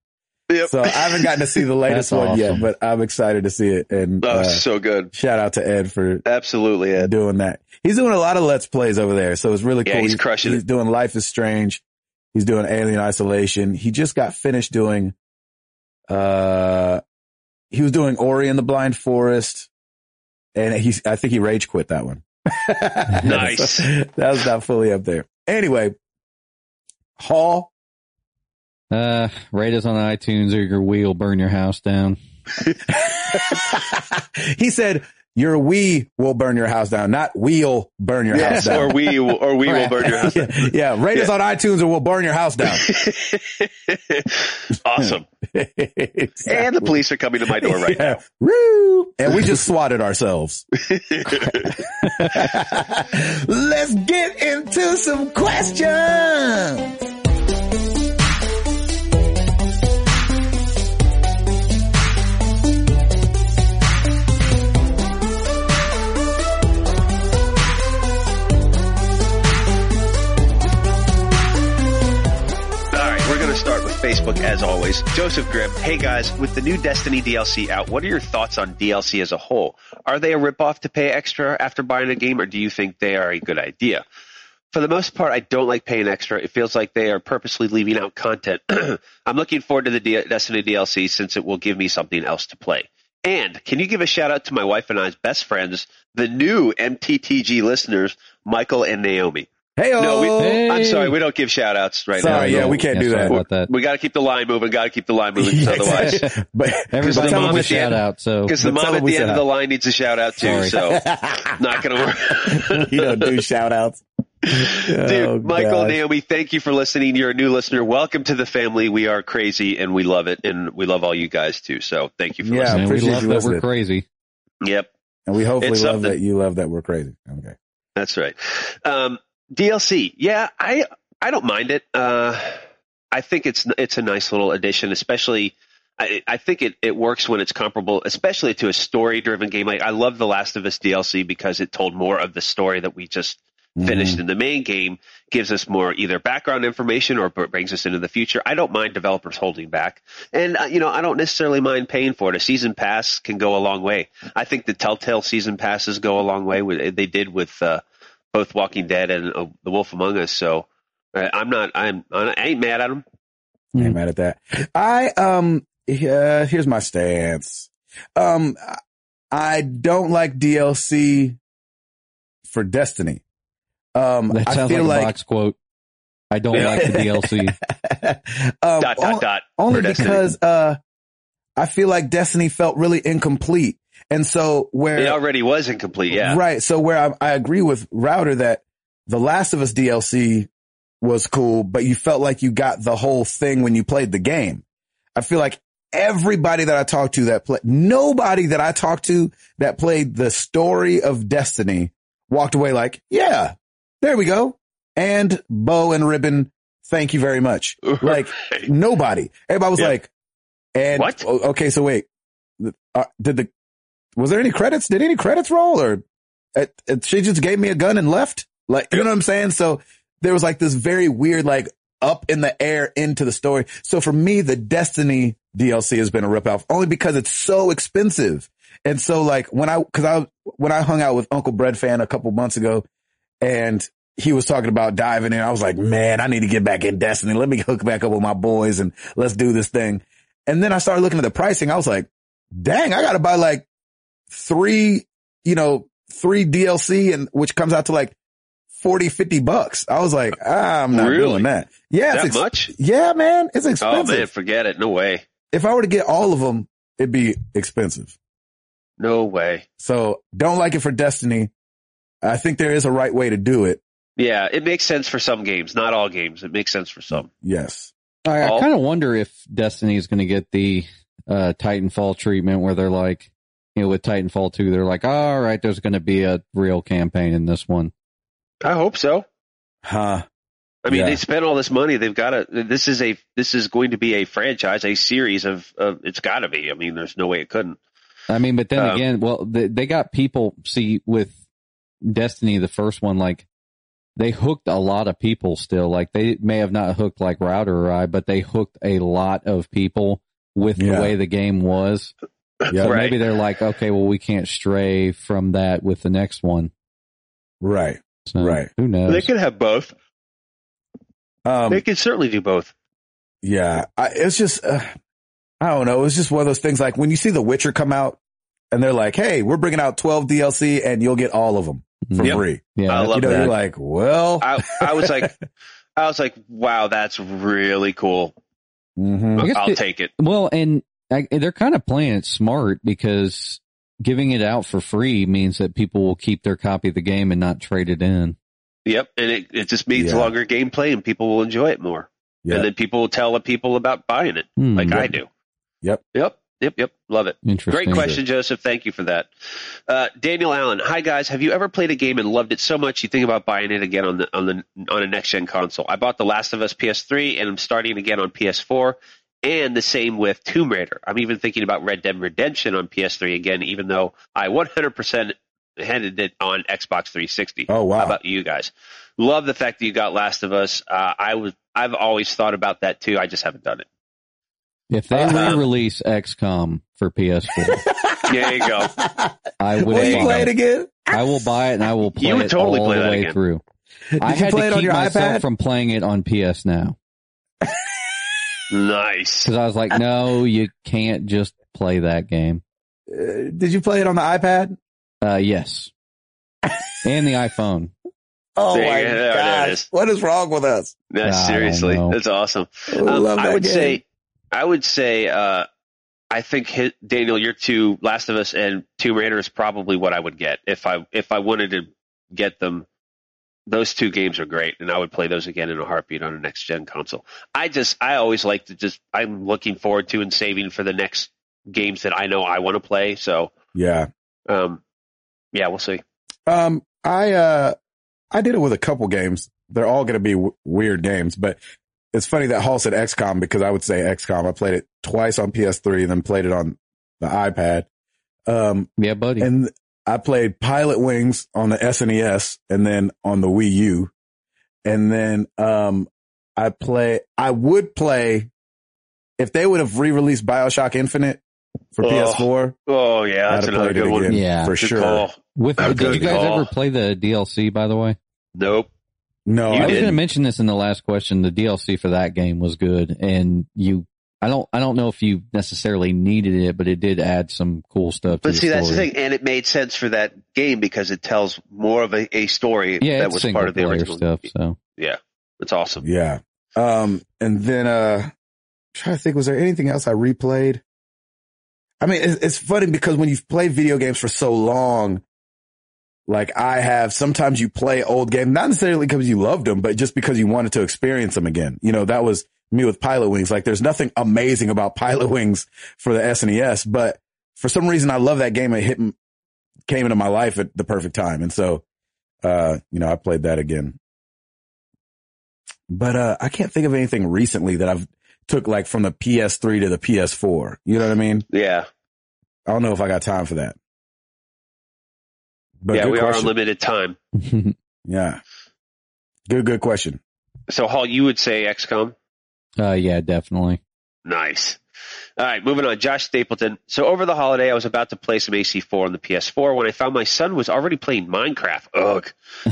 [SPEAKER 2] Yep.
[SPEAKER 1] So I haven't gotten to see the latest
[SPEAKER 3] That's
[SPEAKER 1] one yet,
[SPEAKER 3] awesome.
[SPEAKER 1] but I'm excited to see it. And
[SPEAKER 2] oh,
[SPEAKER 1] uh,
[SPEAKER 2] so good.
[SPEAKER 1] shout out to Ed for uh,
[SPEAKER 2] Absolutely, Ed.
[SPEAKER 1] doing that. He's doing a lot of let's plays over there, so it's really
[SPEAKER 2] Yeah,
[SPEAKER 1] cool.
[SPEAKER 2] he's
[SPEAKER 1] He-
[SPEAKER 2] crushing
[SPEAKER 1] He's doing Life is Strange. He's doing Alien Isolation. He just got finished doing. Uh, he was doing Ori in the Blind Forest, and he's. I think he rage quit that one.
[SPEAKER 2] Nice.
[SPEAKER 1] So that was not fully up there. Anyway, Hall.
[SPEAKER 3] uh, rate us on iTunes or your wheel burn your house down.
[SPEAKER 1] he said, "Your we will burn your house down, not we'll burn your house
[SPEAKER 2] Yes,
[SPEAKER 1] down."
[SPEAKER 2] or we will- or we will
[SPEAKER 3] Crap.
[SPEAKER 2] burn your house.
[SPEAKER 1] yeah, yeah, rate us on iTunes, or we'll burn your house down.
[SPEAKER 2] awesome. And the police are coming to my door right
[SPEAKER 1] Yeah. Woo! And we just swatted ourselves. Let's get into some questions.
[SPEAKER 2] always, Joseph Grimm. Hey guys, with the new Destiny DLC out, what are your thoughts on DLC as a whole? Are they a ripoff to pay extra after buying a game, or do you think they are a good idea? For the most part, I don't like paying extra. It feels like they are purposely leaving out content. I'm looking forward to the D- Destiny DLC since it will give me something else to play. And can you give a shout out to my wife and I's best friends, the new MTTG listeners, Michael and Naomi?
[SPEAKER 1] Hey,
[SPEAKER 2] No, we,
[SPEAKER 3] Hey.
[SPEAKER 2] I'm sorry, we don't give shout outs right
[SPEAKER 1] Sorry,
[SPEAKER 2] now.
[SPEAKER 1] yeah, we can't do
[SPEAKER 3] sorry
[SPEAKER 1] that.
[SPEAKER 3] about that.
[SPEAKER 2] We got to keep the line moving. Got to keep the line moving. 'cause Otherwise,
[SPEAKER 1] but
[SPEAKER 3] Everybody
[SPEAKER 2] the
[SPEAKER 1] tell them
[SPEAKER 2] mom
[SPEAKER 1] we
[SPEAKER 3] needs
[SPEAKER 2] at
[SPEAKER 3] a
[SPEAKER 2] the end-
[SPEAKER 3] shout out. So
[SPEAKER 2] because the
[SPEAKER 1] But tell
[SPEAKER 2] mom
[SPEAKER 1] them
[SPEAKER 2] at
[SPEAKER 1] we
[SPEAKER 2] the end of
[SPEAKER 1] said
[SPEAKER 2] the line needs a shout out too.
[SPEAKER 3] Sorry.
[SPEAKER 2] So not going to work.
[SPEAKER 1] you don't do shout outs.
[SPEAKER 2] Dude,
[SPEAKER 1] Oh,
[SPEAKER 2] Michael,
[SPEAKER 1] gosh.
[SPEAKER 2] Naomi, thank you for listening. You're a new listener. Welcome to the family. We are crazy and we love it. And we love all you guys too. So thank you for
[SPEAKER 1] Yeah.
[SPEAKER 2] listening.
[SPEAKER 3] man, we
[SPEAKER 1] appreciate
[SPEAKER 3] love
[SPEAKER 1] you
[SPEAKER 3] that
[SPEAKER 1] listening.
[SPEAKER 3] we're crazy.
[SPEAKER 2] Yep.
[SPEAKER 1] And we hopefully
[SPEAKER 2] It's
[SPEAKER 1] love
[SPEAKER 2] something.
[SPEAKER 1] that you love that we're crazy. Okay.
[SPEAKER 2] That's right. Um, DLC, yeah, I I don't mind it. Uh, I think it's it's a nice little addition, especially. I, I think it, it works when it's comparable, especially to a story driven game. Like I love The Last of Us DLC because it told more of the story that we just
[SPEAKER 1] Mm-hmm.
[SPEAKER 2] finished in the main game gives us more either background information or br- brings us into the future. I don't mind developers holding back. And, uh, you know, I don't necessarily mind paying for it. A season pass can go a long way. I think the Telltale season passes go a long way. With- They did with uh, both Walking Dead and uh, The Wolf Among Us. So uh, I'm not, I'm, I ain't mad at them.
[SPEAKER 1] Ain't
[SPEAKER 3] Mhm.
[SPEAKER 1] mad at that. I um uh, here's my stance. Um I- I don't like DLC for Destiny. Um
[SPEAKER 3] That
[SPEAKER 1] I
[SPEAKER 3] sounds like
[SPEAKER 1] feel
[SPEAKER 3] a
[SPEAKER 1] like,
[SPEAKER 3] box quote. I don't like the DLC.
[SPEAKER 1] um,
[SPEAKER 2] Dot,
[SPEAKER 1] on-
[SPEAKER 2] dot, dot.
[SPEAKER 1] only
[SPEAKER 2] for Destiny.
[SPEAKER 1] because uh I feel like Destiny felt really incomplete. And so where
[SPEAKER 2] It already was incomplete. Yeah.
[SPEAKER 1] Right. So where I, I agree with Router that the Last of Us DLC was cool, but you felt like you got the whole thing when you played the game. I feel like everybody that I talked to that played, nobody that I talked to that played the story of Destiny walked away like, yeah, there we go. And bow and ribbon. Thank you very much. Like nobody. Everybody was
[SPEAKER 2] Yeah.
[SPEAKER 1] like, and
[SPEAKER 2] What?
[SPEAKER 1] o- okay. So wait, uh, did the was there any credits? Did any credits roll or uh, uh, she just gave me a gun and left? Like, you know what I'm saying? So there was like this very weird, like up in the air into the story. So for me, the Destiny DLC has been a ripoff only because it's so expensive. And so like when I, cause I, when I hung out with Uncle Bread fan a couple months ago and he was talking about diving in, I was like, man, I need to get back in Destiny. Let me hook back up with my boys and let's do this thing. And then I started looking at the pricing. I was like, dang, I gotta buy like three, you know, three DLC and which comes out to like 40, 50 bucks. I was like, ah, I'm not
[SPEAKER 2] Really?
[SPEAKER 1] doing that. Yeah.
[SPEAKER 2] that
[SPEAKER 1] it's ex-
[SPEAKER 2] much?
[SPEAKER 1] yeah, man. It's
[SPEAKER 2] Oh
[SPEAKER 1] expensive.
[SPEAKER 2] man, forget it. No way.
[SPEAKER 1] If I were to get all of them, it'd be expensive.
[SPEAKER 2] No way.
[SPEAKER 1] So don't like it for Destiny. I think there is a right way to do it.
[SPEAKER 2] Yeah, it makes sense for some games, not all games. It makes sense for some.
[SPEAKER 1] Yes.
[SPEAKER 3] I,
[SPEAKER 2] Paul?
[SPEAKER 3] I kind of wonder if Destiny is going to get the uh, Titanfall treatment where they're like, you know, with Titanfall 2, they're like, all right, there's going to be a real campaign in this one.
[SPEAKER 2] I hope so.
[SPEAKER 1] Huh.
[SPEAKER 2] I mean,
[SPEAKER 1] Yeah.
[SPEAKER 2] they spent all this money. They've got to. This is a. This is going to be a franchise, a series of. of it's got to be. I mean, there's no way it couldn't.
[SPEAKER 3] I mean, but then
[SPEAKER 2] Um,
[SPEAKER 3] again, well, they, they got people, see, with Destiny, the first one, like, they hooked a lot of people still. Like, they may have not hooked like Router or I, but they hooked a lot of people with
[SPEAKER 1] Yeah.
[SPEAKER 3] the way the game was.
[SPEAKER 1] Yeah.
[SPEAKER 3] So
[SPEAKER 2] Right.
[SPEAKER 3] maybe they're like, okay, well, we can't stray from that with the next one.
[SPEAKER 1] Right.
[SPEAKER 3] So
[SPEAKER 1] Right.
[SPEAKER 3] Who knows?
[SPEAKER 2] They could have both.
[SPEAKER 1] Um,
[SPEAKER 2] they could certainly do both.
[SPEAKER 1] Yeah, I, it's just uh, I don't know. It's just one of those things. Like when you see The Witcher come out, and they're like, "Hey, we're bringing out twelve DLC, and you'll get all of them for
[SPEAKER 3] Mm.
[SPEAKER 2] Yep.
[SPEAKER 1] free."
[SPEAKER 3] Yeah.
[SPEAKER 2] Mm-hmm. I
[SPEAKER 3] that's
[SPEAKER 2] love
[SPEAKER 1] you know,
[SPEAKER 2] that.
[SPEAKER 1] you're like, "Well,
[SPEAKER 2] I. I was like. I was like, wow, that's really cool.
[SPEAKER 1] mhm.
[SPEAKER 3] I guess
[SPEAKER 2] I'll
[SPEAKER 3] it-
[SPEAKER 2] take it.
[SPEAKER 3] Well, and I, they're kind of playing it smart because giving it out for free means that people will keep their copy of the game and not trade it in.
[SPEAKER 2] Yep, and it, it just means
[SPEAKER 1] Yeah.
[SPEAKER 2] longer gameplay, and people will enjoy it more.
[SPEAKER 1] yeah, Mm-hmm.
[SPEAKER 2] And then people will tell people about buying it,
[SPEAKER 3] Hmm,
[SPEAKER 2] like I do.
[SPEAKER 1] Yep.
[SPEAKER 2] Yep. Yep. Yep. Love it.
[SPEAKER 3] interesting.
[SPEAKER 2] Great question, Joseph. Thank you for that. Uh, Daniel Allen. Hi guys. Have you ever played a game and loved it so much you think about buying it again on the on the on a next gen console? I bought The Last of Us PS3 and I'm starting again on PS4, and the same with Tomb Raider. I'm even thinking about Red Dead Redemption on PS3 again, even though I 100% handed it on Xbox 360.
[SPEAKER 1] oh
[SPEAKER 2] How
[SPEAKER 1] wow,
[SPEAKER 2] about you guys? Love the fact that you got Last of Us. Uh, I was I've always thought about that too. I just haven't done it.
[SPEAKER 3] If they
[SPEAKER 1] um,
[SPEAKER 2] Uh-huh.
[SPEAKER 3] re-release XCOM for PS4,
[SPEAKER 2] There you go.
[SPEAKER 3] I will.
[SPEAKER 1] Will you
[SPEAKER 3] buy
[SPEAKER 1] play
[SPEAKER 3] it.
[SPEAKER 1] it again?
[SPEAKER 3] I will buy it and I will play
[SPEAKER 2] would
[SPEAKER 3] it
[SPEAKER 2] totally
[SPEAKER 3] all
[SPEAKER 2] play
[SPEAKER 3] the
[SPEAKER 2] that
[SPEAKER 3] way
[SPEAKER 2] again.
[SPEAKER 3] through.
[SPEAKER 1] Did
[SPEAKER 3] I
[SPEAKER 1] you
[SPEAKER 3] had
[SPEAKER 1] play
[SPEAKER 3] to
[SPEAKER 1] it
[SPEAKER 3] keep
[SPEAKER 1] on your
[SPEAKER 3] myself
[SPEAKER 1] iPad?
[SPEAKER 3] from playing it on PS Now
[SPEAKER 2] Nice.
[SPEAKER 3] because I was like, no, you can't just play that game.
[SPEAKER 1] Uh, did you play it on the iPad?
[SPEAKER 3] Uh, yes, and the iPhone.
[SPEAKER 1] Oh
[SPEAKER 2] There
[SPEAKER 1] my
[SPEAKER 2] you go. There it
[SPEAKER 1] gosh.
[SPEAKER 2] is.
[SPEAKER 1] What is wrong with us?
[SPEAKER 2] No,
[SPEAKER 3] I don't
[SPEAKER 2] seriously,
[SPEAKER 3] know.
[SPEAKER 2] that's awesome.
[SPEAKER 1] I
[SPEAKER 2] Um,
[SPEAKER 1] love that
[SPEAKER 2] I would
[SPEAKER 1] game.
[SPEAKER 2] say, I would say, uh, I think hit, Daniel, your two Last of Us and Tomb Raider is probably what I would get if I if I wanted to get them. Those two games are great, and I would play those again in a heartbeat on a next gen console. I just, I always like to just, I'm looking forward to and saving for the next games that I know I want to play. So,
[SPEAKER 1] Yeah.
[SPEAKER 2] um, yeah, we'll see.
[SPEAKER 1] Um, I, uh, I did it with a couple games. They're all going to be w- weird games, but it's funny that Hall said XCOM because I would say XCOM. I played it twice on PS3 and then played it on the iPad. Um,
[SPEAKER 3] Yeah, buddy.
[SPEAKER 1] and I played Pilot Wings on the SNES and then on the Wii U. And then, um, I play, I would play if they would have re-released Bioshock Infinite for
[SPEAKER 2] Oh,
[SPEAKER 1] PS4
[SPEAKER 2] Oh yeah, that's
[SPEAKER 1] I'd have
[SPEAKER 2] another
[SPEAKER 1] played it
[SPEAKER 2] good one.
[SPEAKER 1] again
[SPEAKER 3] Yeah.
[SPEAKER 1] for
[SPEAKER 2] Good
[SPEAKER 1] sure.
[SPEAKER 2] call.
[SPEAKER 3] With
[SPEAKER 2] Good
[SPEAKER 3] did you guys
[SPEAKER 2] call.
[SPEAKER 3] ever play the DLC? By the way,
[SPEAKER 2] Nope.
[SPEAKER 1] No,
[SPEAKER 2] You
[SPEAKER 3] I was
[SPEAKER 2] did.
[SPEAKER 3] going to mention this in the last question. The DLC for that game was good, and you. I don't. I don't know if you necessarily needed it, but it did add some cool stuff. To
[SPEAKER 2] But
[SPEAKER 3] the
[SPEAKER 2] see, that's the
[SPEAKER 3] story.
[SPEAKER 2] thing, and it made sense for that game because it tells more of a, a story
[SPEAKER 3] Yeah,
[SPEAKER 2] that
[SPEAKER 3] it's
[SPEAKER 2] was
[SPEAKER 3] single
[SPEAKER 2] part of the
[SPEAKER 3] player
[SPEAKER 2] original.
[SPEAKER 3] stuff. So
[SPEAKER 2] It's awesome.
[SPEAKER 1] Yeah. Um, and then, uh, I'm trying to think, was there anything else I replayed? I mean, it's, it's funny because when you've played video games for so long, like I have, sometimes you play old game, not necessarily because you loved them, but just because you wanted to experience them again. You know, that was me with Pilot Wings. Like there's nothing amazing about Pilot Wings for the SNES, but for some reason I love that game. It hit, m- came into my life at the perfect time. And so, uh, you know, I played that again but uh I can't think of anything recently that I've took like from the PS3 to the PS4. You know what I mean?
[SPEAKER 2] Yeah,
[SPEAKER 1] I don't know if I got time for that. But
[SPEAKER 2] yeah,
[SPEAKER 1] good
[SPEAKER 2] we are on
[SPEAKER 1] question.
[SPEAKER 2] limited time.
[SPEAKER 1] yeah. Good good question.
[SPEAKER 2] So, Hall, you would say XCOM?
[SPEAKER 3] uh, yeah, definitely.
[SPEAKER 2] Nice. All right, moving on. Josh Stapleton. So, over the holiday, I was about to play some AC4 on the PS4 when I found my son was already playing Minecraft. Ugh.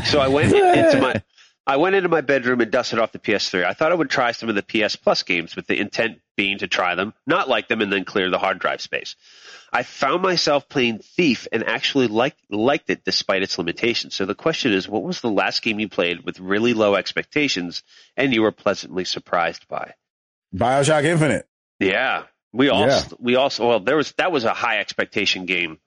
[SPEAKER 2] So I went into my I went into my bedroom and dusted off the PS3. I thought I would try some of the PS Plus games with the intent being to try them, not like them, and then clear the hard drive space. I found myself playing Thief and actually liked liked it despite its limitations. So the question is, what was the last game you played with really low expectations and you were pleasantly surprised by?
[SPEAKER 1] BioShock Infinite.
[SPEAKER 2] Yeah, we all
[SPEAKER 1] Yeah.
[SPEAKER 2] we also well there was that was a high expectation game,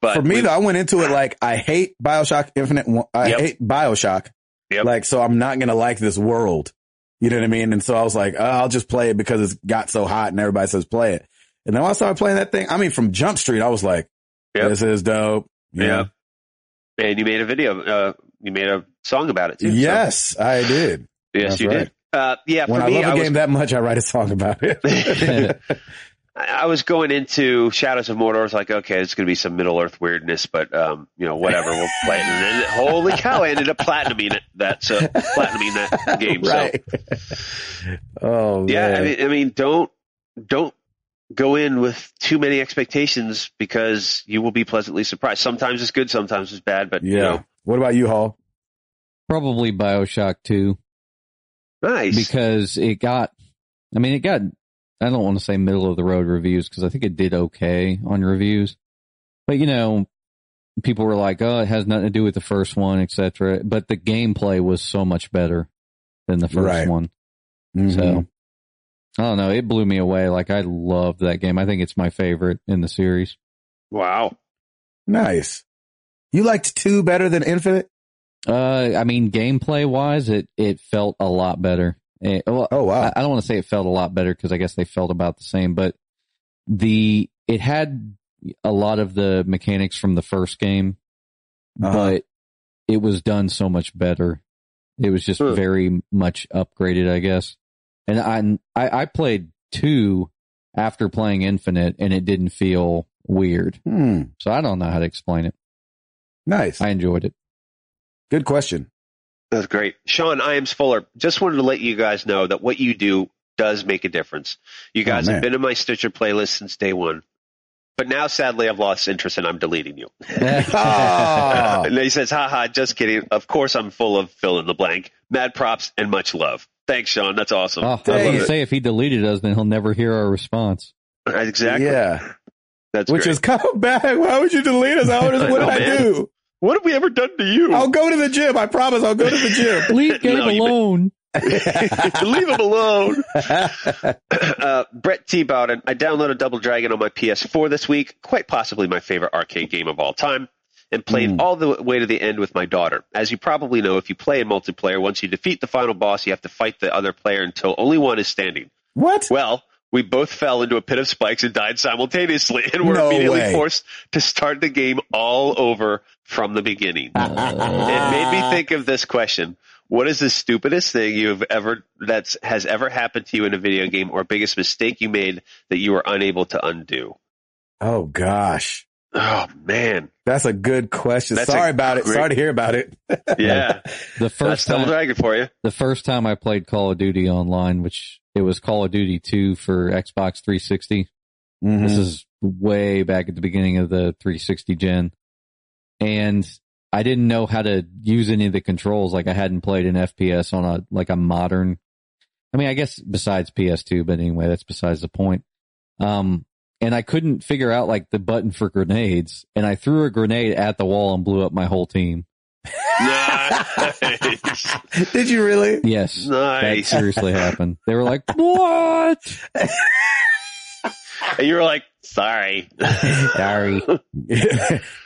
[SPEAKER 2] but
[SPEAKER 1] for me
[SPEAKER 2] we-
[SPEAKER 1] though, I went into it like I hate BioShock Infinite. one- I
[SPEAKER 2] Yep.
[SPEAKER 1] hate BioShock.
[SPEAKER 2] Yep.
[SPEAKER 1] Like so I'm not going to like this world. You know what I mean? And so I was like, oh, I'll just play it because it's got so hot and everybody says play it. And then when I started playing that thing, I mean from Jump Street, I was like,
[SPEAKER 2] Yep.
[SPEAKER 1] this is dope. You
[SPEAKER 2] Yeah.
[SPEAKER 1] know?
[SPEAKER 2] and you made a video, uh, you made a song about it too. so-
[SPEAKER 1] Yes, I did.
[SPEAKER 2] yes,
[SPEAKER 1] that's
[SPEAKER 2] you
[SPEAKER 1] right.
[SPEAKER 2] did. Uh, yeah,
[SPEAKER 1] When
[SPEAKER 2] for
[SPEAKER 1] I
[SPEAKER 2] me,
[SPEAKER 1] love a
[SPEAKER 2] I
[SPEAKER 1] game
[SPEAKER 2] was
[SPEAKER 1] that much, I write a song about it.
[SPEAKER 2] I I was going into Shadows of Mordor. I was like, okay, it's going to be some Middle Earth weirdness, but um, you know, whatever, we'll play it. And then, holy cow, I ended up platinuming it. That so platinuming that game.
[SPEAKER 1] right. oh
[SPEAKER 2] So yeah,
[SPEAKER 1] man.
[SPEAKER 2] I mean, I mean, don't don't go in with too many expectations because you will be pleasantly surprised. Sometimes it's good, sometimes it's bad, but
[SPEAKER 1] yeah.
[SPEAKER 2] you know,
[SPEAKER 1] What about you, Hall?
[SPEAKER 3] Probably Bioshock Two
[SPEAKER 2] nice.
[SPEAKER 3] because it got. I mean, it got. I don't want to say middle of the road reviews because I think it did okay on reviews, but you know, people were like, "Oh, it has nothing to do with the first one, etc." But the gameplay was so much better than the first
[SPEAKER 1] Right. Mm-hmm.
[SPEAKER 3] one. So I don't know. It blew me away. Like I loved that game. I think it's my favorite in the series.
[SPEAKER 2] wow.
[SPEAKER 1] nice. You liked two better than Infinite?
[SPEAKER 3] Uh, I mean, gameplay wise, it it felt a lot better. It- well,
[SPEAKER 1] Oh wow.
[SPEAKER 3] I, I don't want to say it felt a lot better because I guess they felt about the same, but the it had a lot of the mechanics from the first game,
[SPEAKER 1] Uh-huh.
[SPEAKER 3] but it was done so much better. It was just
[SPEAKER 2] Hmm.
[SPEAKER 3] very much upgraded, I guess. And I, I I played two after playing Infinite, and it didn't feel weird.
[SPEAKER 1] Hmm.
[SPEAKER 3] So I don't know how to explain it.
[SPEAKER 1] Nice.
[SPEAKER 3] I enjoyed it.
[SPEAKER 1] Good question.
[SPEAKER 2] That's great. Sean Iams Fuller, just wanted to let you guys know that what you do does make a difference. You guys
[SPEAKER 1] Oh, man.
[SPEAKER 2] have been in my Stitcher playlist since day one. But now, sadly, I've lost interest and I'm deleting you.
[SPEAKER 1] Oh,
[SPEAKER 2] and he says, haha, just kidding. Of course, I'm full of fill in the blank. Mad props and much love. Thanks, Sean. That's awesome.
[SPEAKER 3] Oh, I was
[SPEAKER 1] Dang
[SPEAKER 3] going to
[SPEAKER 1] it.
[SPEAKER 3] say if he deleted us, then he'll never hear our response.
[SPEAKER 2] exactly.
[SPEAKER 1] yeah.
[SPEAKER 2] That's
[SPEAKER 1] Which
[SPEAKER 2] great.
[SPEAKER 1] is come back. Why would you delete us? I would just, what did
[SPEAKER 2] Oh,
[SPEAKER 1] I
[SPEAKER 2] man.
[SPEAKER 1] do?
[SPEAKER 2] what have we ever done to you?
[SPEAKER 1] I'll go to the gym. I promise. I'll go to the gym.
[SPEAKER 3] Leave Gabe
[SPEAKER 2] No, you-
[SPEAKER 3] alone.
[SPEAKER 2] Leave him alone. uh, Brett T. Bowden, I downloaded Double Dragon on my PS4 this week, quite possibly my favorite arcade game of all time, and played
[SPEAKER 1] Mm.
[SPEAKER 2] all the way to the end with my daughter. As you probably know, if you play in multiplayer, once you defeat the final boss, you have to fight the other player until only one is standing.
[SPEAKER 1] What?
[SPEAKER 2] Well, we both fell into a pit of spikes and died simultaneously, and were
[SPEAKER 1] No
[SPEAKER 2] immediately
[SPEAKER 1] way.
[SPEAKER 2] forced to start the game all over from the beginning. It made me think of this question. What is the stupidest thing you've ever that's has ever happened to you in a video game or biggest mistake you made that you were unable to undo?
[SPEAKER 1] Oh gosh.
[SPEAKER 2] Oh man.
[SPEAKER 1] That's a good question.
[SPEAKER 2] That's
[SPEAKER 1] Sorry
[SPEAKER 2] a
[SPEAKER 1] about it.
[SPEAKER 2] great-
[SPEAKER 1] Sorry to hear about it.
[SPEAKER 2] Yeah.
[SPEAKER 3] The
[SPEAKER 2] that's
[SPEAKER 3] first
[SPEAKER 2] Double
[SPEAKER 3] time,
[SPEAKER 2] Dragon for you.
[SPEAKER 3] the first time I played Call of Duty online, which it was Call of Duty 2 for Xbox 360.
[SPEAKER 1] Mm-hmm.
[SPEAKER 3] This is way back at the beginning of the 360 gen. And I didn't know how to use any of the controls. Like I hadn't played an FPS on a, like a modern, I mean, I guess besides PS2, but anyway, that's besides the point. Um, and I couldn't figure out like the button for grenades and I threw a grenade at the wall and blew up my whole team.
[SPEAKER 2] Nice.
[SPEAKER 1] Did you really?
[SPEAKER 3] Yes. That
[SPEAKER 2] nice.
[SPEAKER 3] seriously happened. They were like, what?
[SPEAKER 2] And you were like, sorry.
[SPEAKER 3] Sorry.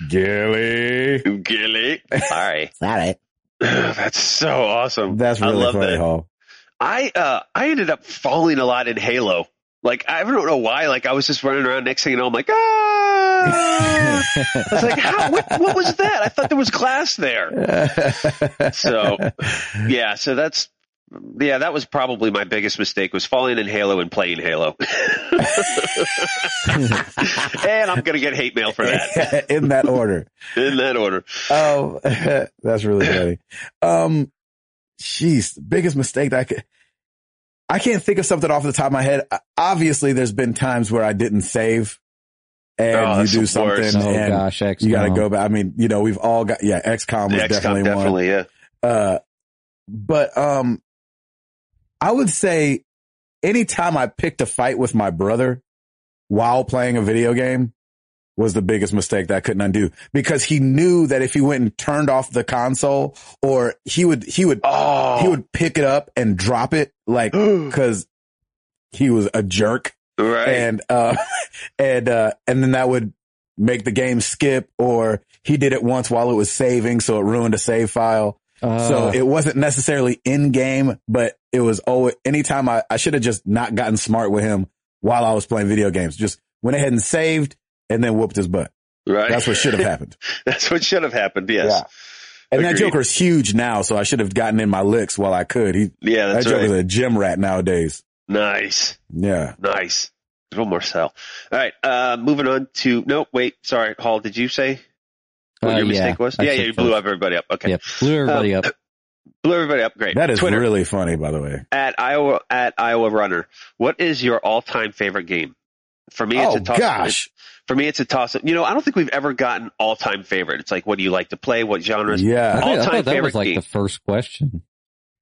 [SPEAKER 1] Gilly.
[SPEAKER 2] Gilly. Sorry.
[SPEAKER 1] Sorry.
[SPEAKER 2] That's so awesome.
[SPEAKER 1] That's
[SPEAKER 2] I
[SPEAKER 1] really
[SPEAKER 2] love
[SPEAKER 1] funny,
[SPEAKER 2] that.
[SPEAKER 1] Hall.
[SPEAKER 2] I uh I ended up falling a lot in Halo. Like I don't know why. Like I was just running around. Next thing you know, I'm like, ah! I was like, How, what, what was that? I thought there was glass there. So yeah, so that's yeah, that was probably my biggest mistake was falling in Halo and playing Halo. and I'm gonna get hate mail for that
[SPEAKER 1] in that order.
[SPEAKER 2] in that order.
[SPEAKER 1] Oh, that's really funny. Um, jeez, biggest mistake that I could, I can't think of something off the top of my head. O- Obviously, there's been times where I didn't save and
[SPEAKER 2] Oh,
[SPEAKER 1] you
[SPEAKER 2] that's
[SPEAKER 1] do
[SPEAKER 2] the
[SPEAKER 1] something
[SPEAKER 2] worst.
[SPEAKER 3] oh
[SPEAKER 1] and
[SPEAKER 3] gosh, X.
[SPEAKER 1] you got to go back. I mean, you know, we've all got, yeah, XCOM
[SPEAKER 2] The
[SPEAKER 1] was
[SPEAKER 2] XCOM
[SPEAKER 1] definitely,
[SPEAKER 2] definitely,
[SPEAKER 1] one.
[SPEAKER 2] yeah.
[SPEAKER 1] Uh, but, um, I would say anytime I picked a fight with my brother while playing a video game was the biggest mistake that I couldn't undo because he knew that if he went and turned off the console or he would, he would,
[SPEAKER 2] Oh,
[SPEAKER 1] he would pick it up and drop it like, cause he was a jerk
[SPEAKER 2] right.
[SPEAKER 1] and uh and uh and then that would make the game skip or he did it once while it was saving so it ruined a save file
[SPEAKER 3] Uh,
[SPEAKER 2] Uh.
[SPEAKER 1] so it wasn't necessarily in game but it was always anytime i, I should have just not gotten smart with him while i was playing video games just went ahead and saved and then whooped his butt
[SPEAKER 2] right.
[SPEAKER 1] that's what should have happened
[SPEAKER 2] That's what should have happened. Yes.
[SPEAKER 1] and that
[SPEAKER 2] Agreed.
[SPEAKER 1] joker's huge now so i should have gotten in my licks while i could he
[SPEAKER 2] Yeah, that's
[SPEAKER 1] that
[SPEAKER 2] right.
[SPEAKER 1] joker's a gym rat nowadays
[SPEAKER 2] Nice.
[SPEAKER 1] yeah
[SPEAKER 2] Nice. There's one more cell. All right. Uh, moving on to, no, wait, sorry. Hall, did you say what
[SPEAKER 3] Uh,
[SPEAKER 2] your mistake was?
[SPEAKER 3] I
[SPEAKER 2] Yeah,
[SPEAKER 3] said
[SPEAKER 2] yeah, you blew
[SPEAKER 3] first.
[SPEAKER 2] up everybody up. Okay. Uh,
[SPEAKER 3] Yeah, blew everybody up.
[SPEAKER 2] Blew everybody up. Great.
[SPEAKER 1] that is
[SPEAKER 2] Twitter
[SPEAKER 1] really funny by the way
[SPEAKER 2] at Iowa, at Iowa Runner. What is your all time favorite game? For me, it's
[SPEAKER 1] oh
[SPEAKER 2] a toss.
[SPEAKER 1] gosh
[SPEAKER 2] For me, it's a toss up. You know, I don't think we've ever gotten all time favorite. It's like, what do you like to play? What genres?
[SPEAKER 3] I,
[SPEAKER 1] yeah
[SPEAKER 3] think- I
[SPEAKER 2] All-time
[SPEAKER 3] thought that was
[SPEAKER 2] favorite
[SPEAKER 3] like
[SPEAKER 2] game.
[SPEAKER 3] the first question,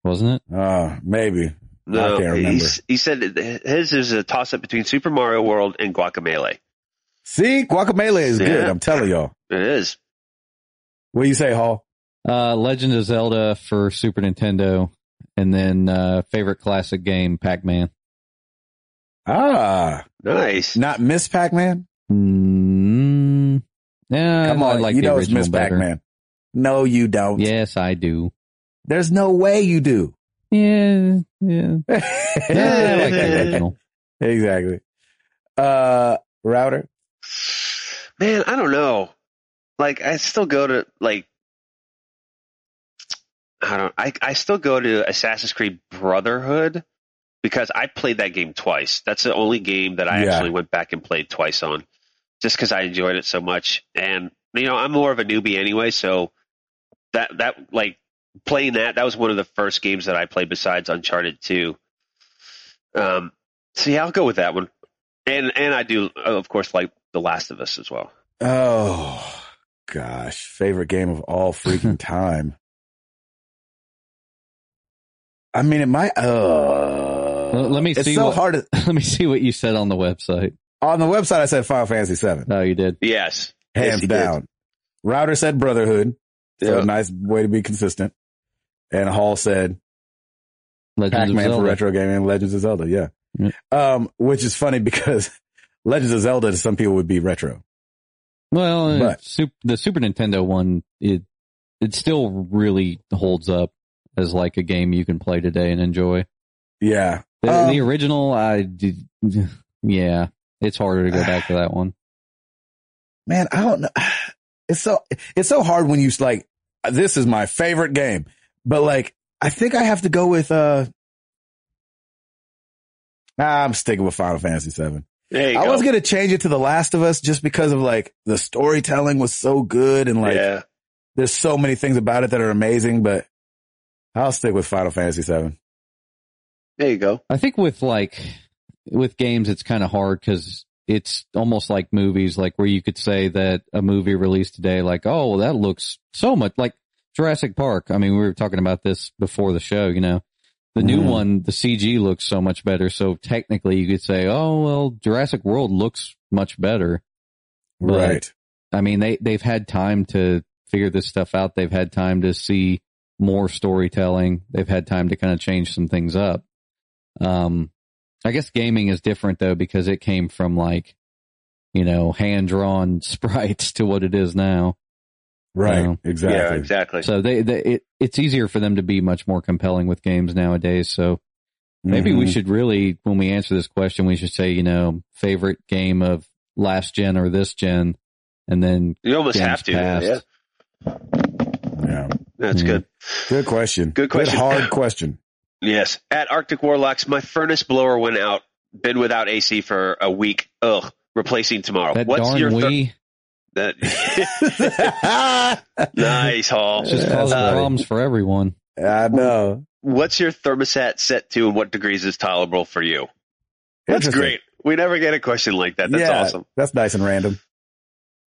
[SPEAKER 3] wasn't it?
[SPEAKER 1] Uh, maybe. I can't
[SPEAKER 2] he-
[SPEAKER 1] remember.
[SPEAKER 2] he said that his is a toss up between Super Mario World and Guacamele.
[SPEAKER 1] See, guacamole is good.
[SPEAKER 2] Yeah.
[SPEAKER 1] I'm telling y'all.
[SPEAKER 2] It is.
[SPEAKER 1] What do you say, Hall?
[SPEAKER 3] Uh, Legend of Zelda for Super Nintendo, and then uh, favorite classic game Pac Man.
[SPEAKER 1] Ah,
[SPEAKER 2] Nice.
[SPEAKER 1] not Miss Pac-Man?
[SPEAKER 3] Mm, yeah,
[SPEAKER 1] Come on,
[SPEAKER 3] I like
[SPEAKER 1] Uh, you
[SPEAKER 3] the
[SPEAKER 1] know it's
[SPEAKER 3] original
[SPEAKER 1] Miss
[SPEAKER 3] better.
[SPEAKER 1] Pac-Man. No, you don't.
[SPEAKER 3] Yes, I do.
[SPEAKER 1] There's no way you do.
[SPEAKER 3] Yeah, yeah. yeah I like the
[SPEAKER 1] exactly.
[SPEAKER 3] original.
[SPEAKER 1] Uh, router.
[SPEAKER 2] Man, I don't know. Like I still go to like I don't I I still go to Assassin's Creed Brotherhood because I played that game twice. That's the only game that I
[SPEAKER 1] Yeah.
[SPEAKER 2] actually went back and played twice on just cuz I enjoyed it so much and you know, I'm more of a newbie anyway, so that that like playing that that was one of the first games that I played besides Uncharted 2 Um, so yeah, I'll go with that one. And and I do, uh, of course, like The Last of Us as well.
[SPEAKER 1] Oh gosh, favorite game of all freaking time. I mean, it might. Uh,
[SPEAKER 3] Let- let me
[SPEAKER 1] it's
[SPEAKER 3] see
[SPEAKER 1] so
[SPEAKER 3] what-
[SPEAKER 1] hard. To,
[SPEAKER 3] Let me see what you said on the website.
[SPEAKER 1] on the website, I said Final Fantasy Seven,
[SPEAKER 3] Oh, you did.
[SPEAKER 2] Yes.
[SPEAKER 1] hands
[SPEAKER 2] he did.
[SPEAKER 1] down. Router said Brotherhood, so
[SPEAKER 2] Yeah.
[SPEAKER 1] a nice way to be consistent. And Hall said
[SPEAKER 3] Legend
[SPEAKER 1] Pac Man for
[SPEAKER 3] of Zelda.
[SPEAKER 1] retro gaming and Legends of Zelda, yeah.
[SPEAKER 3] Yeah.
[SPEAKER 1] Um, which is funny because Legends of Zelda to some people would be retro.
[SPEAKER 3] Well, uh,
[SPEAKER 1] But-
[SPEAKER 3] Sup- the Super Nintendo one, it it still really holds up as like a game you can play today and enjoy.
[SPEAKER 1] Yeah.
[SPEAKER 3] The,
[SPEAKER 1] Um,
[SPEAKER 3] the original, I did, yeah, it's harder to go back to that one.
[SPEAKER 1] Man, I don't know. It's so, it's so hard when you s- like, this is my favorite game, but like, I think I have to go with, uh, nah, I'm sticking with Final Fantasy VII.
[SPEAKER 2] There you
[SPEAKER 1] I
[SPEAKER 2] go.
[SPEAKER 1] was going to change it to The Last of Us just because of like the storytelling was so good and like,
[SPEAKER 2] yeah.
[SPEAKER 1] there's so many things about it that are amazing, but I'll stick with Final Fantasy VII.
[SPEAKER 2] There you go.
[SPEAKER 3] I think with like with games, it's kind of hard because it's almost like movies, like where you could say that a movie released today, like, oh, well, that looks so much like Jurassic Park. I mean, we were talking about this before the show, you know. The new
[SPEAKER 1] Mhm.
[SPEAKER 3] one, the CG looks so much better. So technically you could say, oh, well, Jurassic World looks much better. Right.
[SPEAKER 1] Right.
[SPEAKER 3] I mean, they, they've had time to figure this stuff out. They've had time to see more storytelling. They've had time to kind of change some things up. Um, I guess gaming is different though, because it came from like, you know, hand drawn sprites to what it is now.
[SPEAKER 1] Right.
[SPEAKER 3] know?
[SPEAKER 1] Exactly.
[SPEAKER 2] Yeah, exactly.
[SPEAKER 3] So they, they it, it's easier for them to be much more compelling with games nowadays. So maybe we
[SPEAKER 2] Mm-hmm.
[SPEAKER 1] Mhm.
[SPEAKER 3] should really, when we answer this question, we should say, you know, favorite game of last gen or this gen, and then
[SPEAKER 2] you almost
[SPEAKER 3] games
[SPEAKER 2] have to.
[SPEAKER 3] past.
[SPEAKER 2] Yeah.
[SPEAKER 1] Yeah.
[SPEAKER 2] That's
[SPEAKER 3] Mhm.
[SPEAKER 2] good.
[SPEAKER 1] Good question.
[SPEAKER 2] Good question.
[SPEAKER 1] hard question.
[SPEAKER 2] Yes. At Arctic Warlocks, my furnace blower went out. Been without AC for a week. Ugh. Replacing tomorrow.
[SPEAKER 3] that
[SPEAKER 2] Uh, What's
[SPEAKER 3] darn
[SPEAKER 2] your thir-
[SPEAKER 3] Wii.
[SPEAKER 2] that? nice, Hall.
[SPEAKER 3] It's just
[SPEAKER 1] Yeah,
[SPEAKER 3] causing
[SPEAKER 1] that's
[SPEAKER 2] Uh,
[SPEAKER 1] funny.
[SPEAKER 3] problems for everyone.
[SPEAKER 1] I know.
[SPEAKER 2] What's your thermostat set to, and what degrees is tolerable for you? That's
[SPEAKER 1] Interesting.
[SPEAKER 2] great. We never get a question like that. That's
[SPEAKER 1] Yeah,
[SPEAKER 2] awesome.
[SPEAKER 1] That's nice and random.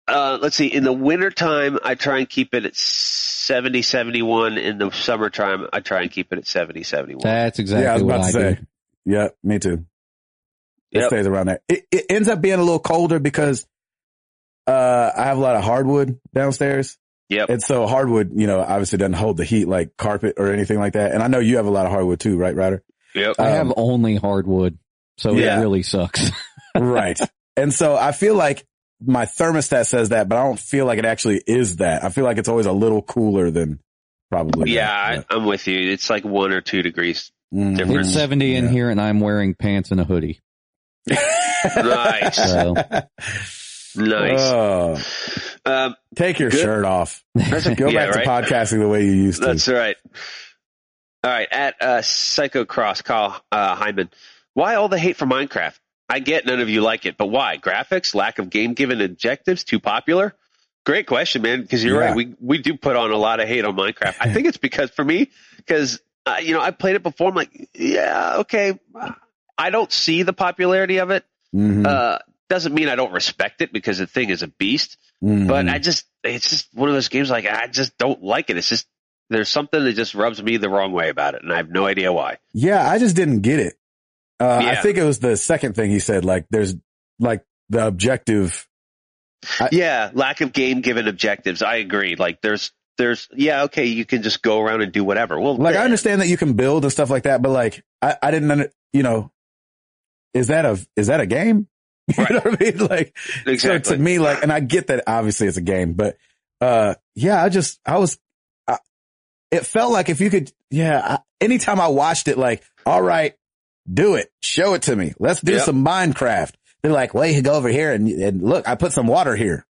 [SPEAKER 2] Uh, let's see. In the wintertime, I try and keep it at 70, 71. In the summertime, I try and keep it at 70, 71.
[SPEAKER 3] That's exactly
[SPEAKER 1] yeah, I was
[SPEAKER 3] what
[SPEAKER 1] about to
[SPEAKER 3] I
[SPEAKER 1] say.
[SPEAKER 3] do.
[SPEAKER 1] Yeah, me too. It
[SPEAKER 2] Yep.
[SPEAKER 1] stays around there. It, it ends up being a little colder because uh, I have a lot of hardwood downstairs.
[SPEAKER 2] Yep.
[SPEAKER 1] And so hardwood, you know, obviously doesn't hold the heat like carpet or anything like that. And I know you have a lot of hardwood too, right, Ryder?
[SPEAKER 2] yep.
[SPEAKER 3] I have
[SPEAKER 1] Um,
[SPEAKER 3] only hardwood, so
[SPEAKER 2] Yeah.
[SPEAKER 3] it really sucks.
[SPEAKER 1] right. And so I feel like my thermostat says that, but I don't feel like it actually is that. I feel like it's always a little cooler than probably.
[SPEAKER 2] Yeah,
[SPEAKER 1] that.
[SPEAKER 2] I, I'm with you. It's like one or two degrees.
[SPEAKER 1] Mm.
[SPEAKER 2] different.
[SPEAKER 3] it's 70 in
[SPEAKER 1] Yeah.
[SPEAKER 3] here, and I'm wearing pants and a hoodie.
[SPEAKER 1] Mm-hmm.
[SPEAKER 2] Nice.
[SPEAKER 3] So
[SPEAKER 2] Nice.
[SPEAKER 1] Oh,
[SPEAKER 2] Um,
[SPEAKER 1] take your
[SPEAKER 2] Good.
[SPEAKER 1] shirt off.
[SPEAKER 2] that's a,
[SPEAKER 1] Go
[SPEAKER 2] yeah,
[SPEAKER 1] back
[SPEAKER 2] right?
[SPEAKER 1] to podcasting the way you used to.
[SPEAKER 2] That's right. All right. At uh, Psycho Cross, Kyle uh, Hyman. Why all the hate for Minecraft? I get none of you like it, but why? Graphics, lack of game given objectives, too popular? Great question, man. Because you're
[SPEAKER 1] Yeah.
[SPEAKER 2] right. We we do put on a lot of hate on Minecraft. I think it's because for me, because uh, you know I played it before. I'm like, yeah, okay. I don't see the popularity of it.
[SPEAKER 1] Mhm.
[SPEAKER 2] Uh, doesn't mean I don't respect it because the thing is a beast
[SPEAKER 1] Mhm.
[SPEAKER 2] but I just it's just one of those games like I just don't like it. It's just there's something that just rubs me the wrong way about it, and I have no idea why.
[SPEAKER 1] yeah, I just didn't get it. Uh, I
[SPEAKER 2] Yeah.
[SPEAKER 1] think it was the second thing he said. Like, there's like the objective.
[SPEAKER 2] yeah, lack of game given objectives. I agree. Like there's there's yeah okay, you can just go around and do whatever. Well,
[SPEAKER 1] Like, I understand that you can build and stuff like that, but like, I, I didn't, under, you know, is that a, is that a game?
[SPEAKER 2] Right.
[SPEAKER 1] you know what I mean? Like, So
[SPEAKER 2] exactly.
[SPEAKER 1] to me, like, and I get that obviously it's a game, but, uh, yeah, I just, I was, I, it felt like if you could, yeah, I, anytime I watched it, like, all right, do it, show it to me. Let's do
[SPEAKER 2] Yep.
[SPEAKER 1] some Minecraft. They're like, well, you can go over here and, and look, I put some water here.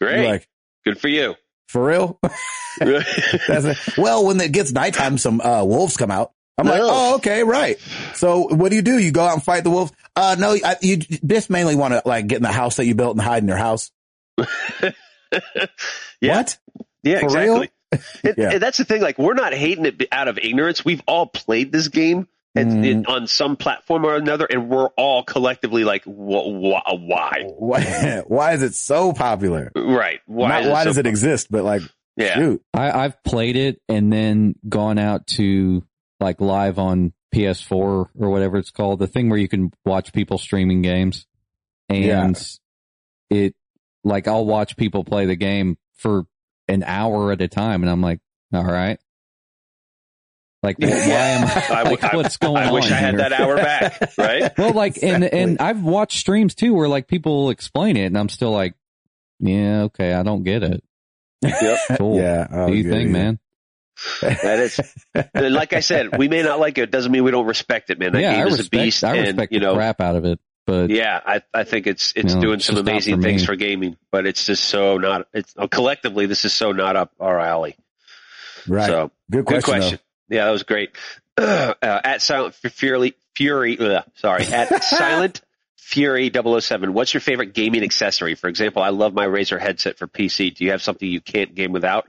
[SPEAKER 1] You're
[SPEAKER 2] Great,
[SPEAKER 1] Like,
[SPEAKER 2] good for you.
[SPEAKER 1] for real? That's it. well, when it gets nighttime, some, uh, wolves come out. I'm like,
[SPEAKER 2] Ugh.
[SPEAKER 1] oh, okay, right. So what do you do? You go out and fight the wolves? Uh, no, I, you just mainly want to like get in the house that you built and hide in your house.
[SPEAKER 2] yeah,
[SPEAKER 1] What?
[SPEAKER 2] yeah,
[SPEAKER 1] For
[SPEAKER 2] exactly. It,
[SPEAKER 1] Yeah.
[SPEAKER 2] and that's the thing. Like we're not hating it out of ignorance. We've all played this game. and,
[SPEAKER 1] Mm.
[SPEAKER 2] and on some platform or another, and we're all collectively like, wh- wh- why?
[SPEAKER 1] Why, why is it so popular?
[SPEAKER 2] Right? Why?
[SPEAKER 1] Not why
[SPEAKER 2] so-
[SPEAKER 1] does it exist, but like,
[SPEAKER 2] Yeah.
[SPEAKER 1] dude,
[SPEAKER 3] I, I've played it and then gone out to like live on PS4 or whatever it's called, the thing where you can watch people streaming games. And it, like, I'll watch people play the game for an hour at a time, and I'm like, all right. Like, wh- why am I?
[SPEAKER 2] I w-
[SPEAKER 3] like, what's going on?
[SPEAKER 2] I wish I had
[SPEAKER 3] here?
[SPEAKER 2] that hour back. Right?
[SPEAKER 3] Well, like, and,
[SPEAKER 1] Exactly.
[SPEAKER 3] and I've watched streams too where like people explain it, and I'm still like, yeah, okay, I don't get it.
[SPEAKER 2] yep.
[SPEAKER 3] Cool.
[SPEAKER 1] yeah. oh,
[SPEAKER 3] Do you
[SPEAKER 1] yeah,
[SPEAKER 3] think,
[SPEAKER 1] yeah.
[SPEAKER 3] man?
[SPEAKER 2] That is, and like I said, we may not like it. Doesn't mean we don't respect it, man. That
[SPEAKER 3] yeah,
[SPEAKER 2] game
[SPEAKER 3] I
[SPEAKER 2] is
[SPEAKER 3] respect,
[SPEAKER 2] a beast,
[SPEAKER 3] I
[SPEAKER 2] and
[SPEAKER 3] respect
[SPEAKER 2] you
[SPEAKER 3] the
[SPEAKER 2] know,
[SPEAKER 3] crap out of it, but
[SPEAKER 2] yeah, I I think it's it's
[SPEAKER 3] No,
[SPEAKER 2] doing
[SPEAKER 3] it's
[SPEAKER 2] some
[SPEAKER 3] just not
[SPEAKER 2] amazing
[SPEAKER 3] for
[SPEAKER 2] things
[SPEAKER 3] me.
[SPEAKER 2] for gaming, but it's just so not. It's oh, collectively, this is so not up our alley.
[SPEAKER 1] Right.
[SPEAKER 2] So
[SPEAKER 1] good question.
[SPEAKER 2] good question. Yeah, that was great. Uh, at silent F- fury, fury. ugh, sorry, at silent fury 007. What's your favorite gaming accessory? For example, I love my Razer headset for PC. Do you have something you can't game without?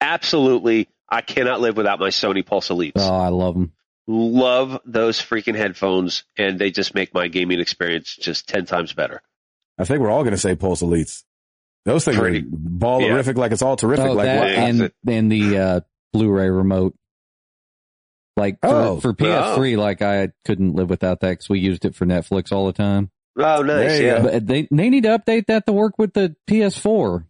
[SPEAKER 2] Absolutely, I cannot live without my Sony Pulse Elites
[SPEAKER 3] oh, I love them.
[SPEAKER 2] love those freaking headphones and they just make my gaming experience just 10 times better.
[SPEAKER 1] though. I think we're all going to say Pulse Elites. Those things
[SPEAKER 2] Pretty-
[SPEAKER 1] are ballerific, like it's all terrific.
[SPEAKER 3] Oh,
[SPEAKER 1] like,
[SPEAKER 3] that
[SPEAKER 1] what?
[SPEAKER 2] wow.
[SPEAKER 3] and and the uh, Blu-ray remote. Like for,
[SPEAKER 1] Oh.
[SPEAKER 3] for PS3, like I couldn't live without that because we used it for Netflix all the time.
[SPEAKER 2] Oh, nice.
[SPEAKER 1] There you
[SPEAKER 2] Yeah.
[SPEAKER 1] go.
[SPEAKER 3] But they they need to update that to work with the PS4.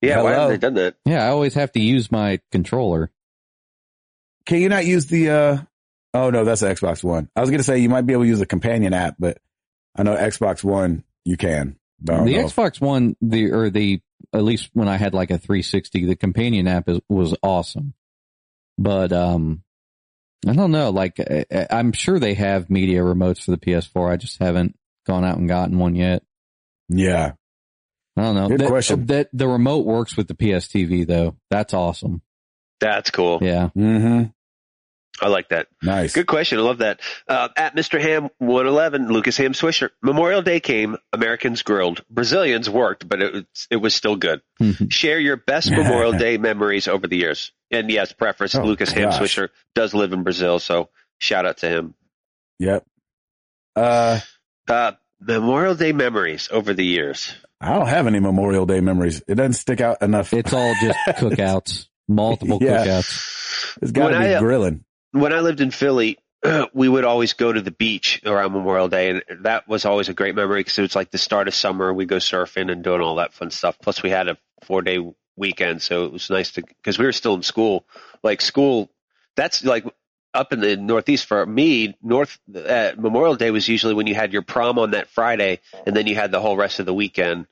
[SPEAKER 2] Yeah. Why
[SPEAKER 1] Hello.
[SPEAKER 2] haven't they done that?
[SPEAKER 3] Yeah, I always have to use my controller.
[SPEAKER 1] Can you not use the? uh Oh no, that's an Xbox One. I was going to say you might be able to use a companion app, but I know Xbox One you can. But I don't
[SPEAKER 3] The
[SPEAKER 1] know.
[SPEAKER 3] Xbox One, the or the at least when I had like a 360, the companion app is, was awesome. But um, I don't know. Like I, I- I'm sure they have media remotes for the PS4. I just haven't gone out and gotten one yet.
[SPEAKER 1] yeah,
[SPEAKER 3] I don't know.
[SPEAKER 1] Good
[SPEAKER 3] that,
[SPEAKER 1] question.
[SPEAKER 3] That the remote works with the PS TV though. That's awesome.
[SPEAKER 2] That's cool.
[SPEAKER 3] Yeah.
[SPEAKER 1] hmm
[SPEAKER 2] I like that.
[SPEAKER 1] nice.
[SPEAKER 2] Good question. I love that. Uh, at Mr. Ham 111, Lucas Ham Swisher. Memorial Day came, Americans grilled. Brazilians worked, but it, was- it was still good. Share your best Memorial Day memories over the years. And yes, preference,
[SPEAKER 1] Oh,
[SPEAKER 2] Lucas Ham
[SPEAKER 1] gosh.
[SPEAKER 2] Swisher does live in Brazil, so shout out to him.
[SPEAKER 1] Yep. Uh,
[SPEAKER 2] Uh, Memorial Day memories over the years.
[SPEAKER 1] I don't have any Memorial Day memories. It doesn't stick out enough.
[SPEAKER 3] it's all just cookouts, multiple
[SPEAKER 1] Yeah.
[SPEAKER 3] cookouts.
[SPEAKER 1] it's got to
[SPEAKER 2] When
[SPEAKER 1] be
[SPEAKER 2] I- uh,
[SPEAKER 1] grilling.
[SPEAKER 2] when I lived in Philly, we would always go to the beach around Memorial Day, and that was always a great memory because it was like the start of summer. We'd go surfing and doing all that fun stuff. Plus, we had a four day weekend, so it was nice to because we were still in school. Like school, that's like up in the Northeast for me. North uh, Memorial Day was usually when you had your prom on that Friday, and then you had the whole rest of the weekend,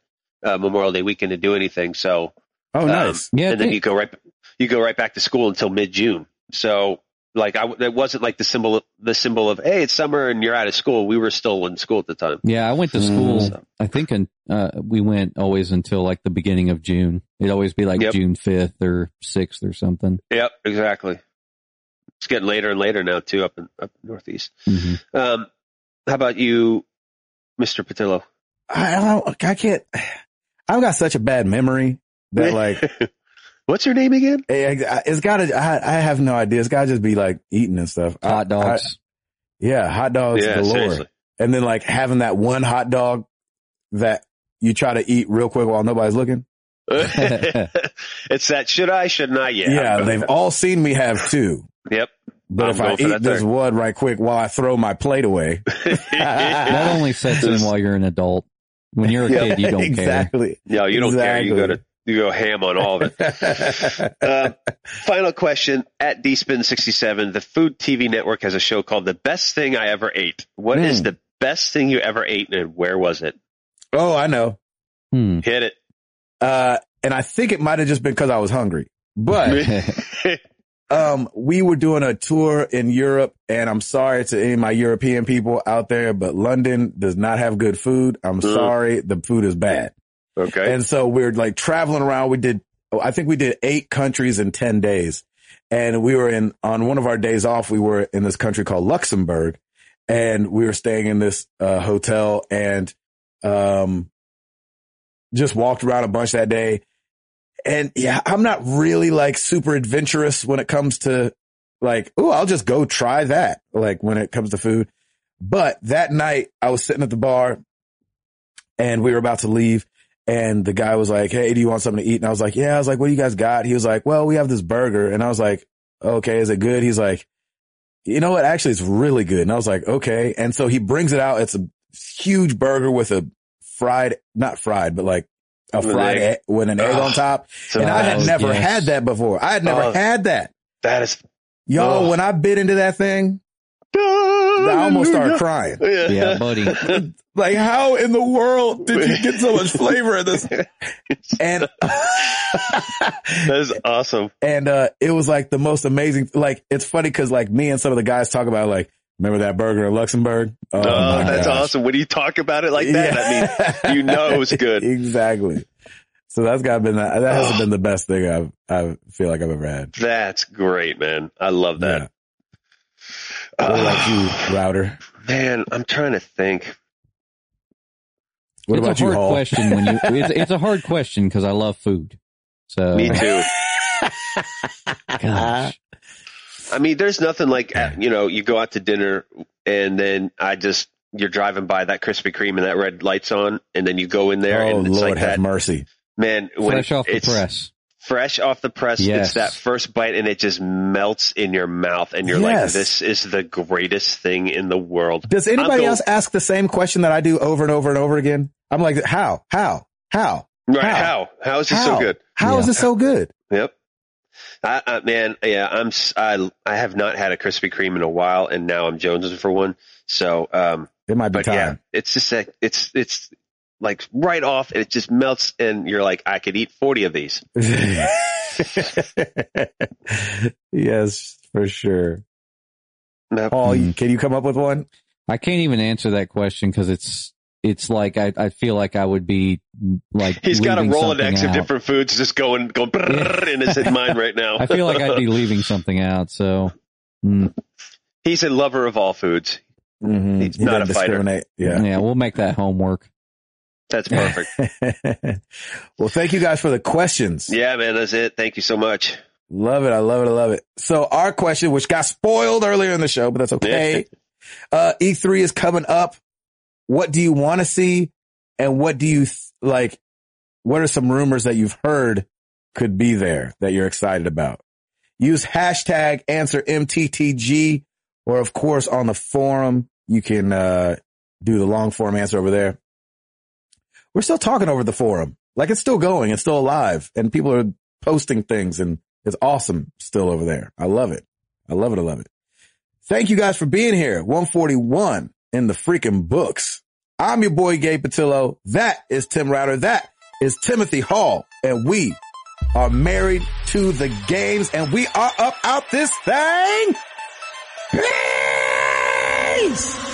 [SPEAKER 2] uh, Memorial Day weekend, to do anything. So
[SPEAKER 1] Oh,
[SPEAKER 2] Um,
[SPEAKER 1] nice.
[SPEAKER 3] Yeah.
[SPEAKER 2] and then
[SPEAKER 3] they-
[SPEAKER 2] you go right you go right back to school until mid June. So like I it wasn't like the symbol the symbol of hey it's summer and you're out of school. We were still in school at the time.
[SPEAKER 3] yeah. I went to
[SPEAKER 1] Mm.
[SPEAKER 3] school.
[SPEAKER 2] So,
[SPEAKER 3] I think in, uh, we went always until like the beginning of June. It'd always be like
[SPEAKER 2] Yep.
[SPEAKER 3] June 5th or 6th or something.
[SPEAKER 2] yep, exactly. It's getting later and later now too up in up northeast. Um, how about you, Mister Patillo?
[SPEAKER 1] I, I don't. I can't. I've got such a bad memory that like
[SPEAKER 2] what's your name again?
[SPEAKER 1] eh, it's got to. I, I have no idea. It's got to just be like eating and stuff. I-
[SPEAKER 3] Hot dogs.
[SPEAKER 1] I- yeah, hot dogs
[SPEAKER 2] yeah,
[SPEAKER 1] Oh, galore.
[SPEAKER 2] seriously.
[SPEAKER 1] And then like having that one hot dog that you try to eat real quick while nobody's looking.
[SPEAKER 2] it's that should I shouldn't I yeah
[SPEAKER 1] Yeah, they've all seen me have two.
[SPEAKER 2] yep
[SPEAKER 1] But
[SPEAKER 2] I'm
[SPEAKER 1] if I
[SPEAKER 2] going for
[SPEAKER 1] eat
[SPEAKER 2] that
[SPEAKER 1] this
[SPEAKER 2] third.
[SPEAKER 1] one right quick while I throw my plate away,
[SPEAKER 3] that only sets in while you're an adult. When you're a kid, you don't
[SPEAKER 1] exactly.
[SPEAKER 2] no you don't care you go to you go ham on all of it. Uh, final question at dspin67 the food tv network has a show called the best thing i ever ate What is
[SPEAKER 1] Hmm.
[SPEAKER 2] the best thing you ever ate and where was it
[SPEAKER 1] oh, I know.
[SPEAKER 3] care. Hmm.
[SPEAKER 2] hit it
[SPEAKER 1] Uh, and I think it might have just been because I was hungry, but um, we were doing a tour in Europe and I'm sorry to any of my European people out there, but London does not have good food. I'm
[SPEAKER 2] Mm.
[SPEAKER 1] sorry. The food is bad.
[SPEAKER 2] okay
[SPEAKER 1] And so we're like traveling around. We did, I think we did eight countries in 10 days. And we were in, on one of our days off, we were in this country called Luxembourg and we were staying in this uh, hotel and, um, just walked around a bunch that day. And yeah, I'm not really like super adventurous when it comes to like, oh, I'll just go try that. Like when it comes to food. But that night I was sitting at the bar and we were about to leave and the guy was like, Hey, do you want something to eat? And I was like, yeah, I was like, what do you guys got? He was like, well, we have this burger. And I was like, okay, is it good? He's like, you know what? Actually, it's really good. And I was like, okay. And so he brings it out. It's a huge burger with a fried, not fried, but like a
[SPEAKER 2] With an
[SPEAKER 1] fried
[SPEAKER 2] egg.
[SPEAKER 1] egg, with an egg
[SPEAKER 2] Ugh.
[SPEAKER 1] on top.
[SPEAKER 2] So
[SPEAKER 1] And I had
[SPEAKER 3] Oh,
[SPEAKER 1] never
[SPEAKER 3] yes.
[SPEAKER 1] had that before. I had never
[SPEAKER 2] Oh.
[SPEAKER 1] had that.
[SPEAKER 2] that is.
[SPEAKER 1] Yo,
[SPEAKER 2] Ugh.
[SPEAKER 1] when I bit into that thing, I almost started crying.
[SPEAKER 2] Yeah.
[SPEAKER 3] Yeah, buddy.
[SPEAKER 1] Like, how in the world did you get so much flavor in this? And
[SPEAKER 2] that is awesome.
[SPEAKER 1] and uh it was like the most amazing. Like, it's funny because like me and some of the guys talk about like, remember that burger in Luxembourg? Oh,
[SPEAKER 2] Oh,
[SPEAKER 1] my
[SPEAKER 2] that's
[SPEAKER 1] gosh.
[SPEAKER 2] awesome. When you talk about it like that, I mean, you know it was good.
[SPEAKER 1] exactly. So that's got been that. That has
[SPEAKER 2] Oh.
[SPEAKER 1] been the best thing I've I feel like I've ever had.
[SPEAKER 2] That's great, man. I love that.
[SPEAKER 1] Yeah. What about
[SPEAKER 2] Ah,
[SPEAKER 1] you, router?
[SPEAKER 2] Man, I'm trying to think.
[SPEAKER 1] What
[SPEAKER 3] it's
[SPEAKER 1] about
[SPEAKER 3] a
[SPEAKER 1] you,
[SPEAKER 3] hard
[SPEAKER 1] Hall?
[SPEAKER 3] question when you it's, it's a hard question because I love food. So
[SPEAKER 1] Uh,
[SPEAKER 2] Me too.
[SPEAKER 3] gosh.
[SPEAKER 2] I mean, there's nothing like uh, you know, you go out to dinner and then I just you're driving by that Krispy Kreme and that red light's on, and then you go in there
[SPEAKER 1] oh
[SPEAKER 2] and it's
[SPEAKER 1] Lord,
[SPEAKER 2] like
[SPEAKER 1] have
[SPEAKER 2] that.
[SPEAKER 1] mercy!
[SPEAKER 2] Man, when
[SPEAKER 3] fresh off the
[SPEAKER 2] it's
[SPEAKER 3] press.
[SPEAKER 2] fresh off the press,
[SPEAKER 3] Yes.
[SPEAKER 2] it's that first bite and it just melts in your mouth, and you're
[SPEAKER 1] Yes.
[SPEAKER 2] like, this is the greatest thing in the world.
[SPEAKER 1] Does anybody
[SPEAKER 2] going-
[SPEAKER 1] else ask the same question that I do over and over and over again? I'm like, how, how, how,
[SPEAKER 2] Right?
[SPEAKER 1] How?
[SPEAKER 2] How? How is this
[SPEAKER 1] How?
[SPEAKER 2] so good?
[SPEAKER 1] How is
[SPEAKER 3] Yeah.
[SPEAKER 1] this so good?
[SPEAKER 2] Yep. I, I man, yeah, I'm s- I I have not had a Krispy Kreme in a while, and now I'm jonesing for one. So, um,
[SPEAKER 1] It might be
[SPEAKER 2] but yeah,
[SPEAKER 1] time.
[SPEAKER 2] it's just that it's it's like right off, it just melts, and you're like, I could eat forty of these.
[SPEAKER 1] yes, for sure.
[SPEAKER 2] No,
[SPEAKER 1] Paul, you can you come up with one?
[SPEAKER 3] I can't even answer that question because it's it's like I, I feel like I would be like
[SPEAKER 2] He's got a
[SPEAKER 3] leaving
[SPEAKER 2] Rolodex
[SPEAKER 3] something
[SPEAKER 2] of
[SPEAKER 3] out.
[SPEAKER 2] different foods just going going brrrr in his mind right now.
[SPEAKER 3] I feel like I'd be leaving something out. So mm,
[SPEAKER 2] He's a lover of all foods.
[SPEAKER 1] Mm-hmm.
[SPEAKER 2] He's not a fighter.
[SPEAKER 1] Yeah.
[SPEAKER 3] yeah, we'll make that homework.
[SPEAKER 2] That's perfect.
[SPEAKER 1] well, thank you guys for the questions.
[SPEAKER 2] yeah, man, that's it. Thank you so much.
[SPEAKER 1] Love it. I love it. I love it. So our question, which got spoiled earlier in the show, but that's okay. uh, E3 is coming up. What do you want to see? And what do you th- like? What are some rumors that you've heard could be there that you're excited about? Use hashtag answer MTTG or of course on the forum. You can, uh, do the long form answer over there. We're still talking over the forum. Like it's still going. It's still alive and people are posting things and it's awesome still over there. I love it. I love it. I love it. Thank you guys for being here. 141 in the freaking books. I'm your boy Gabe Patillo. That is Tim Router. That is Timothy Hall. And we are married to the games and we are up out this thing. Peace!